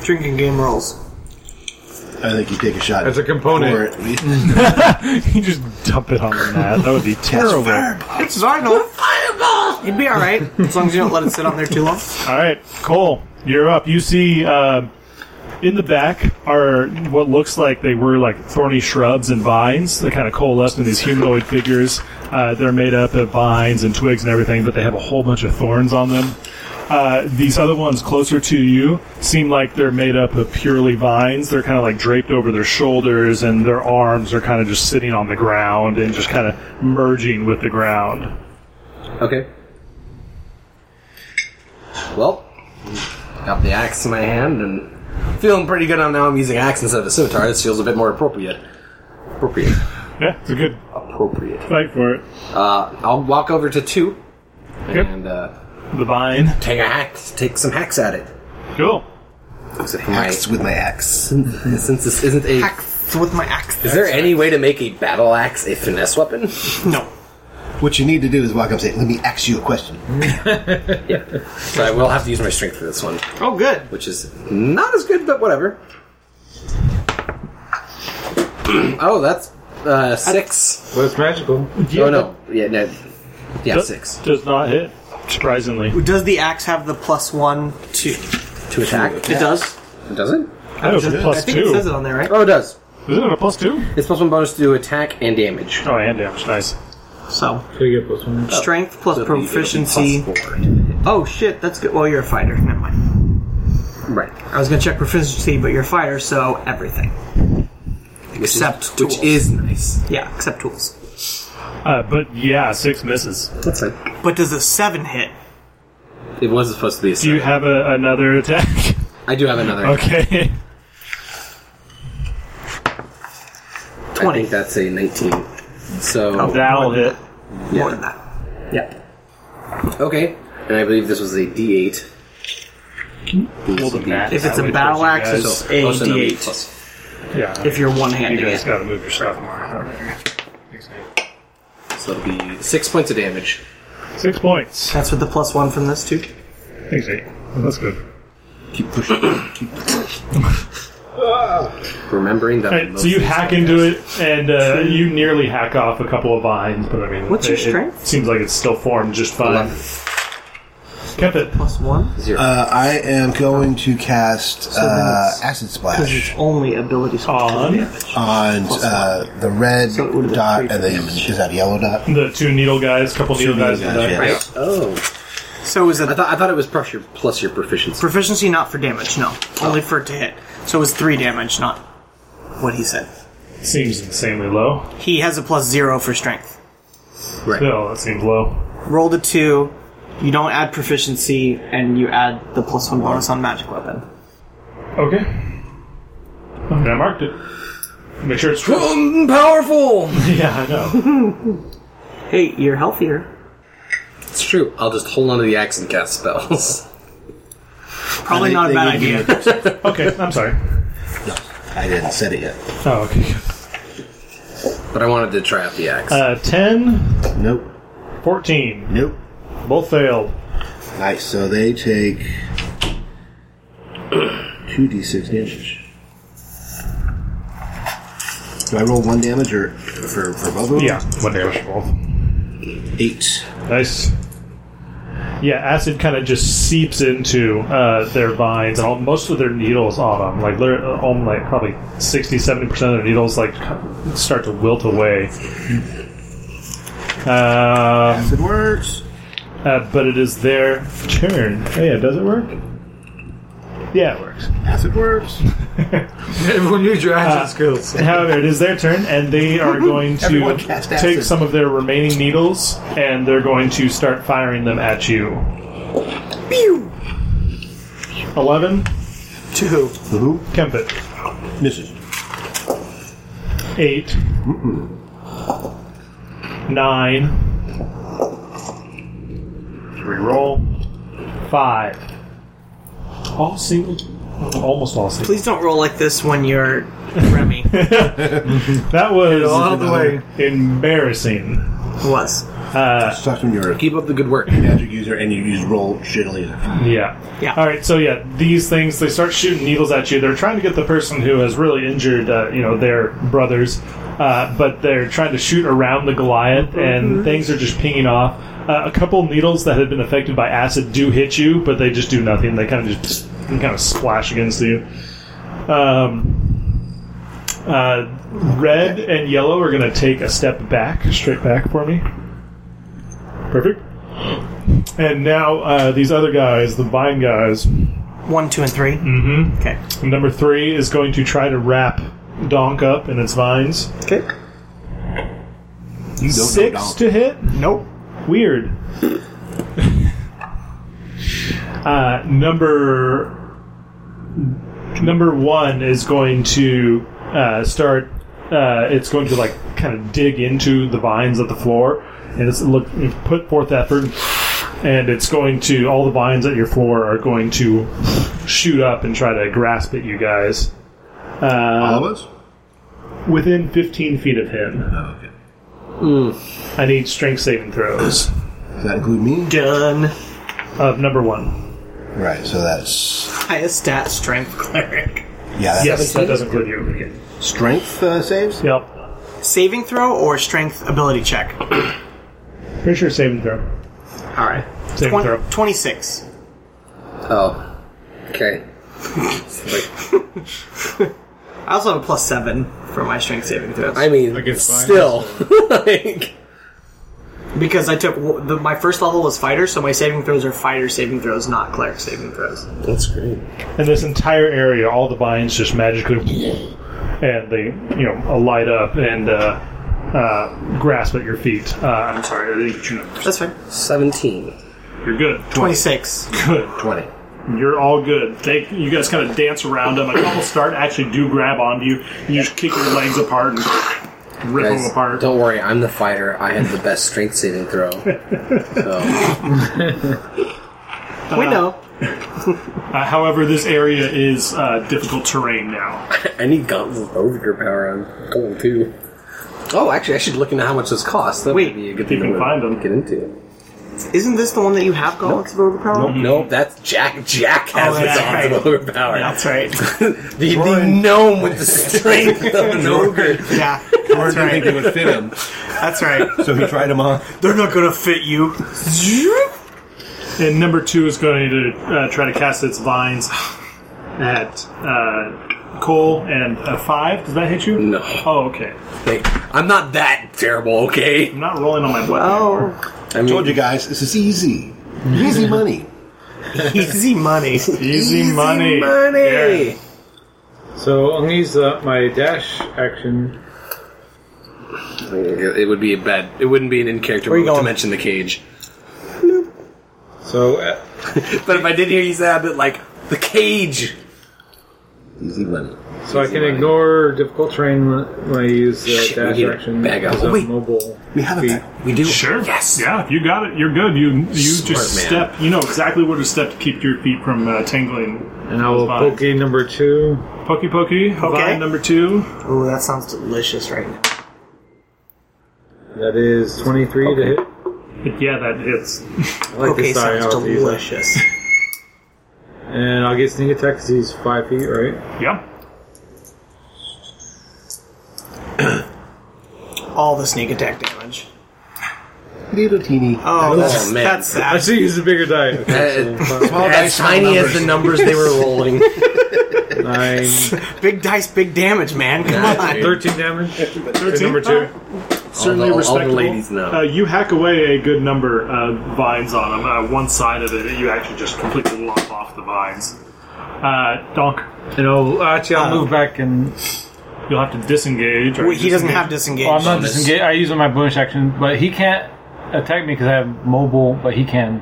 A: Drinking game rules.
E: I think you take a shot.
B: As a component.
E: For it.
D: [LAUGHS]
E: We-
D: you just dump it on the mat. That would be terrible. All
A: It's Zarnal. Fireball. You'd be all right [LAUGHS] as long as you don't let it sit on there too long.
D: right, Cole, you're up. You see, uh, in the back are what looks like they were like thorny shrubs and vines. They kind of coalesced in these humanoid figures. Uh, they're made up of vines and twigs and everything, but they have a whole bunch of thorns on them. Uh, these other ones closer to you seem like they're made up of purely vines. They're kind of like draped over their shoulders, and their arms are kind of just sitting on the ground and just kind of merging with the ground.
C: Okay. Well, got the axe in my hand and feeling pretty good on now. I'm using axe instead of a scimitar. This feels a bit more appropriate. Appropriate.
D: Yeah, it's a good
C: Appropriate.
D: fight for it.
C: Uh, I'll walk over to two
D: Yep.
C: and uh,
D: The vine.
C: take a hack. Take some hacks at it.
D: Cool.
C: Except for my-
E: Axe with my axe.
C: Since this isn't a
A: Axe with my axe.
C: Is there any way to make a battle axe a finesse weapon?
A: No.
E: What you need to do is walk up and say, "Let me ask you a question."
C: So I will have to use my strength for this one,
A: Oh, good.
C: which is not as good, but whatever. [CLEARS THROAT] oh, that's uh, six.
B: But it's magical.
C: Oh no, yeah, no. yeah, six
D: Does not hit, surprisingly.
A: Does the axe have the plus one two?
C: to attack.
A: It does.
C: Does it?
D: Oh, it's a
A: I
D: plus
A: think it
D: two.
A: says it on there, right?
C: Oh, it does.
D: Isn't it a plus two?
C: It's plus one bonus to attack and damage.
D: Oh, and damage. Nice.
A: So
B: So you get plus one.
A: strength plus
C: So it'll be- it'll be
A: proficiency.
C: plus four.
A: Oh shit, that's good. Well, you're a fighter. Never mind.
C: Right,
A: I was gonna check proficiency, but you're a fighter, so everything.
C: which
A: Except
C: is, which
A: tools.
C: is nice.
A: Yeah, except tools.
D: Uh, but yeah, six misses.
C: That's fine.
A: But does a seven hit?
C: It was supposed to be a
D: Do you
C: seven.
D: have a, another attack? [LAUGHS]
C: I do have another.
D: okay.
C: I think that's a nineteen.
A: Oh,
C: So
D: That'll hit.
A: More than that.
C: Yeah. Okay. And I believe this was a D8.
D: Well, then that-
A: If it's
D: that
A: a
D: way
A: battle
D: towards
A: axe,
D: you
A: it's a
C: Oh, so that'll be
A: d8.
C: plus-
D: guys. Yeah.
A: If you're one
D: You
A: handing
D: guys
A: it.
D: gotta move your stuff more.
C: So it'll be six points of damage.
D: Six points.
A: That's with the plus one from this too.
D: Thanks, eight. That's good.
E: Keep pushing. Keep
C: Remembering that.
D: All right,
C: most
D: so you
C: things-
D: hack into it, and uh, you nearly hack off a couple of vines, but I mean,
A: What's your
D: it- it
A: strength?
D: seems like it's still formed just fine.
C: Eleven.
D: Kept it.
A: Plus one.
E: Uh, I am going to cast uh,
A: that's-
E: acid
A: Because
E: splash
A: it's only ability
D: On.
A: damage.
E: on uh, the red
A: So it would've been
E: dot
A: three
E: and the is that yellow dot?
D: The two needle guys, couple needle guys.
E: Guys,
D: and, uh,
E: yeah.
C: Oh,
A: So is it
C: I thought I thought it was plus your plus your proficiency.
A: proficiency not for damage? No, only for it to hit. So it was three damage, not what he said.
D: Seems insanely low.
A: He has a plus zero for strength.
D: Still, that seems low.
A: Roll a two. You don't add proficiency, and you add the plus one bonus on magic weapon.
D: Okay. And I marked it. Make sure it's true.
C: Um, powerful.
D: [LAUGHS] yeah, I know.
A: Hey, you're healthier.
C: It's true. I'll just hold on to the axe and cast spells. [LAUGHS]
A: Probably
E: I
A: not a
E: think
A: bad
E: they
A: idea.
E: need
A: [LAUGHS]
D: [LAUGHS]
E: to
D: Okay, I'm sorry.
E: No, I didn't set it yet.
D: Oh, okay.
C: But I wanted to try out the axe.
D: Uh, 10,
E: Nope.
D: 14.
E: Nope.
D: Both failed.
E: Nice. So they take [CLEARS THROAT] two d six damage. Do I roll one damage or for, for both of them?
D: Yeah, one damage for both.
E: Eight.
D: Nice. Yeah, acid kind of just seeps into uh, their vines and all, most of their needles on them. Like, they're uh, all, like probably 60 70% of their needles like start to wilt away. Uh,
E: It works.
D: Uh, but it is their turn. Oh, yeah, does it work? Yeah, it works.
E: [LAUGHS]
D: Uh,
E: Yes, it works.
B: Everyone use your action
D: [LAUGHS]
B: skills.
D: However, it is their turn, and they are
E: [LAUGHS]
D: going to
E: Everyone cast
D: take
E: acid.
D: some of their remaining needles, and they're going to start firing them at you. Eleven,
A: To who?
E: Who?
D: Kempit.
E: Misses.
D: Eight. Nine. Reroll. Five. All single. Almost all single.
A: Please don't roll like this when you're [LAUGHS] Remy.
D: That was
B: All the way.
D: embarrassing.
A: Was.
E: Sucks when you're a
C: Keep up the good work.
E: magic user and you just roll shittily.
D: Yeah.
A: Yeah.
D: All right. So yeah, these things they start shooting needles at you. They're trying to get the person who has really injured, uh, you know, their brothers, uh, but they're trying to shoot around the Goliath, and things are just pinging off. Uh, a couple needles that had been affected by acid do hit you, but they just do nothing. They kind of just kind of splash against you. Um, uh, red and yellow are going to take a step back, straight back for me. Perfect. And now uh, these other guys, the vine guys,
A: One, two, and 3
D: Mhm.
A: Okay.
D: number three is going to try to wrap Donk up in its vines.
A: Okay.
E: You don't know
D: Six
E: Donk.
D: to hit?
A: Nope.
E: [LAUGHS]
D: Weird. uh, number number one is going to uh, start. Uh, it's going to like kind of dig into the vines of the floor, and it's look put forth effort, and it's going to all the vines at your floor are going to shoot up and try to grasp at you guys.
E: All
D: Uh,
E: of us?
D: within 15 feet of him,
E: Oh, okay.
D: I need strength saving throws
E: Does that include me?
A: Done.
D: of number one.
E: Right, so that's.
A: Highest stat strength cleric.
E: Yeah, that's
D: Yes, that doesn't include you.
E: strength uh, saves?
D: Yep.
A: Saving throw or strength ability check?
D: Pretty sure saving throw.
A: All right.
D: Saving
A: Twen-
D: throw.
A: 26.
C: Oh. Okay.
A: I also have a plus 7 for my strength saving throws.
C: I mean,
B: guess fine.
C: still. [LAUGHS] like,
A: because I took. w- The, my first level was fighter, so my saving throws are fighter saving throws, not cleric saving throws.
C: that's great.
D: In this entire area, all the vines just magically, and they you know light up and uh, uh, grasp at your feet. Uh, I'm sorry, I didn't get your numbers.
A: That's fine.
C: 17.
I: You're good.
A: 26.
I: Good.
E: 20.
I: You're all good. They, you guys kind of dance around them. A couple start actually do grab onto you. And you just kick your legs apart and rip
C: Guys,
I: them apart.
C: don't worry, I'm the fighter. I have the best strength saving throw. So,
A: we know.
I: Uh, however, this area is uh, difficult terrain now.
C: I need guns with overpower on gold too. Oh, actually, I should look into how much this costs. That
A: Wait,
C: might be a good
I: if
C: thing
I: you can
C: to
I: find them.
C: Get into.
A: Isn't this the one that you have gauntlets of overpower?
C: Nope, that's Jack. Jack has
A: Oh,
C: his
A: that's
C: arms
A: right.
C: of overpower.
A: That's right. [LAUGHS]
C: [LAUGHS] the, the gnome with the strength of an ogre.
A: Yeah.
E: Or
A: That's
E: didn't think
A: right.
E: it would fit [LAUGHS] him,
A: That's right.
E: so he tried him on.
A: They're not gonna fit you.
I: And number two is going to uh, try to cast its vines at uh, Cole and a five. Does that hit you?
C: No,
I: Oh, okay.
C: Hey, I'm not that terrible. Okay,
I: I'm not rolling on my weapon.
A: Oh,
C: I mean,
E: Told you guys, this is easy. Easy money.
A: [LAUGHS] easy [LAUGHS] money.
I: Easy, money.
C: money.
B: So I'm gonna use uh, my dash action.
C: It would be a bad. It wouldn't be an in character
A: Where you
C: move to
A: going?
C: mention the cage.
B: So uh,
C: But if I did hear you say that, like the cage. Easy money.
B: so I can ignore difficult terrain when when I use uh,
C: Shit, we
B: dash
C: need a
B: action
C: bag of-
B: as a
C: wait.
B: mobile.
E: We have a
B: feat.
E: back.
C: We do.
I: Sure.
C: Yes.
I: Yeah. You got it. You're good. You you
C: Smart
I: just
C: man.
I: step. You know exactly where to step to keep your feet from uh, tingling.
B: And I will
I: Fine.
B: poke number two.
I: Pokey pokey. Vine number two.
A: Oh, that sounds delicious right now.
B: That is 23 to hit.
I: Yeah, that hits.
A: okay,
B: this
A: sounds
B: IOT
C: uh, [LAUGHS]
B: either.
A: delicious.
B: And I'll get sneak attack 'cause he's 5 feet, right?
I: Yeah.
A: All the sneak attack damage.
E: Little teeny.
A: Oh, that's,
C: man.
A: that's
B: I
A: sad.
B: should use a bigger die. [LAUGHS] Okay,
C: Uh, as tiny as the numbers they were rolling.
B: 9,
A: Big dice, big damage, man. Come on.
B: 13 damage. Hit number 2.
C: Certainly all the, all the ladies know.
I: Uh, you hack away a good number of vines on them. Uh, one side of it, you actually just completely lop off the vines.
D: Uh, donk.
B: And I'll actually I'll move back and
D: You'll have to disengage. Or
A: Well, he doesn't have disengage.
B: well, I'm not
C: Bonus.
B: disengage. I use my bonus action, but he can't attack me because I have mobile, but he can.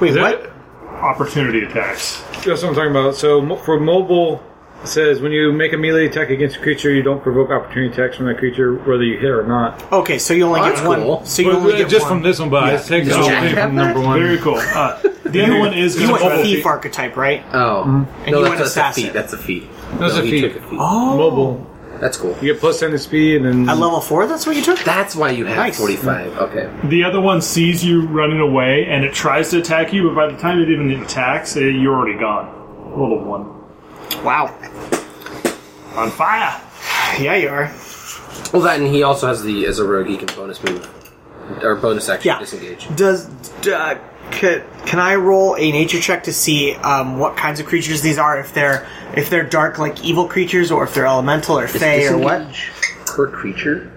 A: Wait, what?
D: opportunity attacks.
B: That's what I'm talking about. So mo- for mobile, it says when you make a melee attack against a creature, you don't provoke opportunity attacks from that creature, whether you hit or not.
A: Okay, so you only get one.
C: Oh, cool.
A: So you only get
B: uh, just
A: one.
B: from this one, but I take the opportunity from number one.
D: Very cool. Uh,
A: [LAUGHS]
D: the other one is
A: you
D: going
A: want
D: to
A: the thief archetype, right?
C: Oh,
A: And
C: no,
A: you went
C: that's, that's a
A: assassin.
C: feat. That's a feat.
B: That's
C: no,
B: a
C: he
B: feat.
C: took a feat.
A: Oh,
B: Mobile,
C: That's cool.
B: you get plus ten to speed, and
A: At level four, that's what you took.
C: That's why you have
A: Nice.
C: 45. Okay.
D: The other one sees you running away and it tries to attack you, but by the time it even attacks, eh, you're already gone. Roll a one.
A: Wow.
D: On fire!
A: Yeah, you are.
C: Well, that and he also has the as a rogue he can bonus move or bonus action
A: Yeah.
C: disengage.
A: Does d- uh, can, can I roll a nature check to see um, what kinds of creatures these are? If they're if they're dark like evil creatures, or if they're elemental or fey or what?
C: Disengage per creature.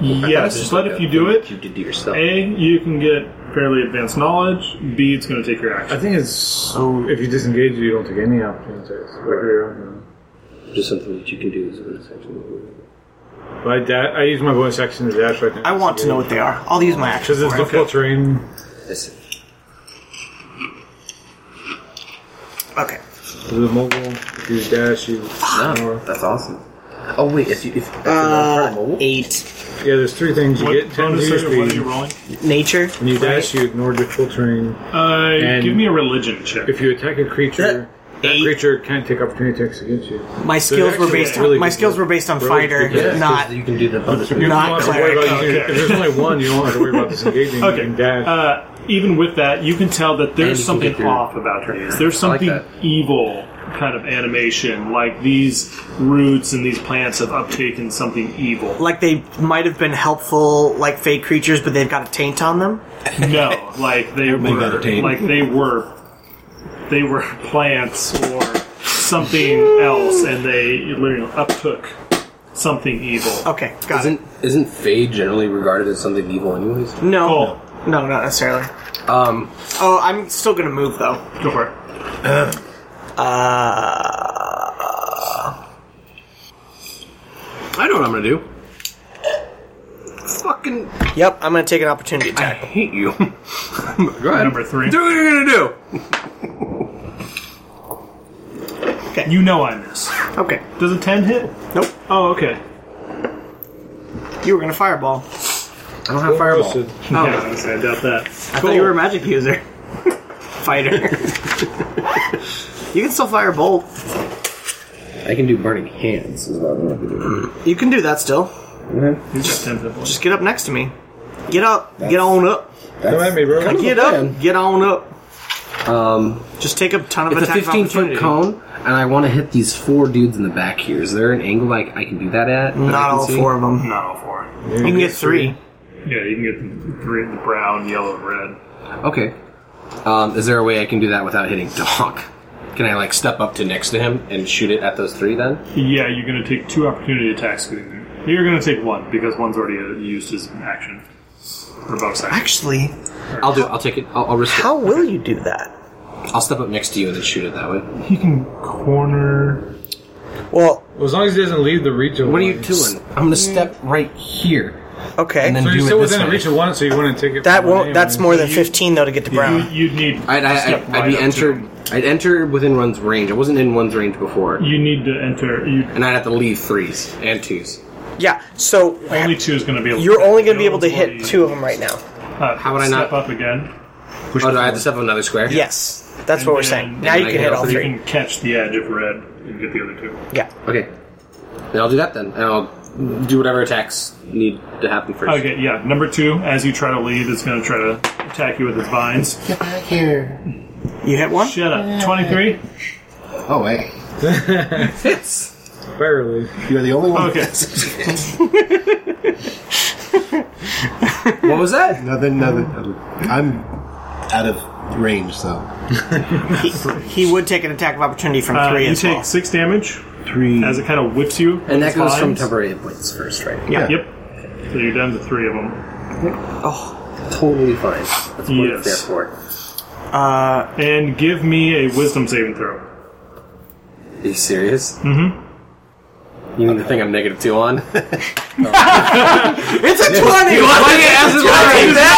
D: Yes, but if you do it, eh,
C: you did do yourself.
D: A, you can get fairly advanced knowledge. B, it's going to take your
B: I
D: action.
B: think it's if you disengage, you don't take any opportunity attacks. Like you're-
C: Just something that you can do as a bonus action.
B: But I, da- I use my bonus action to dash right now.
A: I want to know what they are. I'll use my action.
B: Because it's
A: For it.
B: difficult terrain.
C: That's it.
A: Okay.
B: So the mobile, if you dash, you.
C: No, that's awesome. Oh wait, if you if
A: Uh,
C: that's a mobile,
A: eight
B: Yeah, there's three things. You get
D: What
B: 10 to
D: bonus
B: your
D: are you, what are you
B: speed.
D: rolling?
A: nature.
B: When you dash, you ignore your full terrain.
D: Uh,
B: And-
D: give me a religion check.
B: If you attack a creature, that
A: Eight.
B: creature can't take opportunity attacks against you.
A: My skills were
B: actually
A: based.
B: really
A: on, my
B: good.
A: skills were based on
B: Really
A: fighter,
B: good.
C: Yeah,
A: not
C: 'cause you can do the bonus move.
B: You
A: not
B: don't have to worry
A: cleric.
B: about using- If there's only one, you don't have to worry
D: [LAUGHS]
B: about disengaging.
D: Okay.
B: You can dash.
D: Uh, even with that, you can tell that
C: And you
D: there's
C: can
D: something
C: get your-
D: off about her.
C: Yeah.
D: There's
C: I like
D: something
C: that.
D: evil kind of animation, like these roots and these plants have uptaken something evil.
A: like they might have been helpful, like fake creatures, but they've got a taint on them.
D: No, like they
E: got a
D: were,
E: taint.
D: like they were, they were plants or something else, and they literally uptook something evil.
A: Okay, got it.
C: Isn't isn't Fae generally regarded as something evil anyways?
A: No, no, not necessarily.
C: Um,
A: Oh, I'm still gonna move though.
D: Go for it.
A: Uh,
C: I know what I'm gonna do. Fucking,
A: yep, I'm gonna take an opportunity
C: I
A: attack.
C: hate you. [LAUGHS] Go ahead.
D: Number three.
C: Do what you're gonna do.
D: You know I miss.
A: Okay,
D: Does a ten hit?
A: nope.
D: Oh, okay.
A: You were gonna fireball.
C: I don't have fireball.
B: Posted.
D: Yeah, I, was gonna say, I doubt that.
A: I thought you were a magic user, [LAUGHS] fighter. you can still firebolt.
C: I can do burning hands. Is what I'm gonna do.
A: You can do that still.
D: You just ten hit points.
A: Just get up next to me. Get up. get on up.
B: Come at me, bro.
C: Kind of
A: Get
C: a
A: up.
C: plan.
A: Get on up.
C: Um,
A: Just take a ton of
C: it's a
A: attack
C: 15 foot cone, and I want to hit these four dudes in the back here. Is there an angle I, I can do that at? that I
A: Not
C: can
A: all
C: see?
A: four of them.
D: Not all four.
A: You can get three.
D: Yeah, you can get the green, the brown, yellow, and red.
C: Okay. Um, is there a way I can do that without hitting Donk? Can I like step up to next to him and shoot it at those three then?
D: Yeah, you're going to take two opportunity attacks getting there. You're going to take one because one's already uh, used his action or bonus action.
A: Actually,
C: I'll do. it. I'll take it. I'll, I'll risk
A: how will you do that?
C: it. I'll step up next to you and then shoot it that way.
D: He can corner.
A: Well,
B: Well, as long as he doesn't leave the reach of
C: What are you
B: one.
C: doing? I'm gonna step right here
A: okay.
C: and then
B: So
C: do
B: you're
C: it
B: still
C: this
B: within the
C: way.
B: reach of one, so you want to take it.
A: that
B: from one
A: won't. That's
B: anyway.
A: more than fifteen though to get to
D: You,
A: brown.
D: you'd need.
C: I'd, I,
D: to step
C: I'd, I'd
D: right
C: be
D: up to
C: entered.
D: him.
C: I'd enter within run's range. I wasn't in one's range before,
D: You need to enter. You
C: and I'd have to leave threes and twos.
A: Yeah. So uh,
D: only two is going to be able.
A: you're
D: to
A: only going to be able to
D: Yellow
A: hit
D: is
A: two of them right now.
D: Uh,
C: How would I
D: step
C: not-
D: up again?
C: Oh, do I have to step up another square?
A: Yes, that's what we're saying.
D: And
A: Now you
C: I
A: can hit all
C: hit
D: You
A: three.
D: can catch the edge of red and get the other two.
A: Yeah.
C: Okay. Then I'll do that then, and I'll do whatever attacks need to happen first.
D: Okay, yeah. Number two, as you try to leave, it's going to try to attack you with its vines.
A: You hit one.
D: Shut up. Twenty-three.
E: Oh, wait.
C: Hits.
B: Barely.
E: You're the only one. [LAUGHS]
D: Okay.
C: What was that?
E: Nothing, nothing. I'm out of range, so.
A: He, he would take an attack of opportunity from
D: Uh,
A: three
D: you
A: as
D: take
A: well.
D: six damage
E: Three.
D: as it kind of whips you. with
C: And that
D: its
C: goes from
D: vines.
C: temporary points first, right?
E: yeah.
D: Yep. So you're down to three of them.
A: Oh,
C: Totally fine. That's what
D: Yes.
C: it's there for.
D: And give me a wisdom saving throw.
C: Are you serious? Mm-hmm. You mean the thing I'm negative two on?
A: It's
C: [LAUGHS]
A: a twenty. You want
C: it as it is.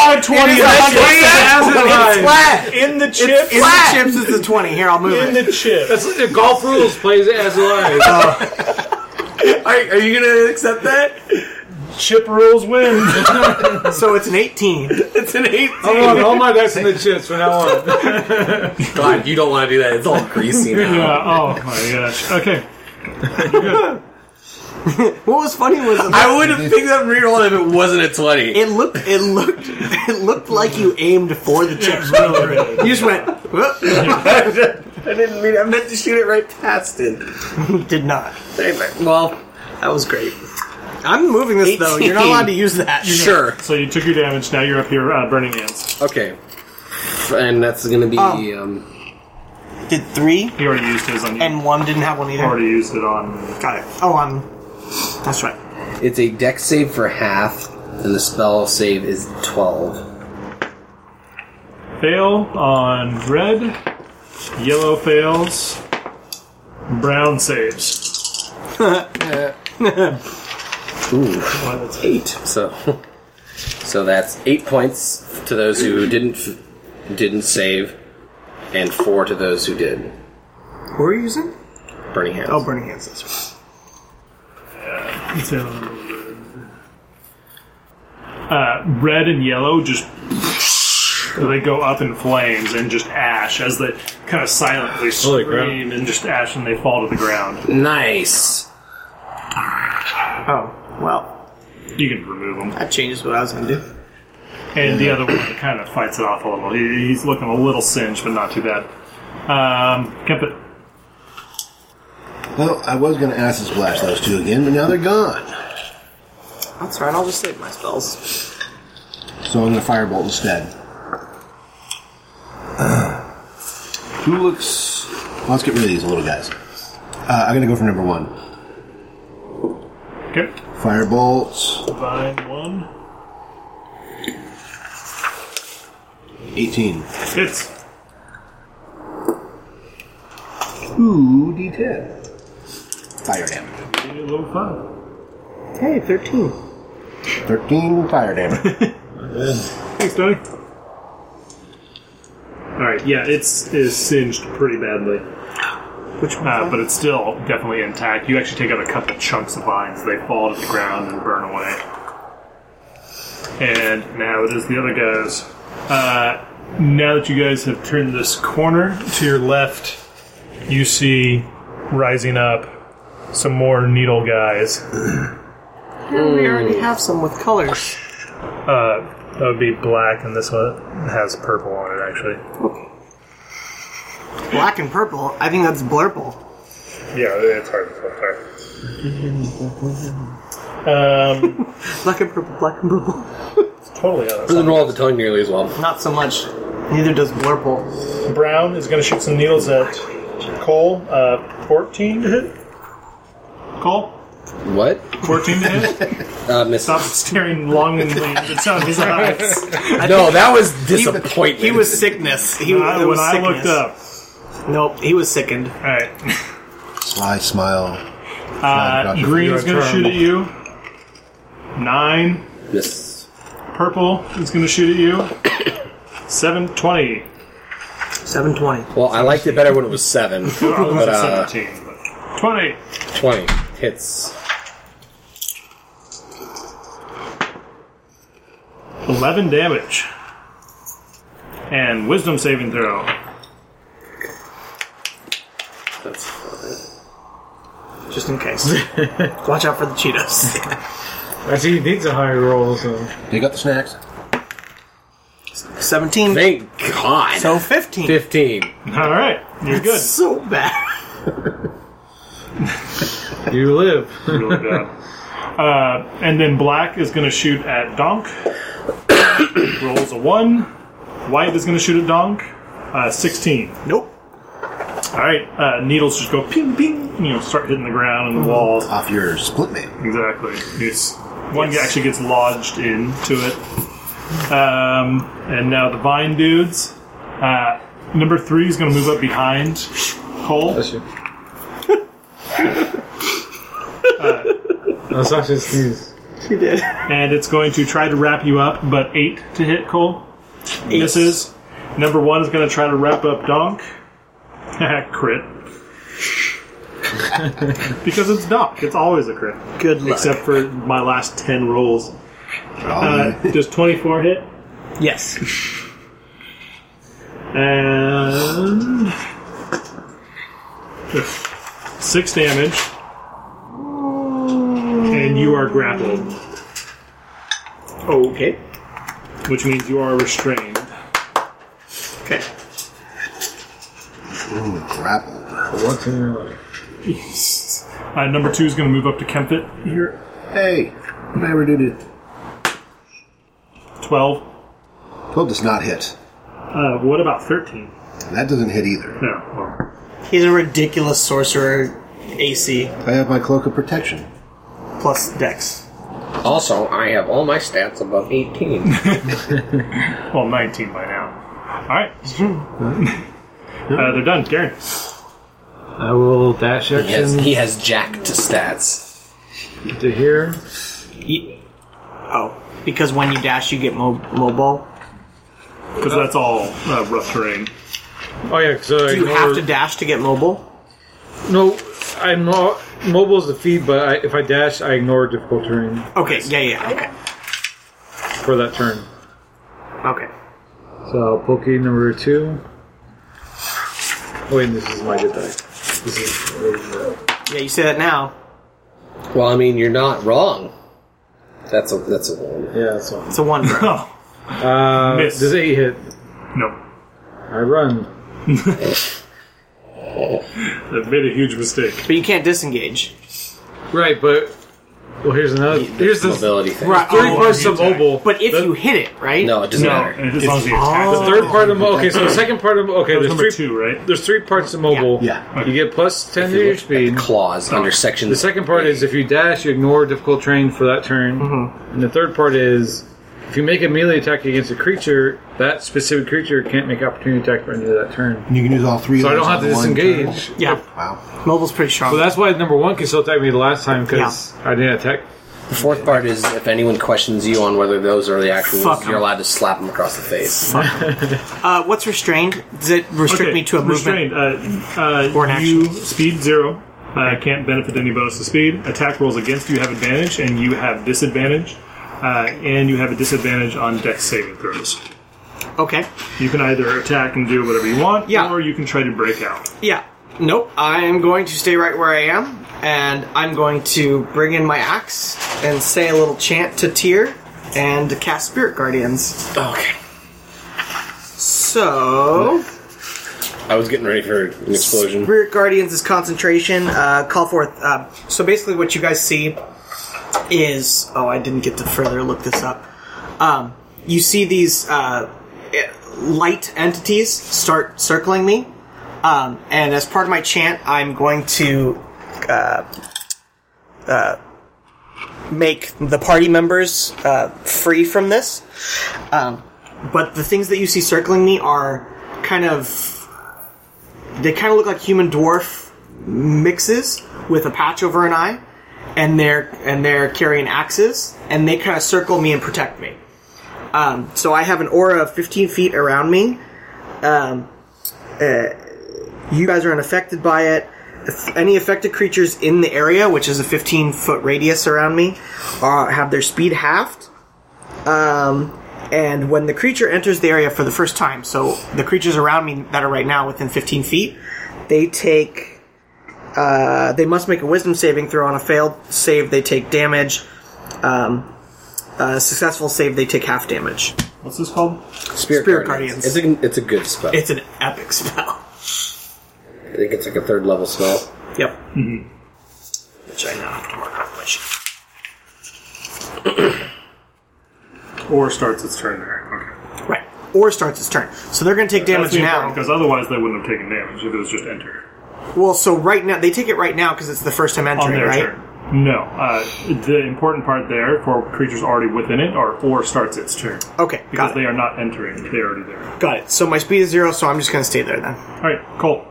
A: It's
C: flat.
K: In the chips.
A: flat. Chips is the twenty. Here, I'll move
K: In
A: it.
K: the chips.
B: That's the golf rules plays it as lies. [LAUGHS]
C: Are, are you gonna accept that?
K: Chip rules win.
A: So it's an eighteen.
C: It's an eight.
B: I want all my dice in the chips from now on.
C: God, you don't want to do that. It's all greasy now.
A: [LAUGHS]
D: Uh, oh my gosh. Okay.
A: What was funny was
C: I would have picked up reroll if it wasn't a twenty.
A: it looked it looked [LAUGHS] it looked like you aimed for the chips. you just went. "Whoop."
C: I didn't mean. I meant to shoot it right past it.
A: Did not.
C: Well,
A: That was great. I'm moving this though. You're not
C: 18.
A: allowed to use that.
C: [LAUGHS] sure.
D: So you took your damage. Now you're up here uh, burning ants.
C: Okay. And that's gonna be.
A: Um,
C: Um,
A: Did three
D: He already used his on you.
A: and one didn't have one either.
D: already used it on.
A: Got it. Oh, on. That's right.
C: it's a deck save for half, and the spell save is twelve.
D: Fail on red. Yellow fails. Brown saves.
C: Ooh, eight. So, [LAUGHS] so that's eight points to those who didn't didn't save, and four to those who did.
A: Who are you using?
C: Burning hands.
A: Oh, burning hands. That's right.
D: Uh, red and yellow just. They go up in flames and just ash as they kind of silently
B: Holy crap.
D: scream and just ash and they fall to the ground.
C: nice.
A: Oh, well,
D: You can remove them.
A: that changes what I was going to do.
D: And the other one kind of fights it off a little. He, he's looking a little singed, but not too bad. Um, Kempit.
E: Well, I was going to ask to splash those two again, but now they're gone.
A: That's right. I'll just save my spells.
E: So I'm going to firebolt instead. Uh, Who looks? Well, let's get rid of these little guys. Uh, I'm going to go for number one.
D: Okay.
E: Firebolt,
D: Divine one.
E: eighteen.
D: Hits.
E: Two d10. Fire damage.
D: Level five.
A: Hey, thirteen.
E: Thirteen
D: [LAUGHS]
E: fire damage.
D: Thanks, Tony. Alright, yeah, it's is singed pretty badly. Which uh, but it's still definitely intact. You actually take out a couple chunks of vines, they fall to the ground and burn away. And now it is the other guys. Uh, now that you guys have turned this corner
K: to your left, you see rising up some more needle guys.
A: We already have some with colors.
K: Uh, that would be black, and this one has purple on it, actually.
A: Black and purple. I think that's blurple.
K: Yeah, it's hard to tell. Sorry. [LAUGHS] Um,
A: Black and purple. Black and purple.
K: totally honest.
C: Doesn't roll off the tongue nearly as well.
A: Not so much. Neither does blurple.
K: Brown is going to shoot some needles at Cole. Uh, 14 to hit.
D: Cole,
C: What?
D: fourteen
K: [LAUGHS]
D: to hit.
C: Uh, miss.
D: Stop staring longingly into his eyes.
C: No, that was disappointment.
A: He was sickness. He
D: When
A: it
D: I,
A: was
D: when I
A: sickness.
D: looked up.
A: Nope, he was sickened.
D: Alright.
E: Sly smile.
D: Uh,
E: Your
D: green is going to
B: turn.
D: shoot at you. Nine.
C: miss.
D: Purple is going to shoot at you. Seven twenty.
A: Seven twenty.
C: Well, I liked it better [LAUGHS] when it was seven, but uh,
D: Seventeen. but Twenty.
C: twenty hits.
D: Eleven damage. And wisdom saving throw.
C: That's
A: Just in [LAUGHS] case. Watch out for the Cheetos. [LAUGHS]
B: I see he needs a higher roll, so
E: Dig up the snacks.
A: Seventeen.
C: thank God.
A: So fifteen.
C: fifteen.
D: All right, you're good.
A: So bad. [LAUGHS]
B: you live.
D: Really bad. Uh, and then black is going to shoot at Donk. [COUGHS] Rolls a one. White is going to shoot at Donk. Uh, Sixteen.
A: Nope.
D: All right, uh, needles just go ping, ping. You know, start hitting the ground and the walls.
E: Off your split man.
D: Exactly. It's one actually gets lodged into it. Um, and now the vine dudes. Uh, number three is going to move up behind Cole.
B: That's you. I was actually sneeze.
A: You did.
D: and it's going to try to wrap you up, but eight to hit Cole. Misses. Number one is going to try to wrap up Donk. [LAUGHS] crit. [LAUGHS] because it's Donk, it's always a crit.
A: Good luck.
D: Except for my last ten rolls. Uh, does 24 hit?
A: yes.
D: And. Six damage. And you are grappled,
A: Okay.
D: which means you are restrained.
A: Okay.
E: Ooh, grapple.
B: What's in your life?
D: Uh, number two is going to move up to Kempit here.
E: Hey, never did it.
D: 12.
E: 12 does not hit.
D: Uh, what about 13?
E: That doesn't hit either.
D: No. well,
A: He's a ridiculous sorcerer. AC
E: I have my cloak of protection.
A: plus Dex.
C: Also, I have all my stats above 18.
D: well, 19 by now. Alright.
A: [LAUGHS]
D: uh, they're done. Darren.
B: I will dash action
C: [LAUGHS] he, has, he has jacked stats.
B: to here.
A: Ye- oh, because when you dash, you get mo- mobile.
D: Because that's all uh, rough terrain.
B: Oh yeah, because I
A: Do you
B: ignore-
A: have to dash to get mobile?
B: No, I'm not. Mobile's the feed, but I, if I dash, I ignore difficult terrain
A: Okay. Yeah. Yeah. Okay.
B: for that turn.
A: Okay.
B: So I'll poke number two. Oh, wait, this is my good die. This is
A: Yeah. You say that now.
C: Well, I mean, you're not wrong. That's a that's a one.
B: yeah, that's one.
A: It's a one, bro.
D: Oh,
B: Uh,
D: Miss.
B: does eight hit?
D: no.
B: I run.
D: I've made a huge mistake.
A: but you can't disengage.
B: Right, but well, here's another. Here's the third
C: Mobility thing.
A: Right.
D: Oh,
B: part of
D: attack.
B: mobile.
A: But if
B: the,
A: you hit it, right?
C: No, it doesn't
D: No,
C: matter.
D: as long as you attack.
B: the third part of mobile. Okay, so the second part of okay.
D: That was
B: There's
D: number
B: three.
D: two, right?
B: There's three parts of mobile.
E: Yeah.
B: You get plus ten
C: If
B: to
C: you
B: your
C: look at
B: speed.
C: the clause under section.
B: The second part is if you dash, you ignore difficult terrain for that turn. And the third part is if you make a melee attack against a creature, that specific creature can't make opportunity attack for any of that turn.
E: You can use all three
B: So
E: of
B: I
E: those
B: don't have
E: on
B: to
E: one
B: disengage.
E: turn.
A: Yeah.
E: Wow.
A: Mobile's pretty strong.
B: So that's why number one can still attack me the last time because I didn't attack.
C: The fourth part is if anyone questions you on whether those are the actual
A: Fuck
C: rules, you're
A: 'em.
C: allowed to slap them across the face.
A: uh, what's restrained? Does it restrict
D: Okay,
A: me to a movement?
D: restrained. Uh, uh,
A: Or an
D: You
A: action.
D: speed zero. Uh, can't benefit any bonus to speed. Attack rolls against you have advantage, and you have disadvantage, uh, and you have a disadvantage on dex saving throws.
A: Okay.
D: You can either attack and do whatever you want,
A: Yeah.
D: or you can try to break out.
A: Yeah. Nope. I am going to stay right where I am, and I'm going to bring in my axe and say a little chant to Tyr and to cast Spirit Guardians.
C: Okay.
A: So,
C: I was getting ready for an explosion.
A: Spirit Guardians is concentration. Uh, call forth. Uh, so basically, what you guys see is oh, I didn't get to further look this up. Um, you see these uh, eh, light entities start circling me, um, and as part of my chant, I'm going to uh, uh, make the party members uh, free from this. Um, but the things that you see circling me are kind of they kind of look like human dwarf mixes with a patch over an eye, and they're and they're carrying axes, and they kind of circle me and protect me. Um, so I have an aura of 15 feet around me. Um, uh, you guys are unaffected by it. If any affected creatures in the area, which is a 15 foot radius around me, uh, have their speed halved. Um, and when the creature enters the area for the first time, so the creatures around me that are right now within 15 feet, they take. Uh, they must make a wisdom saving throw. On a failed save, they take damage. Um, uh, successful save, they take half damage.
D: What's this called?
C: Spirit,
A: Spirit Guardians.
C: It's a, it's a good spell.
A: It's an epic spell.
C: I think it's like a third level spell.
A: Yep. Which I now have to mark up which.
D: Or starts its turn there. Okay.
A: Right. Or starts its turn. So they're going to take damage now.
D: because otherwise they wouldn't have taken damage if it was just enter
A: Well, so right now, they take it right now because it's the first time
D: on
A: entering,
D: their
A: right?
D: turn. No, uh, the important part there for creatures already within it, are or starts its turn
A: Okay,
D: because
A: got
D: they
A: it.
D: are not entering; they're already there.
A: Got it. So my speed is zero, so I'm just going to stay there then.
D: All right, Cole.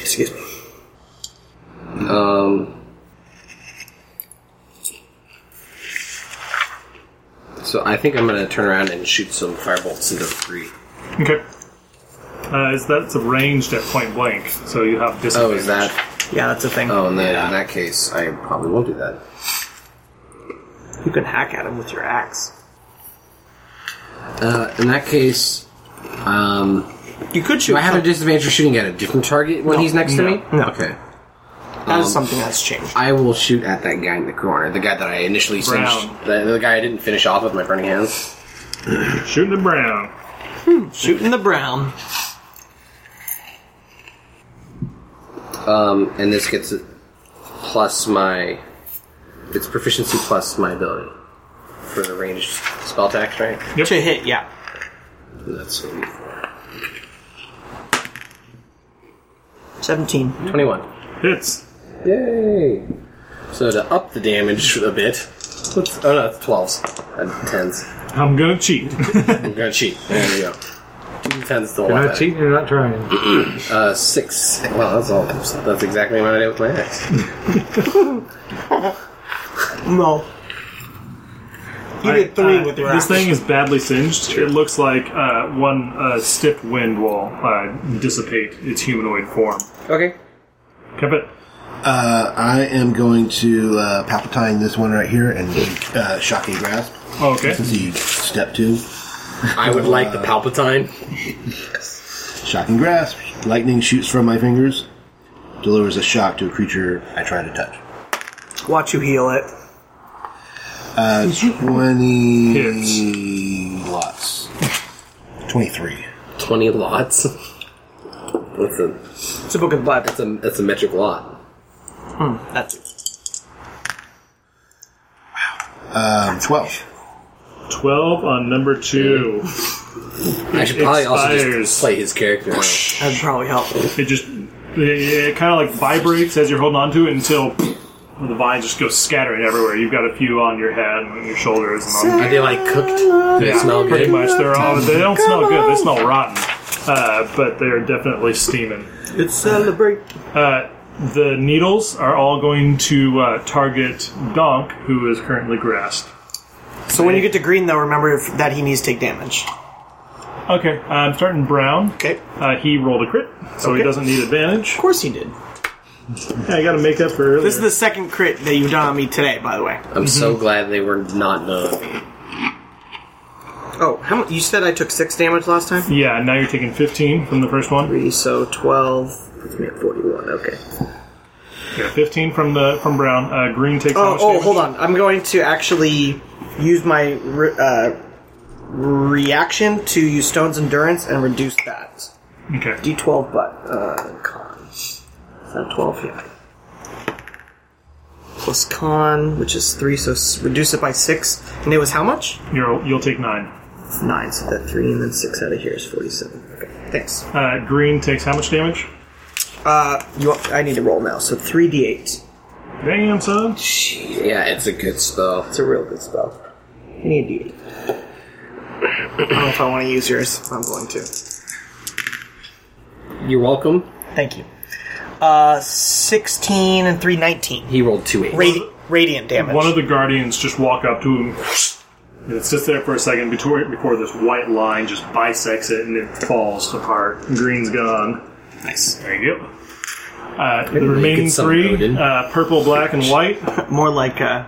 C: Excuse me. Um, so I think I'm going to turn around and shoot some firebolts into three.
D: Okay. Uh, is that's ranged at point blank, so you have
C: Oh,
D: disadvantage.
C: is that?
A: Yeah, that's a thing.
C: Oh, and then in that case, I probably won't do that.
A: You can hack at him with your axe.
C: Uh, in that case, um,
A: You could
C: do
A: shoot.
C: I have a
A: some-
C: disadvantage shooting at a different target when he's next to me?
A: no.
C: Okay.
A: that is something that's changed.
C: I will shoot at that guy in the corner, the guy that I initially
D: Brown.
C: singed, the, the guy I didn't finish off with my burning hands.
D: Shooting the brown.
A: Shooting the brown.
C: Um, and this gets a plus my, it's proficiency plus my ability for the ranged spell attacks, right?
A: To hit, yeah.
C: And That's a D4.
A: 17.
C: twenty-one.
D: Hits.
C: Yay! So to up the damage a bit, let's, oh no, it's twelves and tens.
D: I'm gonna cheat.
A: [LAUGHS]
C: I'm gonna cheat. There we go. Tens still
B: You're
C: alive.
B: not cheating, you're not trying.
C: Uh, six. Well, that's all. That's exactly what I did with my axe.
A: No. You did three with your
D: uh, this
A: axe.
D: thing is badly singed. It looks like uh, one uh, stiff wind will uh, dissipate its humanoid form.
C: Okay.
D: Kevin,
E: Uh, I am going to uh, palpatine this one right here and uh, shocking grasp.
D: oh, okay.
E: Since he step two,
C: I would like the Palpatine.
E: shocking grasp. Lightning shoots from my fingers, delivers a shock to a creature I try to touch.
A: Watch you heal it.
E: Uh, Twenty
D: Hits.
E: lots. Twenty-three.
C: 20 lots. That's a,
A: It's a book of the Bible.
C: that's a, that's a metric lot.
A: That's it.
E: Um, Twelve.
D: 12 on number 2.
C: I should probably also
D: Expires.
C: just play his character. now.
A: That'd probably help.
D: It just it, it kind of like vibrates as you're holding on to it until the vine just goes scattering everywhere. You've got a few on your head and on your shoulders. And on,
C: Are they like cooked? Do they smell
D: pretty
C: good?
D: much, they're all they don't smell good. They smell rotten, uh, but they're definitely steaming.
A: Let's celebrate.
D: Uh, the needles are all going to uh, target Donk, who is currently grasped.
A: So when you get to green, though, remember if- that he needs to take damage.
D: Okay, I'm starting Brown.
A: Okay.
D: Uh, he rolled a crit, so he
A: Okay.
D: doesn't need advantage.
A: Of course he did.
D: I got to make up for earlier.
A: This is the second crit that you've done on me today, by the way.
C: I'm so glad they were not known.
A: Oh, how much? You said I took six damage last time.
D: yeah, now you're taking 15 from the first one.
A: Three, so twelve. Yeah, Forty-one. Okay.
D: Yeah, 15 from the from Brown. Uh, green takes. how
A: Oh,
D: much
A: oh,
D: damage?
A: hold on. I'm going to actually use my re- uh, reaction to use Stone's Endurance and reduce that.
D: Okay.
A: D12, but uh, con. Is that 12? Yeah. Plus con, which is 3, so s- reduce it by 6. And it was how much?
D: You'll, you'll take nine.
A: 9, so that 3 and then 6 out of here is 47. Okay, thanks.
D: Uh, green takes how much damage?
A: Uh, you, I need to roll now, so 3d8.
D: Damn, son.
C: Yeah, it's a good spell.
A: It's a real good spell. I need a d8. I don't know if I want to use yours. I'm going to.
C: You're welcome.
A: Thank you. Uh, 16 and 3, 19.
C: He rolled two eight.
A: Radi- radiant damage.
D: One of the guardians just walk up to him. And it sits there for a second before, before this white line just bisects it and it falls apart. Green's gone.
A: nice.
D: There you go. Uh, the
C: get
D: remaining
C: some
D: three,
C: Odin.
D: uh, purple, black, and white.
A: [LAUGHS] More like, uh,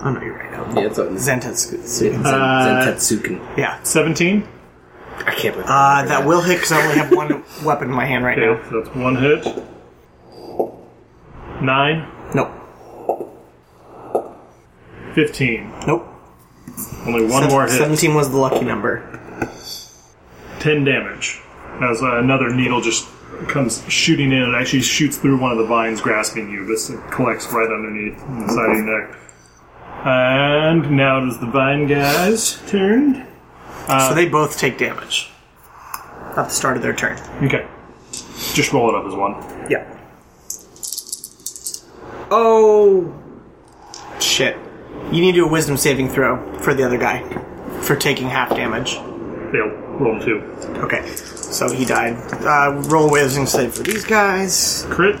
A: oh no, you're right.
C: Yeah, it's a Zen-
A: Zentetsu.
D: Uh,
C: Zentetsuken.
A: Yeah.
D: 17.
C: I can't believe
A: Uh, that will hit because I only have [LAUGHS] one weapon in my hand right
D: Okay, so that's one hit. Nine.
A: now. Nope.
D: Fifteen.
A: Nope.
D: Only one
A: Sev-
D: more hit.
A: 17 was the lucky number.
D: Ten damage. As uh, another needle just comes shooting in and actually shoots through one of the vines grasping you. This collects right underneath the side of your neck. And now it is the vine guy's turn.
A: so they both take damage. At the start of their turn.
D: Okay. Just roll it up as one.
A: Yeah. Oh. Shit. You need to do a wisdom saving throw for the other guy for taking half damage.
D: Fail. Roll two.
A: Okay. So he died. Uh, roll wisdom save for these guys.
D: Crit.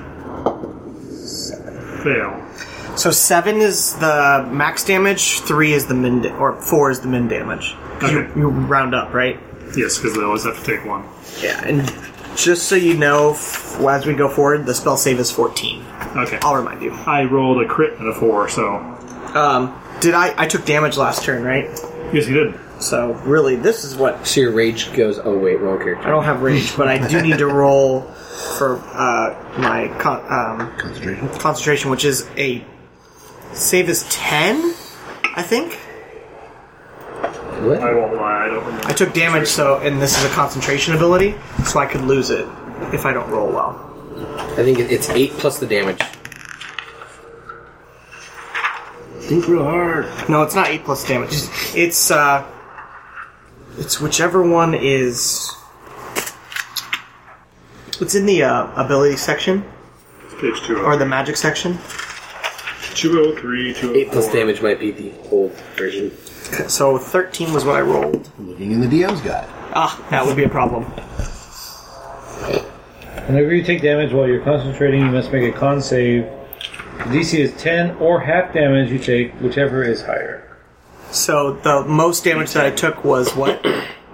D: fail.
A: So seven is the max damage, three is the min, da- or four is the min damage. 'Cause You,
D: Okay.
A: you round up, right?
D: Yes, because they always have to take one.
A: Yeah, and just so you know, f- as we go forward, the spell save is 14.
D: Okay.
A: I'll remind you.
D: I rolled a crit and a four, so
A: Um, did I? I took damage last turn, right?
D: yes, you did.
A: So really, this is what
C: So your rage goes. Oh wait, wrong
A: I
C: character.
A: don't have rage, but I do need to roll for uh, my con- um,
E: Concentration.
A: concentration, which is a save is 10, I think.
D: I
C: What?
D: won't lie. I don't remember.
A: I took damage, so and this is a concentration ability, so I could lose it if I don't roll well.
C: I think it- it's eight plus the damage.
E: Think real hard.
A: No, it's not eight plus damage. It's- It's uh, it's whichever one is. It's in the uh, ability section
D: Page two
A: or the magic section.
D: two oh three two
C: Eight plus damage might be the old version.
A: So thirteen was what I rolled.
E: Looking in the DM's guide.
A: Ah, that would be a problem.
B: Whenever you take damage while you're concentrating, you must make a con save. The DC is 10 or half damage you take, whichever is higher.
A: So the most damage that I took was what?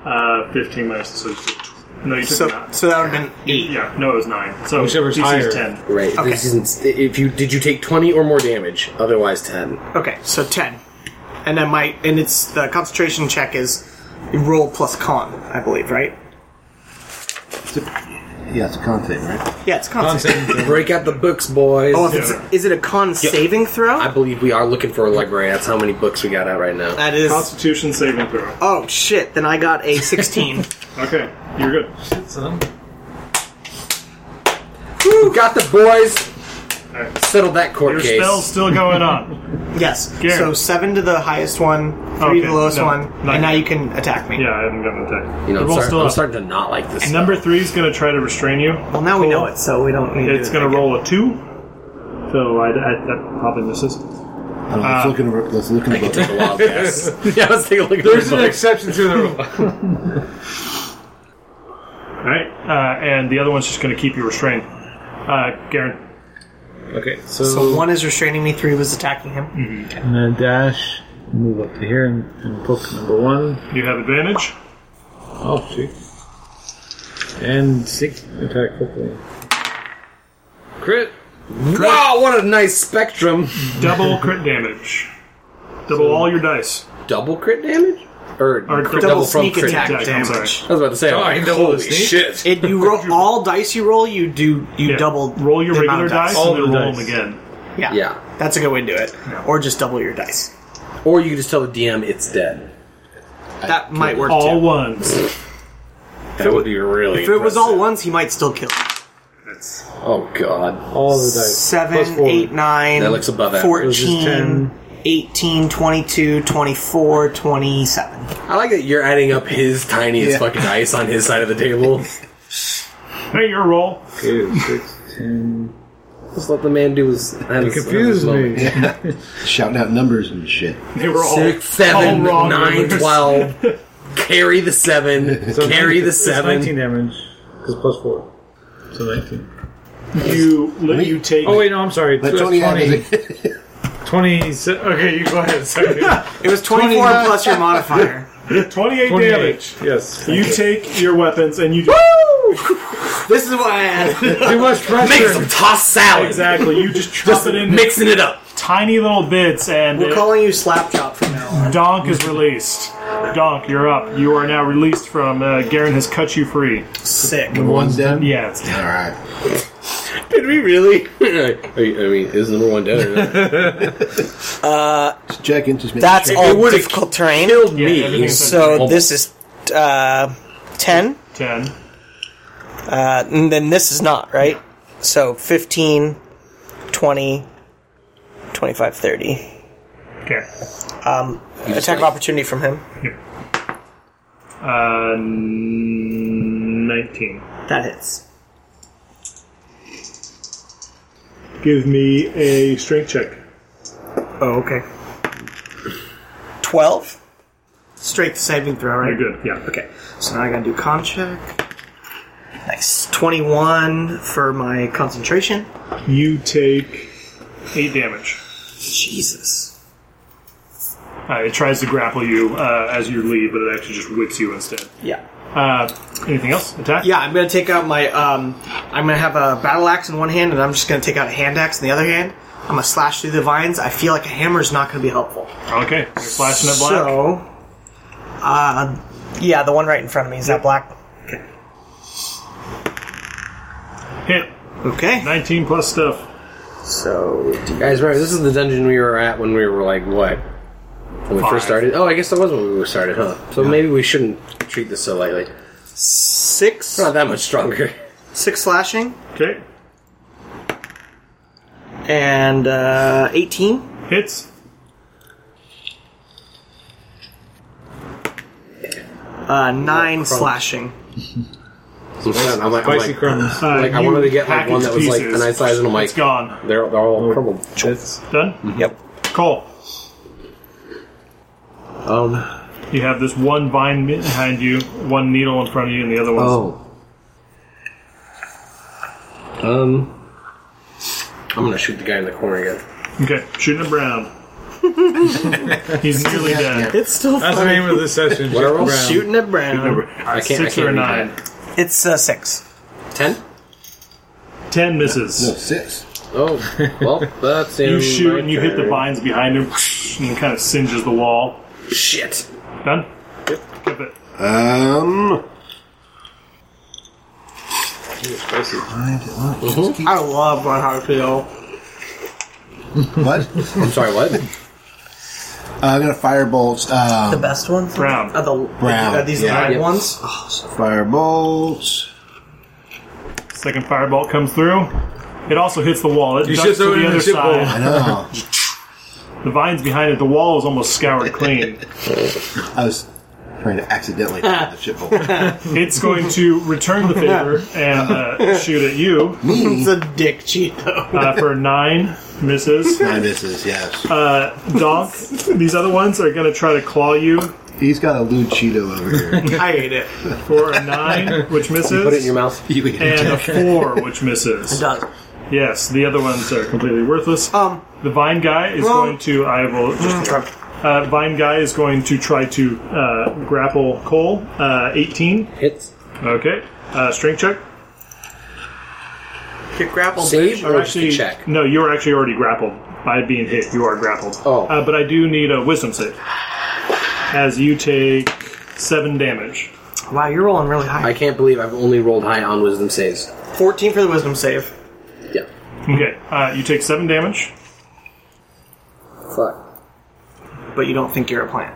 D: Uh, fifteen minus so you took tw- no, you took
A: So
D: nine.
A: so that would have been eight.
D: Yeah, no, it was nine. So
B: Whichever's
D: DC
B: higher.
D: is ten.
C: Right.
A: Okay.
C: This isn't. If you did you take twenty or more damage, otherwise ten.
A: Okay, so ten, and then my and it's the concentration check is roll plus con, I believe, right?
E: It's a, yeah, it's a con thing, right?
A: Yeah, it's con. saving.
C: Break out the books, boys.
A: Oh, if it's, is it a con saving throw?
C: I believe we are looking for a library. That's how many books we got out right now.
A: that is.
D: Constitution saving throw.
A: Oh shit! Then I got a sixteen.
D: Okay, you're good.
C: We got the boys.
D: Alright.
C: Settled that court
D: Your
C: case.
D: spell's still going on. [LAUGHS]
A: yes.
D: Garrett.
A: So seven to the highest one, three to the
D: Okay,
A: lowest
D: no,
A: one,
D: not
A: and now
D: yet.
A: you can attack me.
D: Yeah, I haven't gotten attacked.
C: You know,
D: The
C: I'm,
D: roll's
C: start-
D: still
C: I'm
D: up.
C: starting to not like this.
D: Number three is going to try to restrain you.
A: Well, now we know it, so we don't need.
D: It's
A: to do
D: going
A: it
D: to roll a two. So I, I, that probably misses.
E: I don't know, let's look in the, let's look in the book.
C: Take a wild guess. [LAUGHS] yeah, let's take a look at
B: [LAUGHS] There's
C: the
B: an
C: book.
B: exception to the rule.
D: All right, uh, and the other one's just going to keep you restrained. Uh, Garen,
B: okay, so,
A: again. So one is restraining me, three was attacking him.
B: I'm going to dash, move up to here, and, and poke number one.
D: you have advantage.
B: Oh, shoot. And six attack quickly. Crit!
C: Wow, what a nice spectrum.
D: Double crit damage. Double all your dice.
C: Double crit damage? Or,
D: Or double
C: crit- double, from
A: sneak
C: crit
A: attack
D: attack, I'm
A: damage.
C: I was about to say, I'm like,
B: double
C: holy
B: sneak?
C: shit.
A: It, you roll all dice you roll. You do you
D: Yeah.
A: double
D: Roll your
A: the amount
D: regular
A: of
D: dice
B: All
D: and then
B: the
D: roll them
B: dice.
D: again.
A: Yeah.
C: Yeah.
A: That's a good way to do it. Or just double your dice.
C: Or you can just tell the DM it's dead.
A: That might work
D: All
A: too.
D: ones.
C: That would be really
A: If it was all ones, he might still kill.
C: Oh, God.
B: All the dice. Plus
A: Seven,
B: four.
A: eight, nine,
C: That looks above average.
A: 14,
B: Ten.
A: 18, 22, 24, 27.
C: I like that you're adding up his tiniest fucking dice on his side of the table.
D: Hey, your roll.
B: Okay, six, ten.
C: Just let the man do his.
B: It confuses me.
E: Shouting out numbers and shit.
D: They were all
C: Six, seven,
D: all wrong [LAUGHS]
C: nine,
D: numbers.
C: twelve. Carry the seven.
B: So
C: carry the
B: it's
C: seven.
B: 19 damage. Because plus 4. So 19.
D: You let you take.
B: Oh, wait, no, I'm sorry.
E: But
B: That's
E: Tony had
B: 20.
E: his-
B: 20. se- Okay, you go ahead. Sorry.
A: It was 24 plus your modifier.
D: 28
B: 28.
D: damage.
B: Yes.
D: You take your weapons and you just
A: this is why I added.
B: Too much
C: Make
B: pressure.
C: some toss salad.
D: exactly. You
C: [LAUGHS]
D: just chop it in
C: Mixing it up.
D: tiny little bits, and
A: We're
D: it-
A: calling you Slapchop from now on.
D: Donk is released. Donk, you're up. You are now released from. Uh, Garen has cut you free.
A: Sick.
E: Number one's done?
D: Yeah, it's
E: All right.
C: Did we [LAUGHS] really? I mean, is number one dead or [LAUGHS] not?
E: Just checking, just making
A: That's
E: sure.
A: all difficult terrain.
C: Killed
D: Yeah,
C: me.
D: everything's-
A: So this is uh, 10.
D: 10.
A: Uh, and then this is not, right? So 15, 20, 25, 30.
D: Okay.
A: Um, Attack of opportunity from him.
D: Uh, 19.
A: That hits.
D: Give me a strength check.
A: Oh, okay. 12? Strength saving throw, right?
D: You're good. Yeah.
A: Okay. So now I gotta do con check. Nice. 21 for my concentration.
D: You take Eight damage.
C: Jesus.
D: Uh, it tries to grapple you uh, as you leave, but it actually just whips you instead.
A: Yeah.
D: Uh, anything else? Attack?
A: Yeah, I'm gonna take out my. Um, I'm gonna have a battle axe in one hand, and I'm just gonna take out a hand axe in the other hand. I'm gonna slash through the vines. I feel like a hammer is not gonna be helpful.
D: Okay. You're flashing at black.
A: So, uh, yeah, the one right in front of me is that black.
D: Hit.
A: Okay.
D: 19 plus stuff.
A: So
C: Guys, remember, this is the dungeon we were at when we were like, what? When we
D: Five.
C: first started? Oh, I guess that was when we were started, huh? So maybe we shouldn't treat this so lightly. We're
A: six,
C: not that much stronger.
A: six slashing
D: Okay.
A: and uh, eighteen.
D: Hits.
A: Uh, nine slashing.
C: I'm like, [LAUGHS] I'm like,
B: Spicy crumbs.
C: like, I
D: Uh, you
C: wanted to get like one
D: package
C: that was like a
D: pieces.
C: nice size, and I'm like,
D: It's gone.
C: they're, they're all crumbled.
D: Done?
C: Yep.
D: Cole,
C: Um.
D: you have this one vine behind you, one needle in front of you, and the other one's
C: Oh. Um. I'm gonna shoot the guy in the corner again.
D: Okay, shooting him brown. He's nearly dead.
A: It's still
B: That's the
A: funny.
B: name of this session.
C: What are
B: Jacob
C: we
B: Brown.
A: shooting at Brown.
C: I can't.
D: Six
C: I can't
D: or a
C: read
D: nine.
A: It's uh, six.
C: that. Ten.
D: Ten misses.
E: Six.
C: Oh.
D: [LAUGHS]
C: Well, that's in
D: You shoot
C: my
D: and you hit the
C: turn.
D: vines behind him, and it kind of singes the wall.
C: Shit.
D: Done? Yep. it.
E: Um.
A: I love Ron Harfield.
E: What?
C: I'm
D: [LAUGHS]
C: sorry. What?
E: I'm gonna firebolt.
A: The
E: Um,
A: best ones.
D: Brown.
A: Are the
E: Brown,
A: Are these the
E: yeah.
A: red
C: Yep.
A: ones?
E: firebolt.
D: Second firebolt comes through. It also hits the wall. It
B: You
D: jumps
B: should
D: to
B: throw it
D: the
B: in
D: other
B: the chip bowl.
D: side.
E: I know.
D: The vines behind it, the wall is almost scoured
B: [LAUGHS]
D: clean.
E: I was trying to accidentally find the chip bowl.
D: it's going to return the favor and uh, shoot at you
E: Me.
A: It's a dick cheat [LAUGHS] though.
D: uh, for nine misses.
E: Nine misses. Yes.
D: Uh, Donk, these other ones are going to try to claw you
E: He's got a lewd Cheeto over
A: [LAUGHS]
E: here.
A: I hate it.
D: for a nine, which misses.
C: Put it in
D: [LAUGHS]
C: your mouth.
E: you eat
D: and
E: it.
D: a four, which misses.
A: Does
D: Yes, the other ones are completely worthless.
A: um.
D: The vine guy is
A: Wrong. Mm.
D: going to. I will. Just, uh, vine guy is going to try to uh, grapple Cole. Uh, Eighteen.
C: Hits.
D: Okay. Uh, strength check.
A: Get grappled.
C: Save
A: bitch.
C: or actually, check.
D: No, you are actually already grappled by being hit. You are grappled.
C: Oh.
D: Uh, but I do need a wisdom save. As you take seven damage.
A: Wow, you're rolling really high.
C: I can't believe I've only rolled high on wisdom saves.
A: Fourteen for the wisdom save.
C: Yeah.
D: Okay. Uh, you take seven damage.
C: Fuck.
A: But you don't think you're a plant.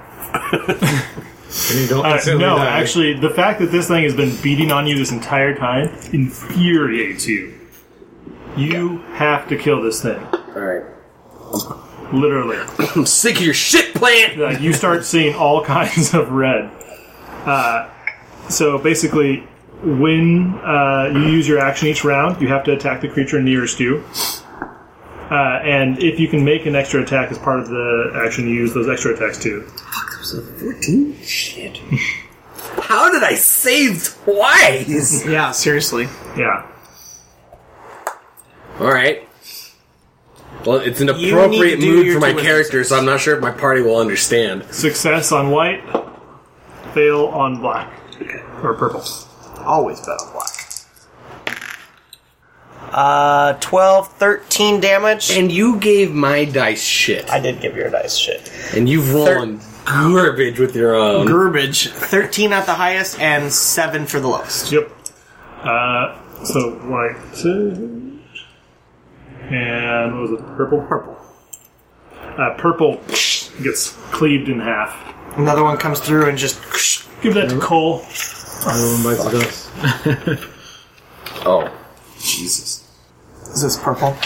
B: And you don't
D: Uh,
B: instantly
D: no,
B: die.
D: actually, the fact that this thing has been beating on you this entire time infuriates you. You have to kill this thing,
C: All right.
D: literally.
C: I'm sick of your shit, plant.
D: Like, Uh, you start seeing all [LAUGHS] kinds of red. Uh, so basically, when uh, you use your action each round, you have to attack the creature nearest you. Uh, and if you can make an extra attack as part of the action, you use those extra attacks too.
C: Fourteen. Shit. How did I save twice?
A: Yeah, seriously.
D: Yeah.
C: All right. Well, it's an
A: need to
C: appropriate
A: do
C: mood
A: your
C: for my
A: two wisdom
C: character, so I'm not sure if my party will understand.
D: Success on white, fail on black. Or purple.
A: Always bet on black. Uh, 12, 13 damage.
C: And you gave my dice shit,
A: I did give your dice shit.
C: and you've rolled on garbage with your own.
A: Garbage. 13 at the highest and 7 for the lowest.
D: Yep. Uh, so white two, and what was it? Purple. Purple. Uh, purple gets cleaved in half.
A: Another one comes through and just.
D: Give that to Cole.
B: Everyone bites the dust.
C: oh, Jesus!
A: Is this purple?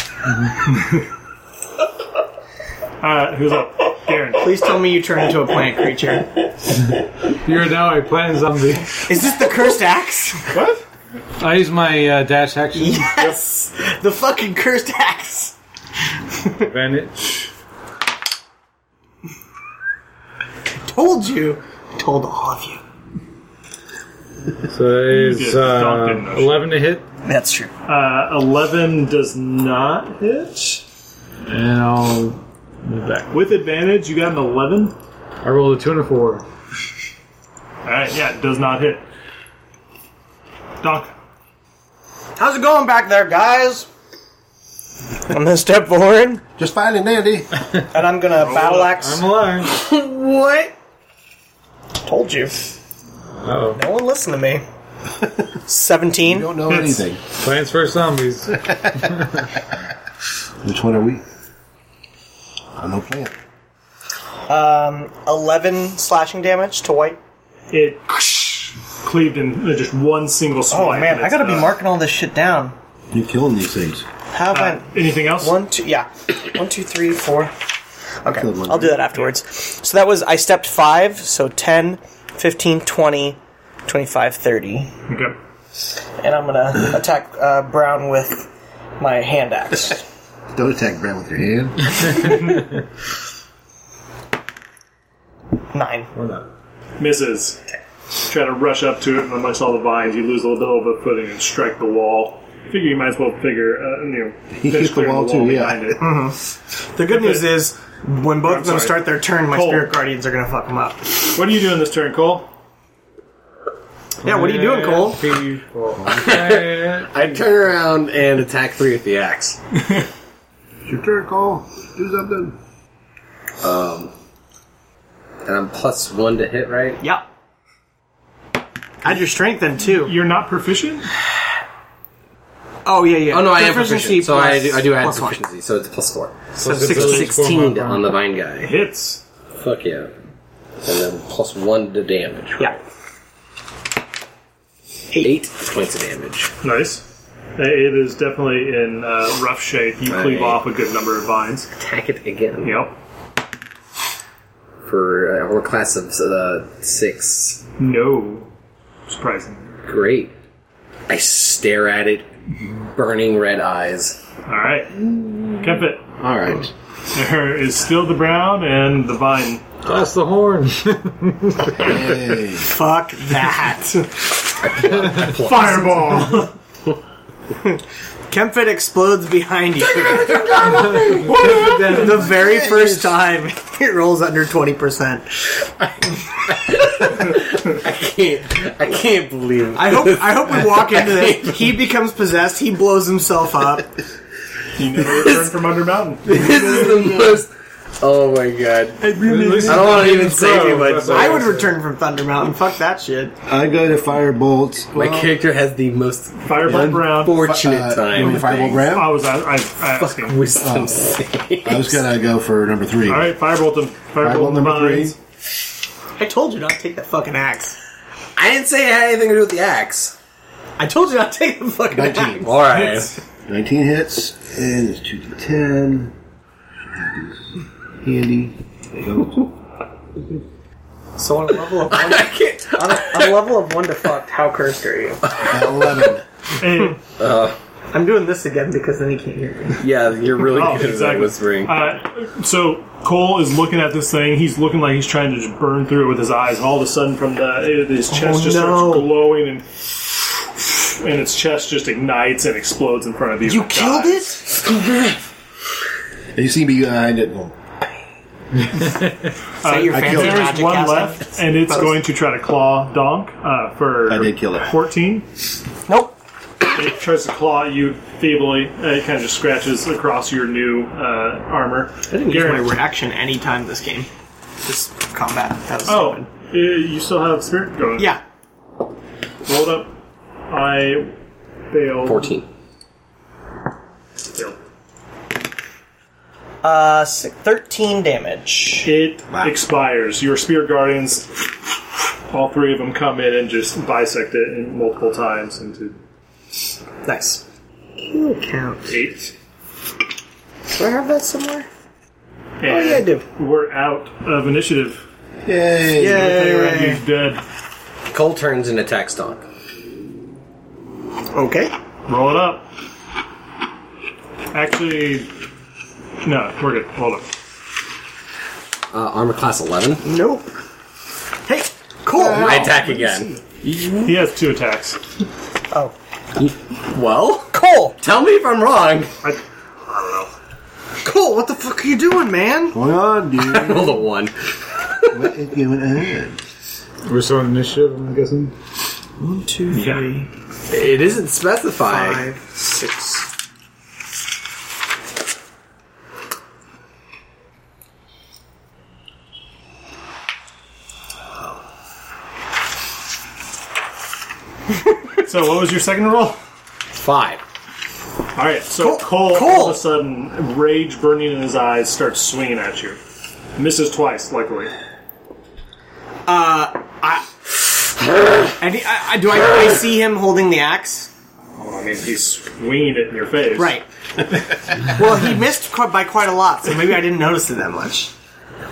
D: Uh, who's up? Darren.
A: Please tell me you turn into a plant creature.
B: You're now a plant zombie. [LAUGHS]
A: Is this the cursed axe?
B: I use my uh, dash action.
A: [LAUGHS] Yes! The fucking cursed axe!
B: Advantage.
A: Told you! Told all of you.
B: So that is
D: did dunk in
B: uh,
D: motion.
B: 11 to hit.
A: That's true.
D: Uh, Eleven does not hit.
B: and I'll move back.
D: With advantage, you got an 11.
B: I rolled a two and a four.
D: All right, yeah, it does not hit. Doc,
C: How's it going back there, guys?
A: I'm gonna step forward
E: Just fine and dandy.
A: [LAUGHS] and I'm gonna battle axe.
B: I'm alive.
A: what? Told you.
B: Uh-oh.
A: No one listened to
E: [LAUGHS]
A: me.
E: You
A: 17.
E: don't know anything.
B: Plants vs. Zombies.
E: Which one are we? I no plan.
A: 11 slashing damage to white.
D: it cleaved in just one single
A: Oh
D: swipe.
A: man, I gotta be
D: Uh,
A: marking all this shit down.
E: You're killing these things.
A: How about
D: Anything
E: uh,
D: else?
A: one, two, yeah, one, two, three, four. Okay,
E: Killed one.
A: I'll do that afterwards. So that was I stepped five, so 10, 15, 20, 25, 30.
D: Okay.
A: and I'm gonna
C: [CLEARS THROAT]
A: attack uh, Brown with my hand
C: [LAUGHS]
A: axe.
E: Don't attack Brown with your hand.
A: Nine.
B: Or not.
D: Misses. Try to rush up to it, and amongst all the vines, you lose a little bit of footing and strike the wall. Figure you might as well figure, uh,
E: [LAUGHS]
D: you know,
E: He
D: finish
E: hit the
D: clearing
E: wall too, yeah.
D: behind it.
E: [LAUGHS]
A: The good news is, when both of them
D: sorry.
A: start their turn, my
D: Cole.
A: spirit guardians are gonna fuck them up.
D: What are you doing this turn, Cole?
A: Yeah, what are you doing, Cole?
C: [LAUGHS]
B: People. Okay.
C: I turn around and attack three with the axe.
E: It's your turn, Cole. Do something.
C: And I'm plus one to hit, right?
A: Yep. Add your strength then too.
D: You're not proficient?
A: Oh yeah, yeah.
C: Oh no, I am
A: Proficiency
C: proficient. So I do,
A: plus-
C: I do add
A: plus one.
C: proficiency, so it's a plus four. So
A: So six-
B: Ability score, my
C: 16
B: friend.
C: on the vine guy.
D: Hits.
C: Fuck yeah. And then plus one to damage.
A: Yeah.
C: Eight points of damage.
D: Nice. Uh, It is definitely in uh, rough shape. You cleave
C: Right.
D: off a good number of vines.
C: Attack it again.
D: Yep.
C: For uh, or class of uh, six.
D: No. Surprising.
C: Great. I stare at it, burning red eyes.
D: All right. Kept it.
E: All right.
D: There is still the brown and the vine.
B: That's the
C: [LAUGHS]
B: horn.
E: Hey.
A: Fuck [LAUGHS] that.
D: Fireball!
A: [LAUGHS] Kempfit explodes behind you. [LAUGHS] the very first time it rolls under twenty percent.
C: I can't. I can't believe. it.
A: I hope. I hope we walk into this. [LAUGHS] He becomes possessed. He blows himself up.
D: you
E: [LAUGHS]
D: never return from Under Mountain.
C: [LAUGHS] this is the most. Oh my god. I don't want to even say too much.
A: I would return from Thunder Mountain. Fuck that shit.
E: I go to firebolt.
C: My character has the most
D: Fireball brown.
C: unfortunate
E: Uh,
C: time.
E: number
C: with
E: firebolt
C: things.
E: Brown.
D: I was I, I, I
C: Fuck
D: asking.
C: wisdom save.
E: uh, I was gonna go for number three.
D: All right, firebolt them. Firebolt,
E: Firebolt
D: the
E: number three.
D: vines.
A: I told you not to take that fucking axe.
C: I didn't say it had anything to do with the axe.
A: I told you not to take the fucking axe.
E: Nineteen.
C: All right.
E: 19 hits, and it's 2 to 10. Handy. There you go.
A: So on a level of one,
C: I can't.
A: on a, on a level of one to fucked, how cursed are you?
E: At 11. [LAUGHS]
D: Hey,
A: I'm doing this again because then he can't hear me.
C: Yeah, you're really
D: Oh,
C: good
D: exactly.
C: at whispering.
D: uh, so Cole is looking at this thing. He's looking like he's trying to just burn through it with his eyes. And all of a sudden, from the his chest
A: Oh,
D: just
A: no.
D: starts glowing, and and its chest just ignites and explodes in front of you. You killed
A: it?
E: And you see me behind it going,
A: Say your
E: I
A: fancy
E: killed it.
D: There
A: magic
D: is one
A: casting.
D: left, and it's going to try to claw Donk uh, for
E: I did kill it.
D: fourteen.
A: Nope.
D: It tries to claw at you feebly. Uh, it kind of just scratches across your new uh, armor.
A: I didn't use my reaction any time this game. This combat. That was
D: Oh,
A: stupid.
D: uh, you still have spirit going.
A: Yeah.
D: Rolled up. I failed.
C: 14.
D: Failed.
A: Uh, si- 13 damage.
D: It expires. Your spear guardians, all three of them come in and just bisect it in multiple times into
A: Nice.
D: eight.
A: Do I have that somewhere? Oh,
D: And
A: yeah, I do.
D: We're out of initiative.
E: Yay!
A: Yay.
D: He's dead.
C: Cole turns and attacks Donk.
A: Okay.
D: Roll it up. Actually, no, we're good. Hold up.
C: Uh, armor class 11.
A: Nope. Hey, cool.
C: I attack again.
D: He has two attacks.
A: Oh.
C: Well,
A: Cole.
C: tell me if I'm wrong.
D: I,
A: Colt, what the fuck are you doing, man?
E: Going on, dude.
C: Roll the one.
E: what is going on?
B: We're still on initiative, I'm guessing.
A: One, two, three,
C: It isn't specified.
A: five, six.
D: So what was your second roll?
C: Five.
D: All right, so Cole, all of a sudden, rage burning in his eyes, starts swinging at you. Misses twice, luckily.
A: And he, I, I, do I, I see him holding the axe?
D: Well, Oh, I mean, he's swinging it in your
A: [LAUGHS]
D: face.
A: Right. well, he missed quite, by quite a lot, so maybe I didn't notice it that much.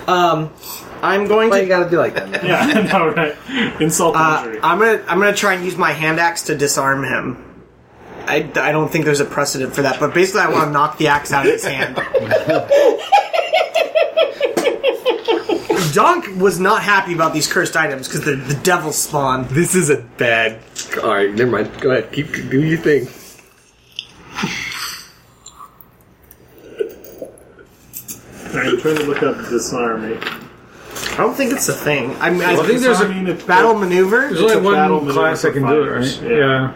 A: Um, I'm going
C: Why you
A: to.
C: gotta do like that? man?
D: [LAUGHS] Yeah, no, right. Insult
A: Uh,
D: injury.
A: I'm gonna. I'm gonna try and use my hand axe to disarm him. I, I don't think there's a precedent for that, but basically, I want to knock the axe out of his hand. Donk was not happy about these cursed items because they're the devil spawn.
C: This is a bad. [LAUGHS] All right, never mind. Go ahead. Keep do your thing.
D: I'm trying to look up disarming.
A: I don't think it's a thing. I, mean, I
B: I think there's a-
D: Disarming if-
A: battle maneuver.
B: There's only
D: a battle
B: one
D: maneuver
B: class
D: for
B: that can do it, right?
D: fighters,
B: Yeah.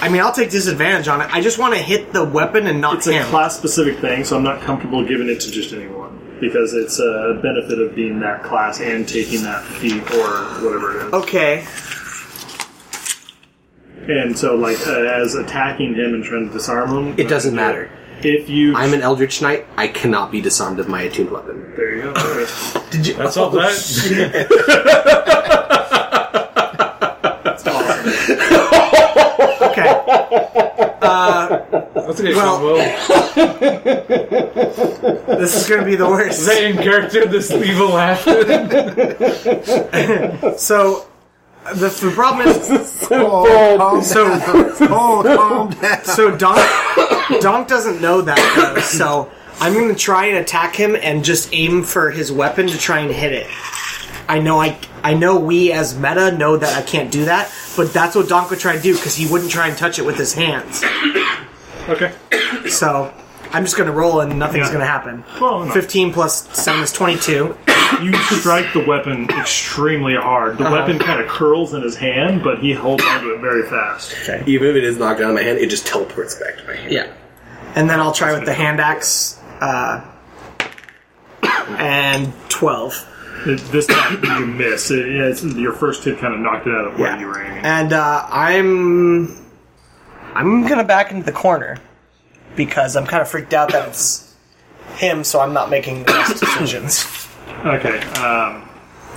A: I mean, I'll take disadvantage on it. I just want to hit the weapon and not
D: It's a
A: him.
D: class-specific thing, so I'm not comfortable giving it to just anyone because it's a benefit of being that class and taking that feat or whatever it is.
A: okay.
D: And so, like, uh, as attacking him and trying to disarm him, uh,
C: It doesn't matter.
D: If you,
C: I'm an Eldritch Knight. I cannot be disarmed of my attuned weapon.
D: there you go. Okay.
C: Did you?
B: That's all [LAUGHS] that. [LAUGHS]
A: Okay.
B: That's a good
A: Well-
B: combo. Is
A: This is gonna be the
B: [LAUGHS]
A: worst.
B: that in character, this evil laugh?
A: So the, the problem is [LAUGHS] so
E: Oh, calm down.
A: so Donk Donk doesn't know that though, so I'm gonna try and attack him and just aim for his weapon to try and hit it. I know I I know we as meta know that I can't do that, but that's what Donk would try to do because he wouldn't try and touch it with his hands.
D: Okay.
A: So I'm just gonna roll and nothing's
D: Yeah.
A: gonna happen.
D: Well, no.
A: Fifteen plus seven is twenty-two.
D: You strike the weapon extremely hard. The weapon kind of curls in his hand, but he holds onto it very fast.
C: Even if it is knocked out of my hand, it just teleports back to my hand.
A: Yeah. And then I'll try with the hand axe. Uh, [COUGHS] and 12.
D: Th- This time you miss. It, yeah, it's, your first hit kind of knocked it out of where you were aiming.
A: And uh, I'm. I'm gonna back into the corner. Because I'm kind of freaked out that it's him, so I'm not making the [COUGHS] best decisions.
D: Okay, um,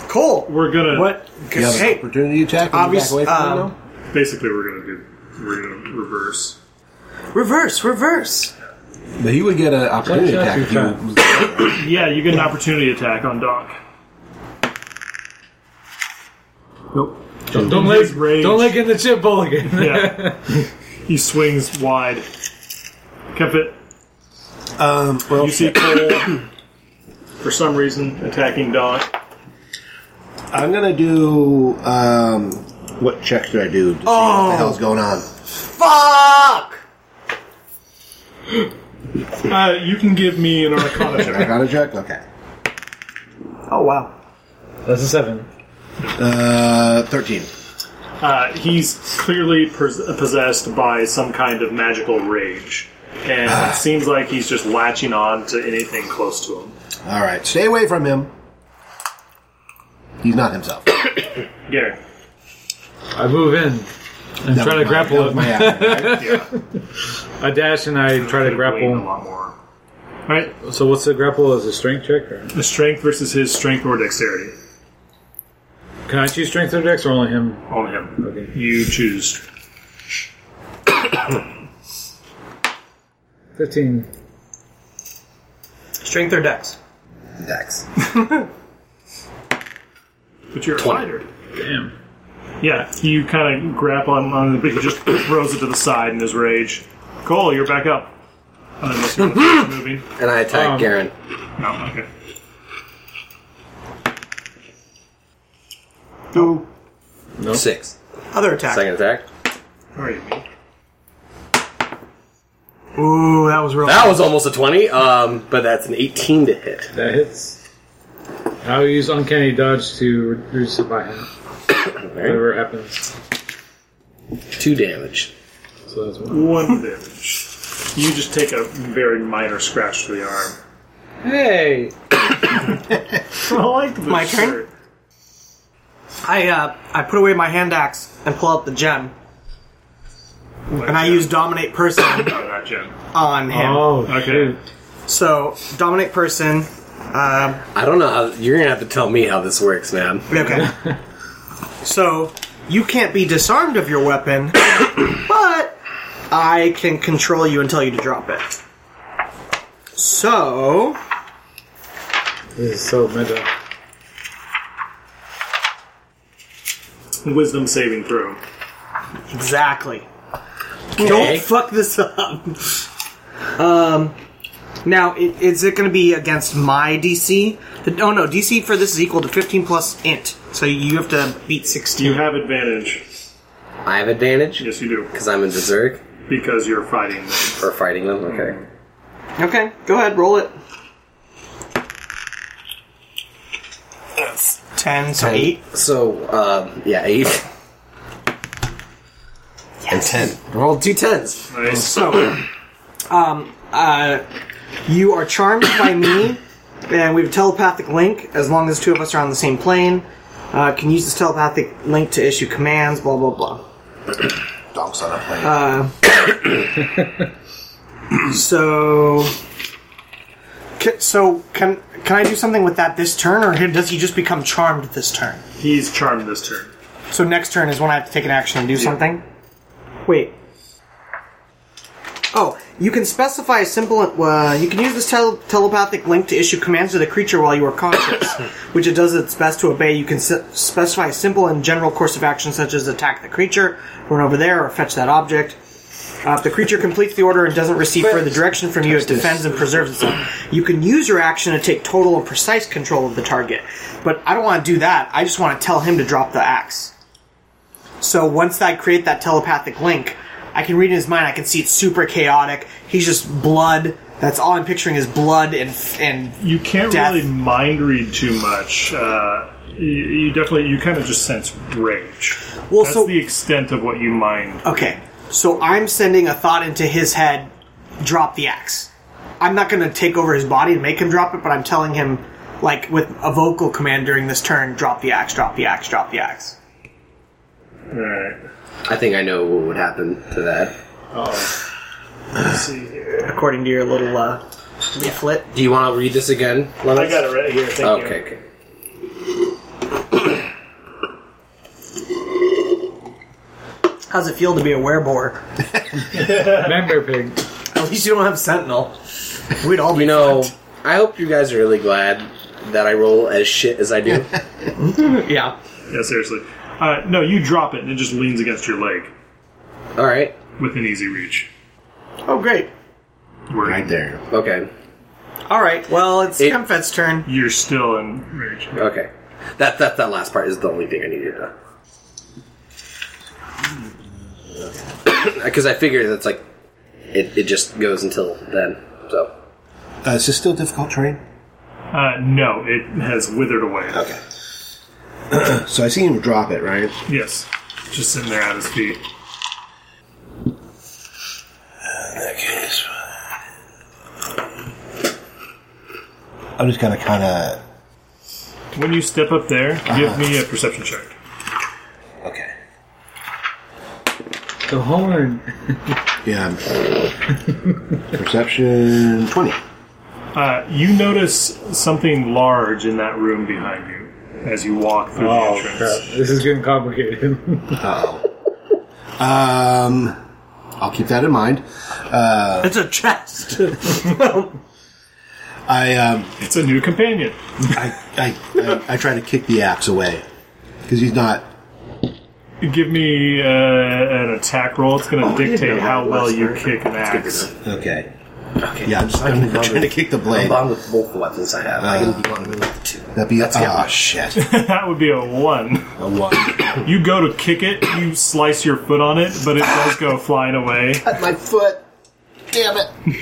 A: Cool.
D: we're gonna.
A: What?
E: You have an
A: Hey,
E: opportunity attack. When you
A: obvious-
E: back away from
A: um,
E: um,
D: Basically, we're gonna do. We're gonna reverse.
A: reverse, reverse.
E: but he would get an opportunity
B: Shot
E: attack
B: two
E: if you
B: times.
D: Yeah, you get an opportunity attack on Doc.
B: Don't, don't
D: His
B: leg,
D: rage.
B: don't leg in the chip bowl again.
D: Yeah. [LAUGHS] he swings wide. Kept it.
E: Um, well,
D: You see Cole, [COUGHS] for some reason, attacking Doc.
E: I'm gonna do. Um, what check do I do? To see what
A: Oh.
E: the hell's going on?
A: Fuck!
D: Uh, you can give me an Arcana
E: I
D: check.
E: got a check. Okay.
A: Oh, wow.
B: That's a seven.
E: Uh, thirteen.
D: Uh, he's clearly pos- possessed by some kind of magical rage. And it seems like he's just latching on to anything close to him.
E: All right, stay away from him. He's not
B: [COUGHS]
E: himself.
D: Gary.
B: I move in. I'm
E: That
B: trying to
E: was my- that
B: grapple
E: was
B: it.
E: my action,
B: [LAUGHS]
E: right?
B: I dash and I try to
D: Lean A
B: grapple.
D: lot more. Alright,
B: So what's the grapple? Is it strength check? Or?
D: the strength versus his strength or dexterity.
B: Can I choose strength or dex or only him?
D: On him.
B: Okay.
D: You choose.
B: 15.
A: Strength or dex?
C: Dex.
D: But you're a
C: Twenty.
D: fighter.
B: Damn.
D: Yeah, you kind of grab on, on the, but he just [COUGHS] throws it to the side in his rage. Cole, you're back up. Oh, unless you want to keep moving.
C: And I attack
B: Um,
C: Garen.
D: No, okay.
C: Six.
A: Other attack.
C: Second attack.
D: All right, me.
A: Ooh, that was real.
C: That was almost a 20, um, but that's an 18 to hit.
B: That hits. I'll use uncanny dodge to reduce it by half. [COUGHS] Whatever happens.
C: Two damage.
B: So that's one.
D: One damage. You just take a very minor scratch to the arm.
B: Hey!
D: [LAUGHS] I like this
A: My turn?
D: shirt.
A: I uh, I put away my hand axe and pull out the gem, and I use dominate person
D: Oh, that gem.
A: on him.
B: Oh,
D: Okay.
A: So dominate person. Uh,
C: I don't know how. You're gonna have to tell me how this works, man.
A: okay. so you can't be disarmed of your weapon, [COUGHS] but I can control you and tell you to drop it. So
B: This is so meta.
D: Wisdom saving throw.
A: Exactly. Don't fuck this up. [LAUGHS] Um, now, i- is it going to be against my DC? The- Oh no, DC for this is equal to 15 plus int. So you have to beat 16.
D: You have advantage.
C: I have advantage
D: Yes, you do.
C: because I'm in Berserk
D: Because you're fighting them.
C: or fighting them. Okay.
A: Okay, go ahead, roll it. That's 10, so 8.
C: So, um, yeah, 8. And 10. Rolled two tens.
D: Nice.
A: So, [CLEARS THROAT] um, uh, you are charmed by me, and we have a telepathic link as long as two of us are on the same plane. Uh, can use this telepathic link to issue commands, blah, blah, blah.
E: Dogs on a plane.
A: So, ca- so can can I do something with that this turn, or he- does he just become charmed this turn?
D: He's charmed this turn.
A: So next turn is when I have to take an action and do something. Wait. Oh, you can specify a simple. Uh, you can use this tel- telepathic link to issue commands to the creature while you are conscious, [COUGHS] which it does its best to obey. You can se- specify a simple and general course of action, such as attack the creature, run over there, or fetch that object. Uh, if the creature completes the order and doesn't receive further direction from you, it defends and preserves itself. You can use your action to take total and precise control of the target, but I don't want to do that. I just want to tell him to drop the axe. So once I create that telepathic link, I can read in his mind. I can see it's super chaotic. He's just blood. That's all I'm picturing is blood and and
D: You can't
A: Death.
D: really mind read too much. Uh, you, you definitely, you kind of just sense rage.
A: well,
D: That's
A: so
D: the extent of what you mind.
A: okay. So I'm sending a thought into his head. Drop the axe. I'm not going to take over his body and make him drop it, but I'm telling him, like with a vocal command during this turn, drop the axe, drop the axe, drop the axe.
D: Alright.
C: I think I know what would happen to that.
A: According to your little uh, leaflet.
C: Do you want to read this again?
D: I got it right here. Thank you.
C: Okay, okay.
A: How's it feel to be a werebore?
B: Vampire pig.
A: At least you don't have sentinel. We'd all be
C: You know, I hope you guys are really glad that I roll as shit as I do.
A: yeah.
D: [LAUGHS] Yeah, seriously. Uh, no, you drop it and it just leans against your leg
C: Alright.
D: with an easy reach.
A: Oh great.
D: Where
E: right there.
C: Okay.
A: All right. Well, it's
C: It-
A: Kempfet's turn.
D: You're still in rage.
C: Okay. That, that, that last part is the only thing I needed [CLEARS THROAT] to Because I figured that's like, it, it just goes until then. So,
E: Uh, is this still difficult terrain?
D: Uh, no, it has withered away.
E: Okay. so I see him drop it, right?
D: Yes. Just sitting there at his feet.
E: I'm just gonna kind of.
D: When you step up there, give me a perception check.
E: Okay.
B: The horn.
E: Yeah. Perception twenty.
D: Uh, you notice something large in that room behind you as you walk through
B: Oh,
D: the
B: crap.
D: entrance.
B: This is getting complicated.
E: Um, I'll keep that in mind.
A: It's a chest.
E: I um,
D: It's a new companion.
E: I, I, I, I try to kick the axe away because he's not.
D: Give me uh, an attack roll. It's going to dictate
C: know
D: how
C: that
D: well
C: was
D: you
C: there.
D: kick an axe.
E: Okay. Okay. Yeah, I'm just I'm trying to kick the blade.
C: bond with both the weapons I have. I can be one with two.
E: That'd be
C: [LAUGHS]
E: oh shit.
D: That would be a one.
E: A one.
D: [COUGHS] You go to kick it, you slice your foot on it, but it does go flying away. [LAUGHS]
E: Cut my foot.
L: damn it.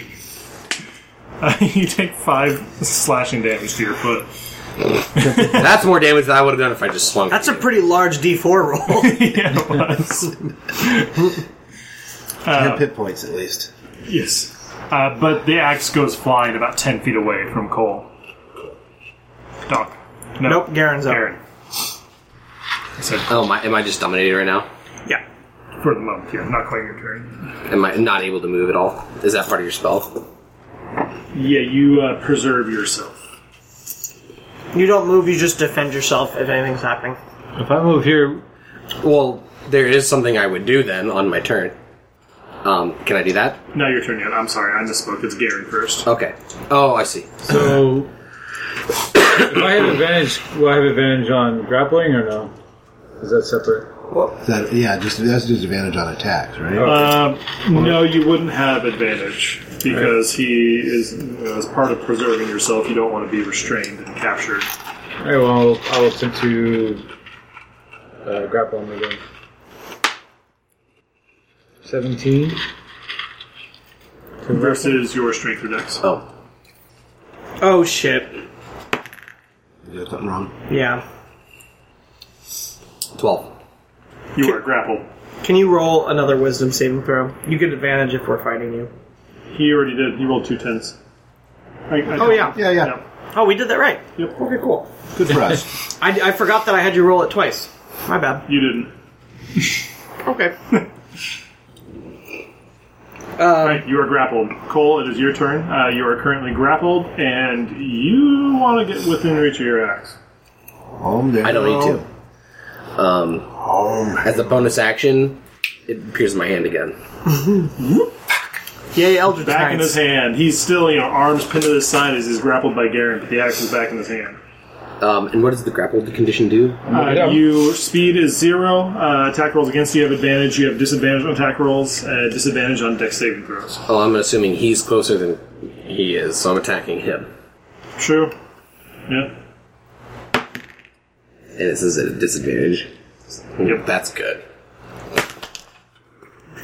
D: you take five slashing damage to your foot. [LAUGHS]
C: That's more damage than I would have done if I just
A: [LAUGHS]
C: swung.
A: That's a pretty large D4 [LAUGHS] roll.
D: yeah, it
E: [LAUGHS]
D: was.
E: Ten pit points at least.
D: yes. Uh, but the axe goes flying about ten feet away from Cole. Doc. No.
A: nope, Garen's up.
D: Aaron.
C: Oh my! Am I just dominating right now?
A: Yeah.
D: For the moment, yeah. Not quite your turn.
C: Am I not able to move at all? Is that part of your spell?
D: Yeah, you uh, preserve yourself.
A: You don't move, you just defend yourself if anything's happening.
B: [LAUGHS] If I move here,
C: Well, there is something I would do then on my turn. Um, can I do that?
D: Not your turn yet. I'm sorry, I misspoke. It's Garen first.
C: Okay. Oh, I see.
B: so [COUGHS] if I have advantage, will I have advantage on grappling or no? Is that separate?
E: Is that, yeah, just that's disadvantage on attacks, right?
D: Um, no, you wouldn't have advantage because he is you know, as part of preserving yourself. You don't want to be restrained and captured.
B: All right, well, I'll, I'll attempt to uh, grapple him again. Seventeen.
D: Versus your strength or dex.
C: Oh,
A: Oh shit.
E: Is that something wrong?
A: Yeah.
C: 12.
D: You are grappled.
A: Can you roll another wisdom saving throw? You get advantage if we're fighting you.
D: He already did. He rolled two tens. I, I
A: Oh yeah.
E: Yeah, yeah.
A: Oh, we did that right.
D: Yep.
A: Okay, cool.
E: Good
C: [LAUGHS]
E: for us.
A: I, I forgot that I had you roll it twice. My bad.
D: You didn't.
A: Okay.
D: Right, you are grappled. Cole, it is your turn. Uh, you are currently grappled, and you want to get within reach of your axe.
E: Home there.
C: I don't need to. Um,
E: Home.
C: as a bonus action, it appears in my hand again.
A: Yay, Eldritch
D: Back in his
A: Knights.
D: hand. He's still, you know, arms pinned to his side as he's grappled by Garen, but the axe is back in his hand.
C: Um, and what does the grappled condition do?
D: Uh, you speed is zero. Uh, attack rolls against you have advantage. You have disadvantage on attack rolls. Uh, disadvantage on dex saving throws.
C: Oh, I'm assuming he's closer than he is, so I'm attacking him.
D: True. Yeah.
C: And this is at a disadvantage.
D: Yep.
C: That's good.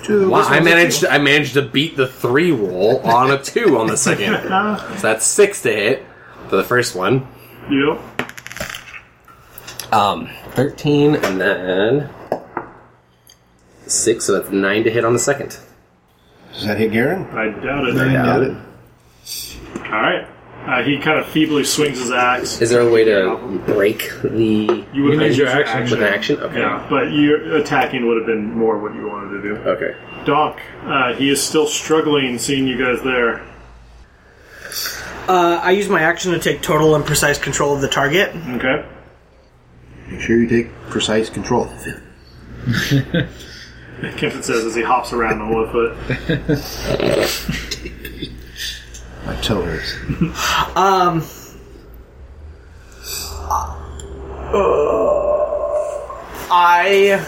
C: Wow, I managed. I managed to beat the three roll on a two on the second. so that's six to hit for the first one.
D: Yep.
C: Um, thirteen, and then six, so that's nine to hit on the second.
E: Does that hit Garen?
D: I doubt it.
E: Got it.
D: All right. Uh, he kind of feebly swings his axe.
C: Is there a way to break the?
D: You would
B: use your action.
C: with an action. Okay.
D: Yeah, but your attacking would have been more what you wanted to do.
C: Okay.
D: Doc, uh, he is still struggling seeing you guys there.
A: [LAUGHS] Uh, I use my action to take total and precise control of the target.
D: Okay.
E: Make sure you take precise control.
D: Kempton says as he hops around on one foot.
E: My toe hurts.
A: I.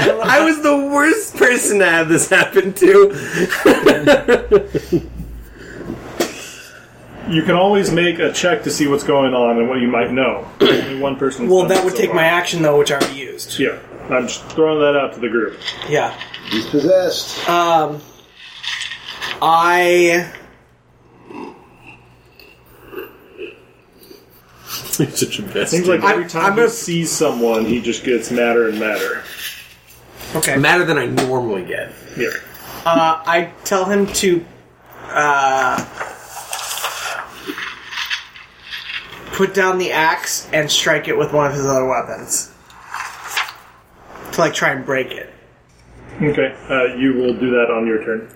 C: I was the worst person to have this happen to. [LAUGHS]
D: You can always make a check to see what's going on and what you might
A: [COUGHS]
D: know. Only one person.
A: Well, that would take my action though, which I already used.
D: Yeah, I'm just throwing that out to the group.
A: Yeah.
E: He's possessed.
A: Um. I.
C: Such a best.
D: Seems like
A: I-
D: every time
A: I'm
D: he
A: gonna-
D: sees someone, he just gets madder and madder.
A: Okay.
C: madder than I normally get.
D: Yeah.
A: Uh, I tell him to uh, put down the axe and strike it with one of his other weapons to like try and break it.
D: Okay. Uh, you will do that on your turn.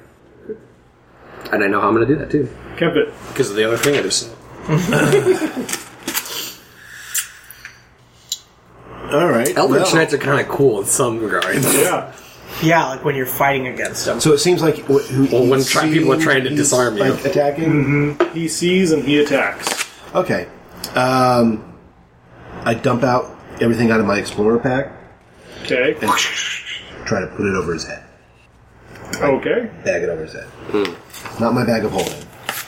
C: And I know how I'm going to do that too
D: Kempit,
C: because of the other thing I just said.
E: All right.
C: Eldritch
E: well.
C: Knights are kind of cool in some regards.
D: yeah.
A: Yeah, like when you're fighting against him.
E: So it seems like wh- who,
C: Well, when
E: he's
C: try- people are trying to
E: he's,
C: disarm you.
E: like attacking.
D: He sees and he attacks.
E: Okay. Um, I dump out everything out of my explorer pack
D: Okay.
E: and try to put it over his head.
D: Okay.
E: Bag it over his head.
A: Hmm.
E: Not my bag of holding,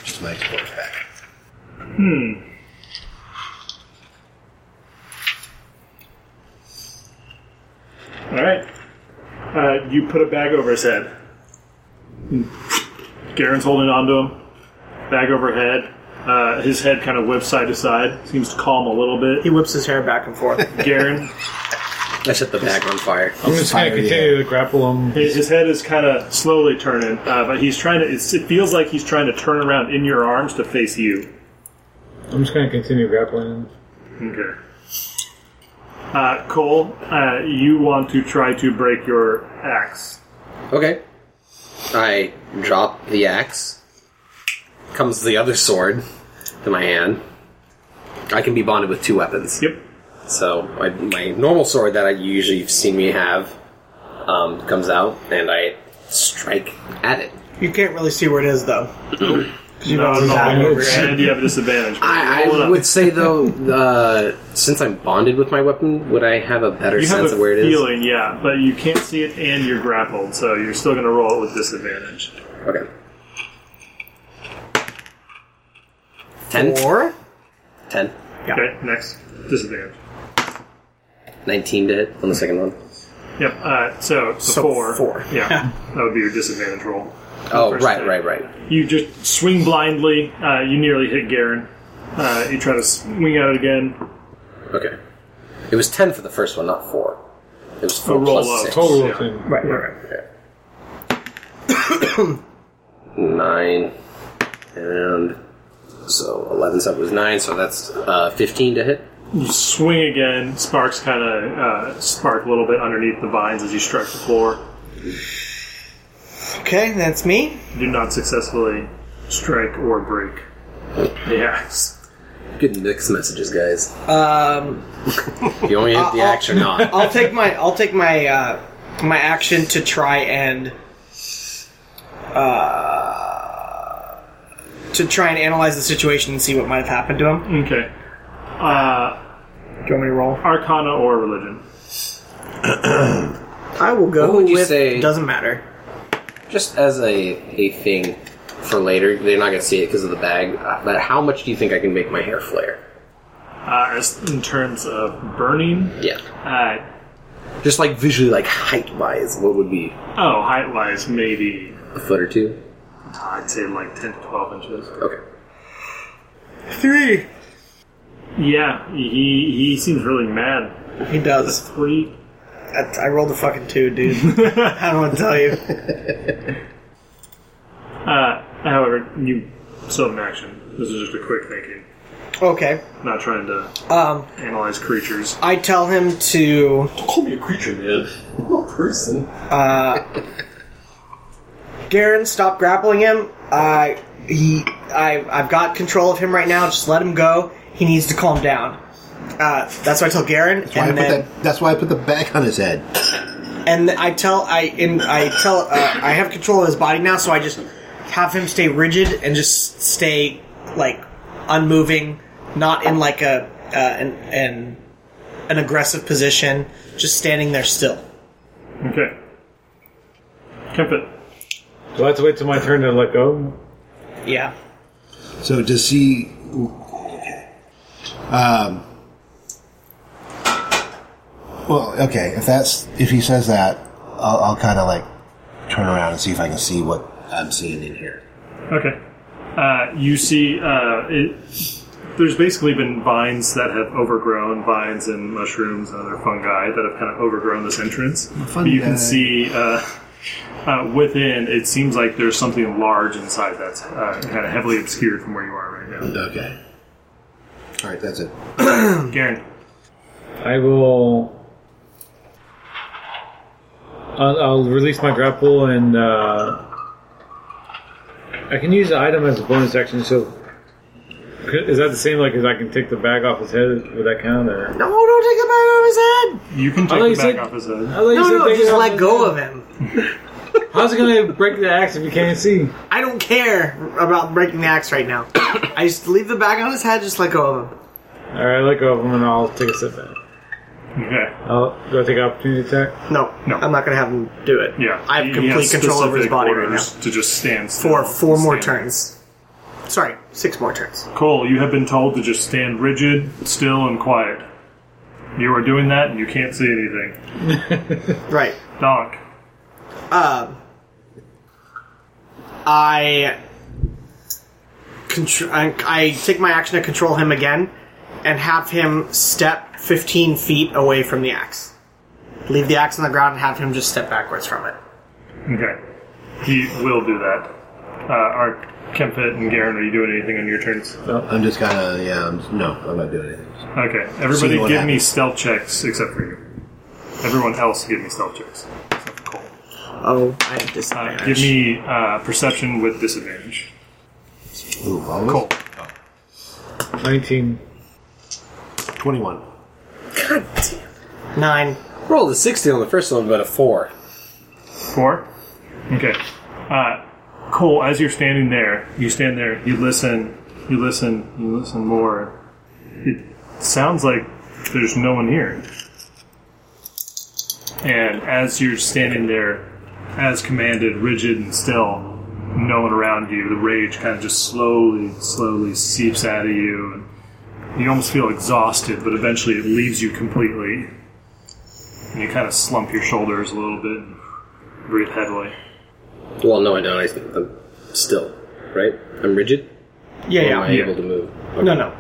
E: just my explorer pack.
D: Uh, All right. Uh, you put a bag over his head. Garen's holding onto him. Bag over head. Uh, his head kind of whips side to side. Seems to calm a little bit.
A: He whips his hair back and forth.
D: Garen,
C: [LAUGHS] I set the bag on fire.
B: I'm just
E: fire
B: going to
E: the
B: continue to grapple him.
D: his, his head is kind of slowly turning, uh, but he's trying to. It's, it feels like he's trying to turn around in your arms to face you.
B: I'm just going to continue grappling him.
D: Okay. Uh, Cole, uh, you want to try to break your axe.
C: Okay. I drop the axe. Comes the other sword to my hand. I can be bonded with two weapons.
D: Yep.
C: So I, my normal sword that I usually have seen me have um, comes out, and I strike at it.
A: you can't really see where it is though. 'Cause you
D: Not
A: know
D: at
A: it's back
D: all.
A: over your head.
D: And you have a disadvantage.
C: I,
D: Roll it
C: I
D: up.
C: would say though, uh, since I'm bonded with my weapon, would I have a better
D: You
C: sense
D: have a
C: of where it is?
D: feeling, yeah, but you can't see it, and you're grappled, so you're still going to roll it with disadvantage.
C: Okay. Ten.
A: Four.
C: Ten.
D: Okay, next disadvantage.
C: 19 to hit on the second one.
D: Yep. Uh, so it's a
A: So
D: four.
A: four. [LAUGHS]
D: Yeah, that would be your disadvantage roll.
C: Oh,
D: first
C: right,
D: time.
C: right, right.
D: You just swing blindly. Uh, you nearly hit Garen. Uh, you try to swing at it again.
C: Okay. It was 10 for the first one, not 4. It was 4
D: A roll
C: plus
D: up.
C: 6.
B: Total of ten.
A: Right, right, right.
C: [COUGHS] 9. And so 11, so it was 9, so that's uh, 15 to hit.
D: You swing again. Sparks kind of uh, spark a little bit underneath the vines as you strike the floor.
A: Okay, that's me.
D: You do not successfully strike or break. Yes.
C: Good mixed messages, guys.
A: Um,
C: [LAUGHS] You only hit the
A: Uh,
C: axe or not.
A: I'll take my I'll take my uh, my action to try and uh, to try and analyze the situation and see what might have happened to him.
D: Okay. Uh,
A: Do you want me to roll?
D: Arcana or religion.
A: I will go.
C: What would you
A: with-
C: say-
A: Doesn't matter.
C: Just as a, a thing for later, they're not going to see it because of the bag, uh, but how much do you think I can make my hair flare?
D: Uh, as in terms of burning,
C: Yeah.
D: uh,
C: Just like visually, like height wise, what would be
D: oh, height wise, maybe
C: a foot or two?
D: I'd say like 10 to 12 inches.
C: Okay.
A: Three.
D: Yeah, he he seems really mad.
A: He does.
D: Three.
A: I, I rolled a fucking two, [LAUGHS] dude. I don't want to tell you.
D: Uh, however, you still have an action. This is just a quick thinking.
A: Okay.
D: Not trying to
A: Um,
D: analyze creatures.
A: I tell him to
C: Call me a creature, man. I'm a person.
A: Garen, stop grappling him. Uh, he, I, I've got control of him right now. Just let him go. He needs to calm down. Uh, that's what I tell Garen,
E: Why I
A: and
E: put
A: then
E: that, that's why I put the back on his head.
A: and I tell I in I tell uh, I have control of his body now, so I just have him stay rigid and just stay like unmoving, not in like a uh, an, an an aggressive position, just standing there still.
D: Okay. Kempit.
B: Do I have to wait till my turn to let go?
A: Yeah.
E: So does he? Um. Well, okay. If that's if he says that, I'll, I'll kind of like turn around and see if I can see what I'm seeing in here.
D: Okay. Uh, you see, uh, it, there's basically been vines that have overgrown, vines and mushrooms and other fungi that have kind of overgrown this entrance. But you
E: Fungi.
D: can see uh, uh, within, it seems like there's something large inside that's uh, kind of heavily obscured from where you are right now.
E: Okay. All right, that's it.
D: Garen.
B: I will. I'll, I'll release my grapple and uh, I can use the item as a bonus action. So, is that the same? Like, as I can take the bag off his head? Would that count? Or
A: No, Oh, don't take him out of his head.
D: You can
B: thought you
D: take the
B: said-
D: back off his head.
A: No, no, just let go of him.
B: How's it gonna break the axe if you can't see?
A: I don't care about breaking the axe right
D: [COUGHS]
A: now. I just leave the bag on his head, just let go of him.
B: All right, let go of him and I'll take a step back.
D: Okay.
B: I'll do I take opportunity attack?
A: No,
D: No.
A: I'm not going to have him do it.
D: Yeah.
A: I have
D: He
A: complete
D: has
A: control over his
D: specific
A: body right now.
D: orders To just stand still.
A: For four more
D: Stand-
A: turns. Sorry, six more turns.
D: Cole, you have been told to just stand rigid, still, and quiet. You are doing that, and you can't see anything.
A: Right.
D: Donk.
A: I, contr- I I take my action to control him again, and have him step 15 feet away from the axe. Leave the axe on the ground and have him just step backwards from it.
D: Okay. He will do that. Uh, are Kempit and Garen, are you doing anything on your turns?
E: I'm just kind of yeah. I'm, no, I'm not doing anything.
D: Okay.
E: See
D: Everybody
E: what
D: give me
E: happens.
D: stealth checks except for you. Everyone else give me stealth checks. Except for Cole.
A: Oh, I have
D: Uh,
A: disadvantage.
D: give me uh, perception with disadvantage.
E: Ooh, always? Oh.
D: Cole.
B: 19.
E: Twenty-one.
C: God damn.
A: nine.
C: Rolled a 60 on the first one, but a 4.
D: Four. Okay. Uh, Cole, as you're standing there, you stand there, you listen, you listen, you listen more. It sounds like there's no one here. And as you're standing there, as commanded, rigid and still, no one around you, the rage kind of just slowly, slowly seeps out of you. And you almost feel exhausted, but eventually it leaves you completely. And you kind of slump your shoulders a little bit and breathe heavily.
C: Well, no, I don't. I, I'm still, right? I'm rigid?
A: Yeah,
C: Or am I
A: yeah.
C: able to move?
A: No, no.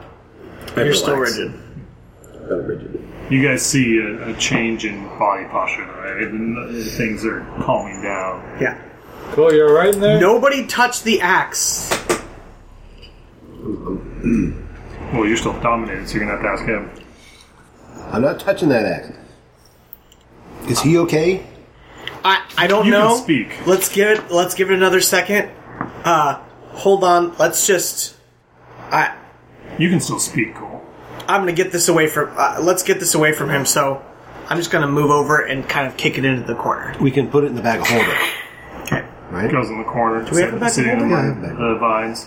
C: I'm
A: You're still
C: relaxed.
A: rigid.
C: I'm rigid.
D: You guys see a, a change in body posture, right? And things are calming down.
A: Yeah.
B: Cole, you alright in there?
A: Nobody touched the axe.
D: Well, you're still dominated, so you're gonna have to ask him.
E: I'm not touching that axe. Is he okay?
A: I I don't
D: You can
A: know.
D: speak.
A: Let's give it. Let's give it another second. Uh, hold on. Let's just. I
D: You can still speak, Cole.
A: I'm gonna get this away from. Uh, let's get this away from him. So I'm just gonna move over and kind of kick it into the corner.
E: We can put it in the bag of holding,
A: Okay.
E: right?
D: Goes in the corner,
A: we have a back
D: sitting
A: and
D: on
E: forth? Yeah, back
D: uh, the, the vines.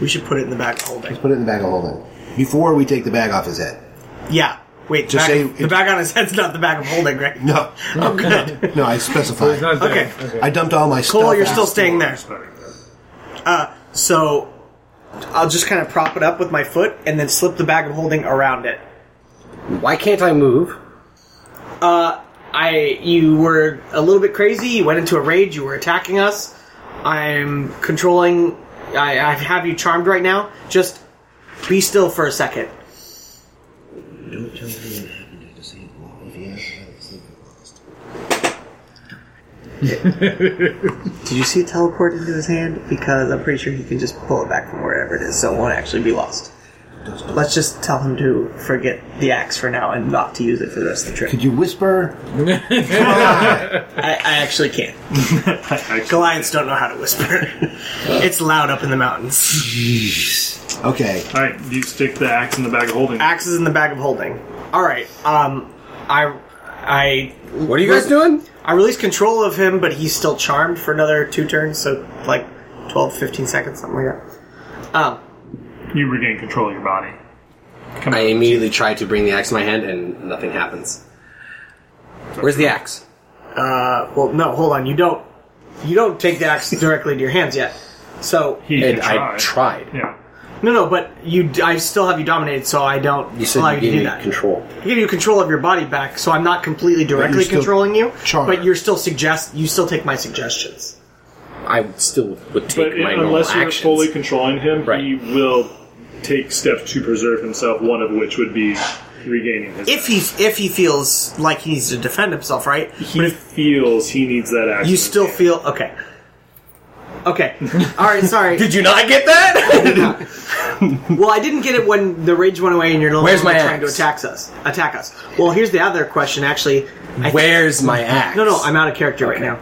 A: We should put it in the bag of holding.
E: Put it in the bag of holding before we take the bag off his head.
A: Yeah. Wait.
E: Just
A: back-
E: say-
A: the bag on his head's not the bag of holding, right?
E: [LAUGHS] No,
A: Oh, good.
E: no, I
B: It's not
E: specified.
B: there.
A: Okay.
E: I dumped all my
A: Cole,
E: stuff.
A: you're
E: out.
A: still staying there. Uh, So I'll just kind of prop it up with my foot and then slip the bag of holding around it.
C: Why can't I move?
A: I you were a little bit crazy. You went into a rage. You were attacking us. I'm controlling. I, I have you charmed right now. Just be still for a [LAUGHS] second. Did you see it teleport into his hand? Because I'm pretty sure he can just pull it back from wherever it is, so it won't actually be lost. Let's just tell him to forget the axe for now and not to use it for the rest of the trip.
E: Could you whisper?
A: I, I actually
C: [LAUGHS]
A: can't. Goliaths don't know how to whisper. it's loud up in the mountains.
E: Okay,
D: All right, you stick the axe in the bag of holding.
A: Axe is in the bag of holding. All right. Um, I, I,
C: What are you guys doing?
A: I release control of him, but he's still charmed for another two turns, so like 12, 15 seconds, something like that. Um,
D: You regain control of your body.
C: I immediately try to bring the axe in my hand, and nothing happens. Where's the axe?
A: uh, well, no, hold on. You don't, you don't take the axe directly to your hands yet. So
D: He
C: And
D: can try.
C: I tried.
D: yeah.
A: no, no, but you, d- I still have you dominated, so I don't
C: You said
A: allow
C: you
A: you to
C: gave
A: do
C: me
A: that.
C: control.
A: I give you control of your body back, so I'm not completely directly
E: still
A: controlling you.
E: charmed.
A: But you're still suggest you still take my suggestions.
C: I still would take
M: But
C: my
M: it,
C: normal
M: unless you're
C: actions.
M: fully controlling him,
C: Right.
M: he will take steps to preserve himself. One of which would be regaining his.
A: If he's if he feels like he needs to defend himself, right?
M: he feels he needs that action,
A: You still feel okay.
C: [LAUGHS]
A: Okay. All right. Sorry.
C: Did you not get that?
A: well, I didn't get it when the rage went away, and you're no
C: Where's
A: longer
C: my
A: trying
C: axe?
A: to attack us. Attack us. Well, here's the other question. Actually, I thi-
C: [LAUGHS] Where's my axe?
A: no, no, I'm out of character right now.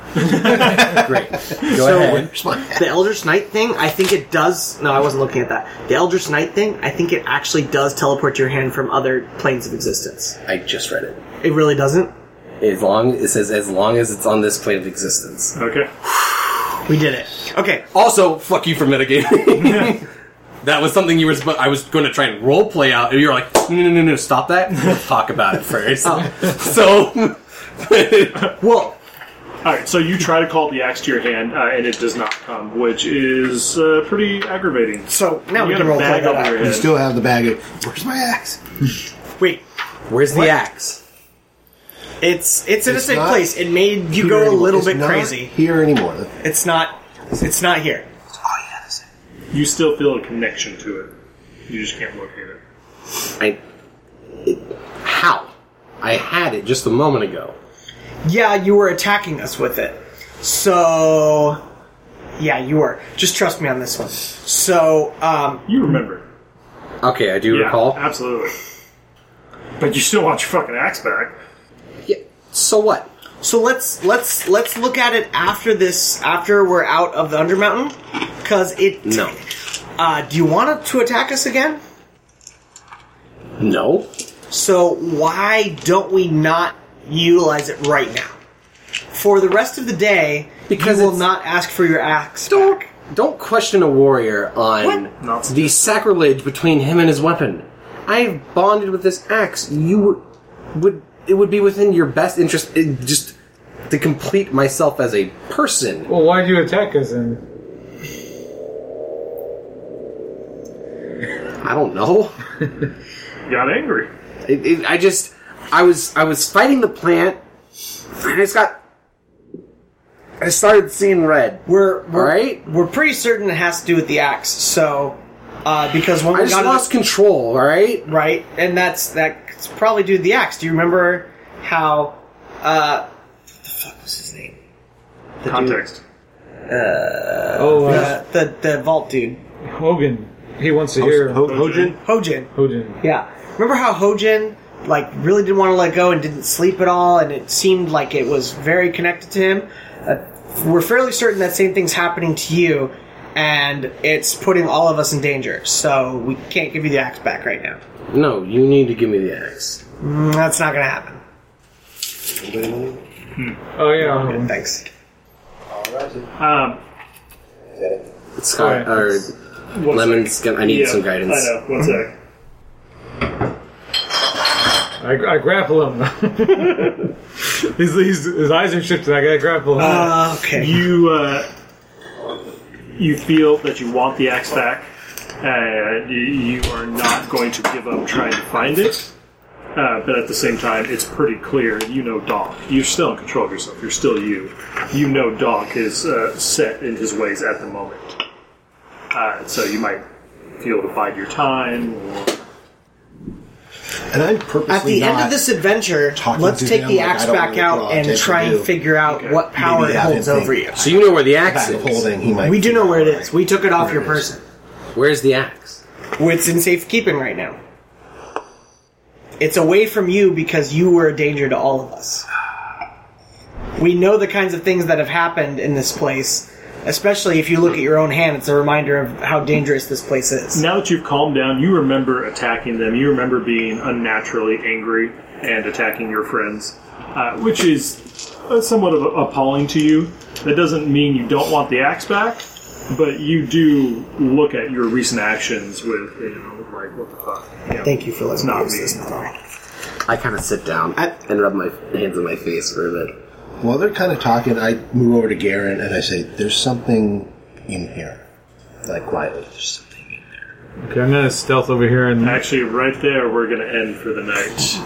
C: great. [LAUGHS] Go ahead.
E: where's my
A: The Elder's Knight thing, I think it does. No, I wasn't looking at that. The Elder's Knight thing, I think it actually does teleport your hand from other planes of existence.
C: I just read it.
A: It really doesn't.
C: As long it says, as long as it's on this plane of existence.
D: Okay.
A: We did it. Okay.
C: Also, fuck you for mitigating. [LAUGHS] that was something you were. Supposed, I was going to try and role play out, and you were like, no, no, no, no, stop that. [LAUGHS] We'll talk about it first. [LAUGHS] So, [LAUGHS]
A: Well,
M: All right, so you try to call the axe to your hand, uh, and it does not come, which is uh, pretty aggravating.
A: so now
M: You
A: we
M: got
A: can
M: a
A: roll play
M: bag over
A: that.
M: your
E: You
M: head.
E: still have the bag of. Where's my axe?
A: Wait.
C: Where's the axe?
A: It's it's in a
E: It's
A: safe
E: not
A: place. It made you
E: here
A: go a
E: anymore.
A: little
E: It's
A: bit
E: not
A: crazy.
E: Here anymore.
A: It's not it's not here.
D: You still feel a connection to it. You just can't locate it.
C: I. It, how? I had it just a moment ago.
A: Yeah, you were attacking us with it. So yeah, you were. Just trust me on this one. So um,
D: You remember.
C: Okay, I do
D: Yeah,
C: recall.
D: absolutely. But you still want your fucking axe back.
C: Yeah. So what?
A: So let's let's let's look at it after this after we're out of the Undermountain, because it.
C: No.
A: Uh, do you want it to attack us again?
C: No.
A: So why don't we not utilize it right now? For the rest of the day,
C: Because
A: you will
C: it's-
A: not ask for your axe.
C: Don't
A: back.
C: don't question a warrior on
A: What?
D: Not-
C: the sacrilege between him and his weapon. I bonded with this axe. You would it would be within your best interest it, just to complete myself as a person.
B: Well, why'd you attack us then?
C: I don't know. [LAUGHS]
D: You got angry.
C: It, it, I just I was I was fighting the plant. And I just got I started seeing red.
A: We're we're,
C: Alright.
A: we're pretty certain it has to do with the axe. So uh, because when
C: I
A: we
C: just
A: got
C: lost control. All right.
A: it, right, and that's that's probably due to the axe. Do you remember how? Uh, what the fuck was his name? The dude-
D: Context.
B: Oh, uh,
A: Uh, the the vault dude,
B: Hogan. He wants to hear
E: Hojin?
A: Hojin.
B: Hogan.
A: Yeah, remember how Hojin like really didn't want to let go and didn't sleep at all, and it seemed like it was very connected to him. Uh, we're fairly certain that same thing's happening to you, and it's putting all of us in danger. So we can't give you the axe back right now.
C: No, you need to give me the axe.
A: Mm, That's not gonna happen.
B: Oh yeah. Hogan.
A: Thanks.
D: Um,
C: It's Scott
B: All right.
C: or Lemon's gonna. I need some guidance.
D: I know.
A: Hmm.
D: One sec.
B: I, I grapple him. [LAUGHS] his, his, his eyes are shifted. I gotta grapple him.
A: Uh, okay.
D: You uh, you feel that you want the axe back. Uh, you, you are not going to give up trying to find it. Uh, but at the same time, it's pretty clear you know Doc. You're still in control of yourself. You're still you. You know Doc is uh, set in his ways at the moment. Uh, so you might feel to bide your time. Or
E: And I'm purposely
A: At the
E: not,
A: end of this adventure,
E: talking
A: let's
E: to
A: take
E: them
A: the
E: like I
A: axe
E: don't
A: back
E: know what
A: out
E: I'll
A: and
E: take to
A: try and
E: do.
A: figure out what power
E: Maybe
A: it
E: have him
A: holds
E: think.
A: over you.
C: So you know where the axe
E: Back
C: is.
E: of holding, he might
A: We do know where it
E: figure out
A: is. We took it off
E: where
A: your
E: is.
A: person.
C: Where's the axe?
A: It's in safekeeping right now. It's away from you because you were a danger to all of us. We know the kinds of things that have happened in this place, especially if you look at your own hand. It's a reminder of how dangerous this place is.
D: Now that you've calmed down, you remember attacking them. You remember being unnaturally angry and attacking your friends, uh, which is uh, somewhat of appalling to you. That doesn't mean you don't want the axe back, but you do look at your recent actions with, you know, like, what the fuck? You know,
A: Thank you for
D: It's
A: letting me
D: not
A: use
D: me.
A: this. Nathaniel.
C: I kind of sit down
A: I-
C: and rub my hands in my face for a bit.
E: While they're kind of talking, I move over to Garen and I say, "There's something in here." Like quietly, there's something. in here."
B: Okay, I'm gonna stealth over here and
D: Actually, right there, we're going to end for the night.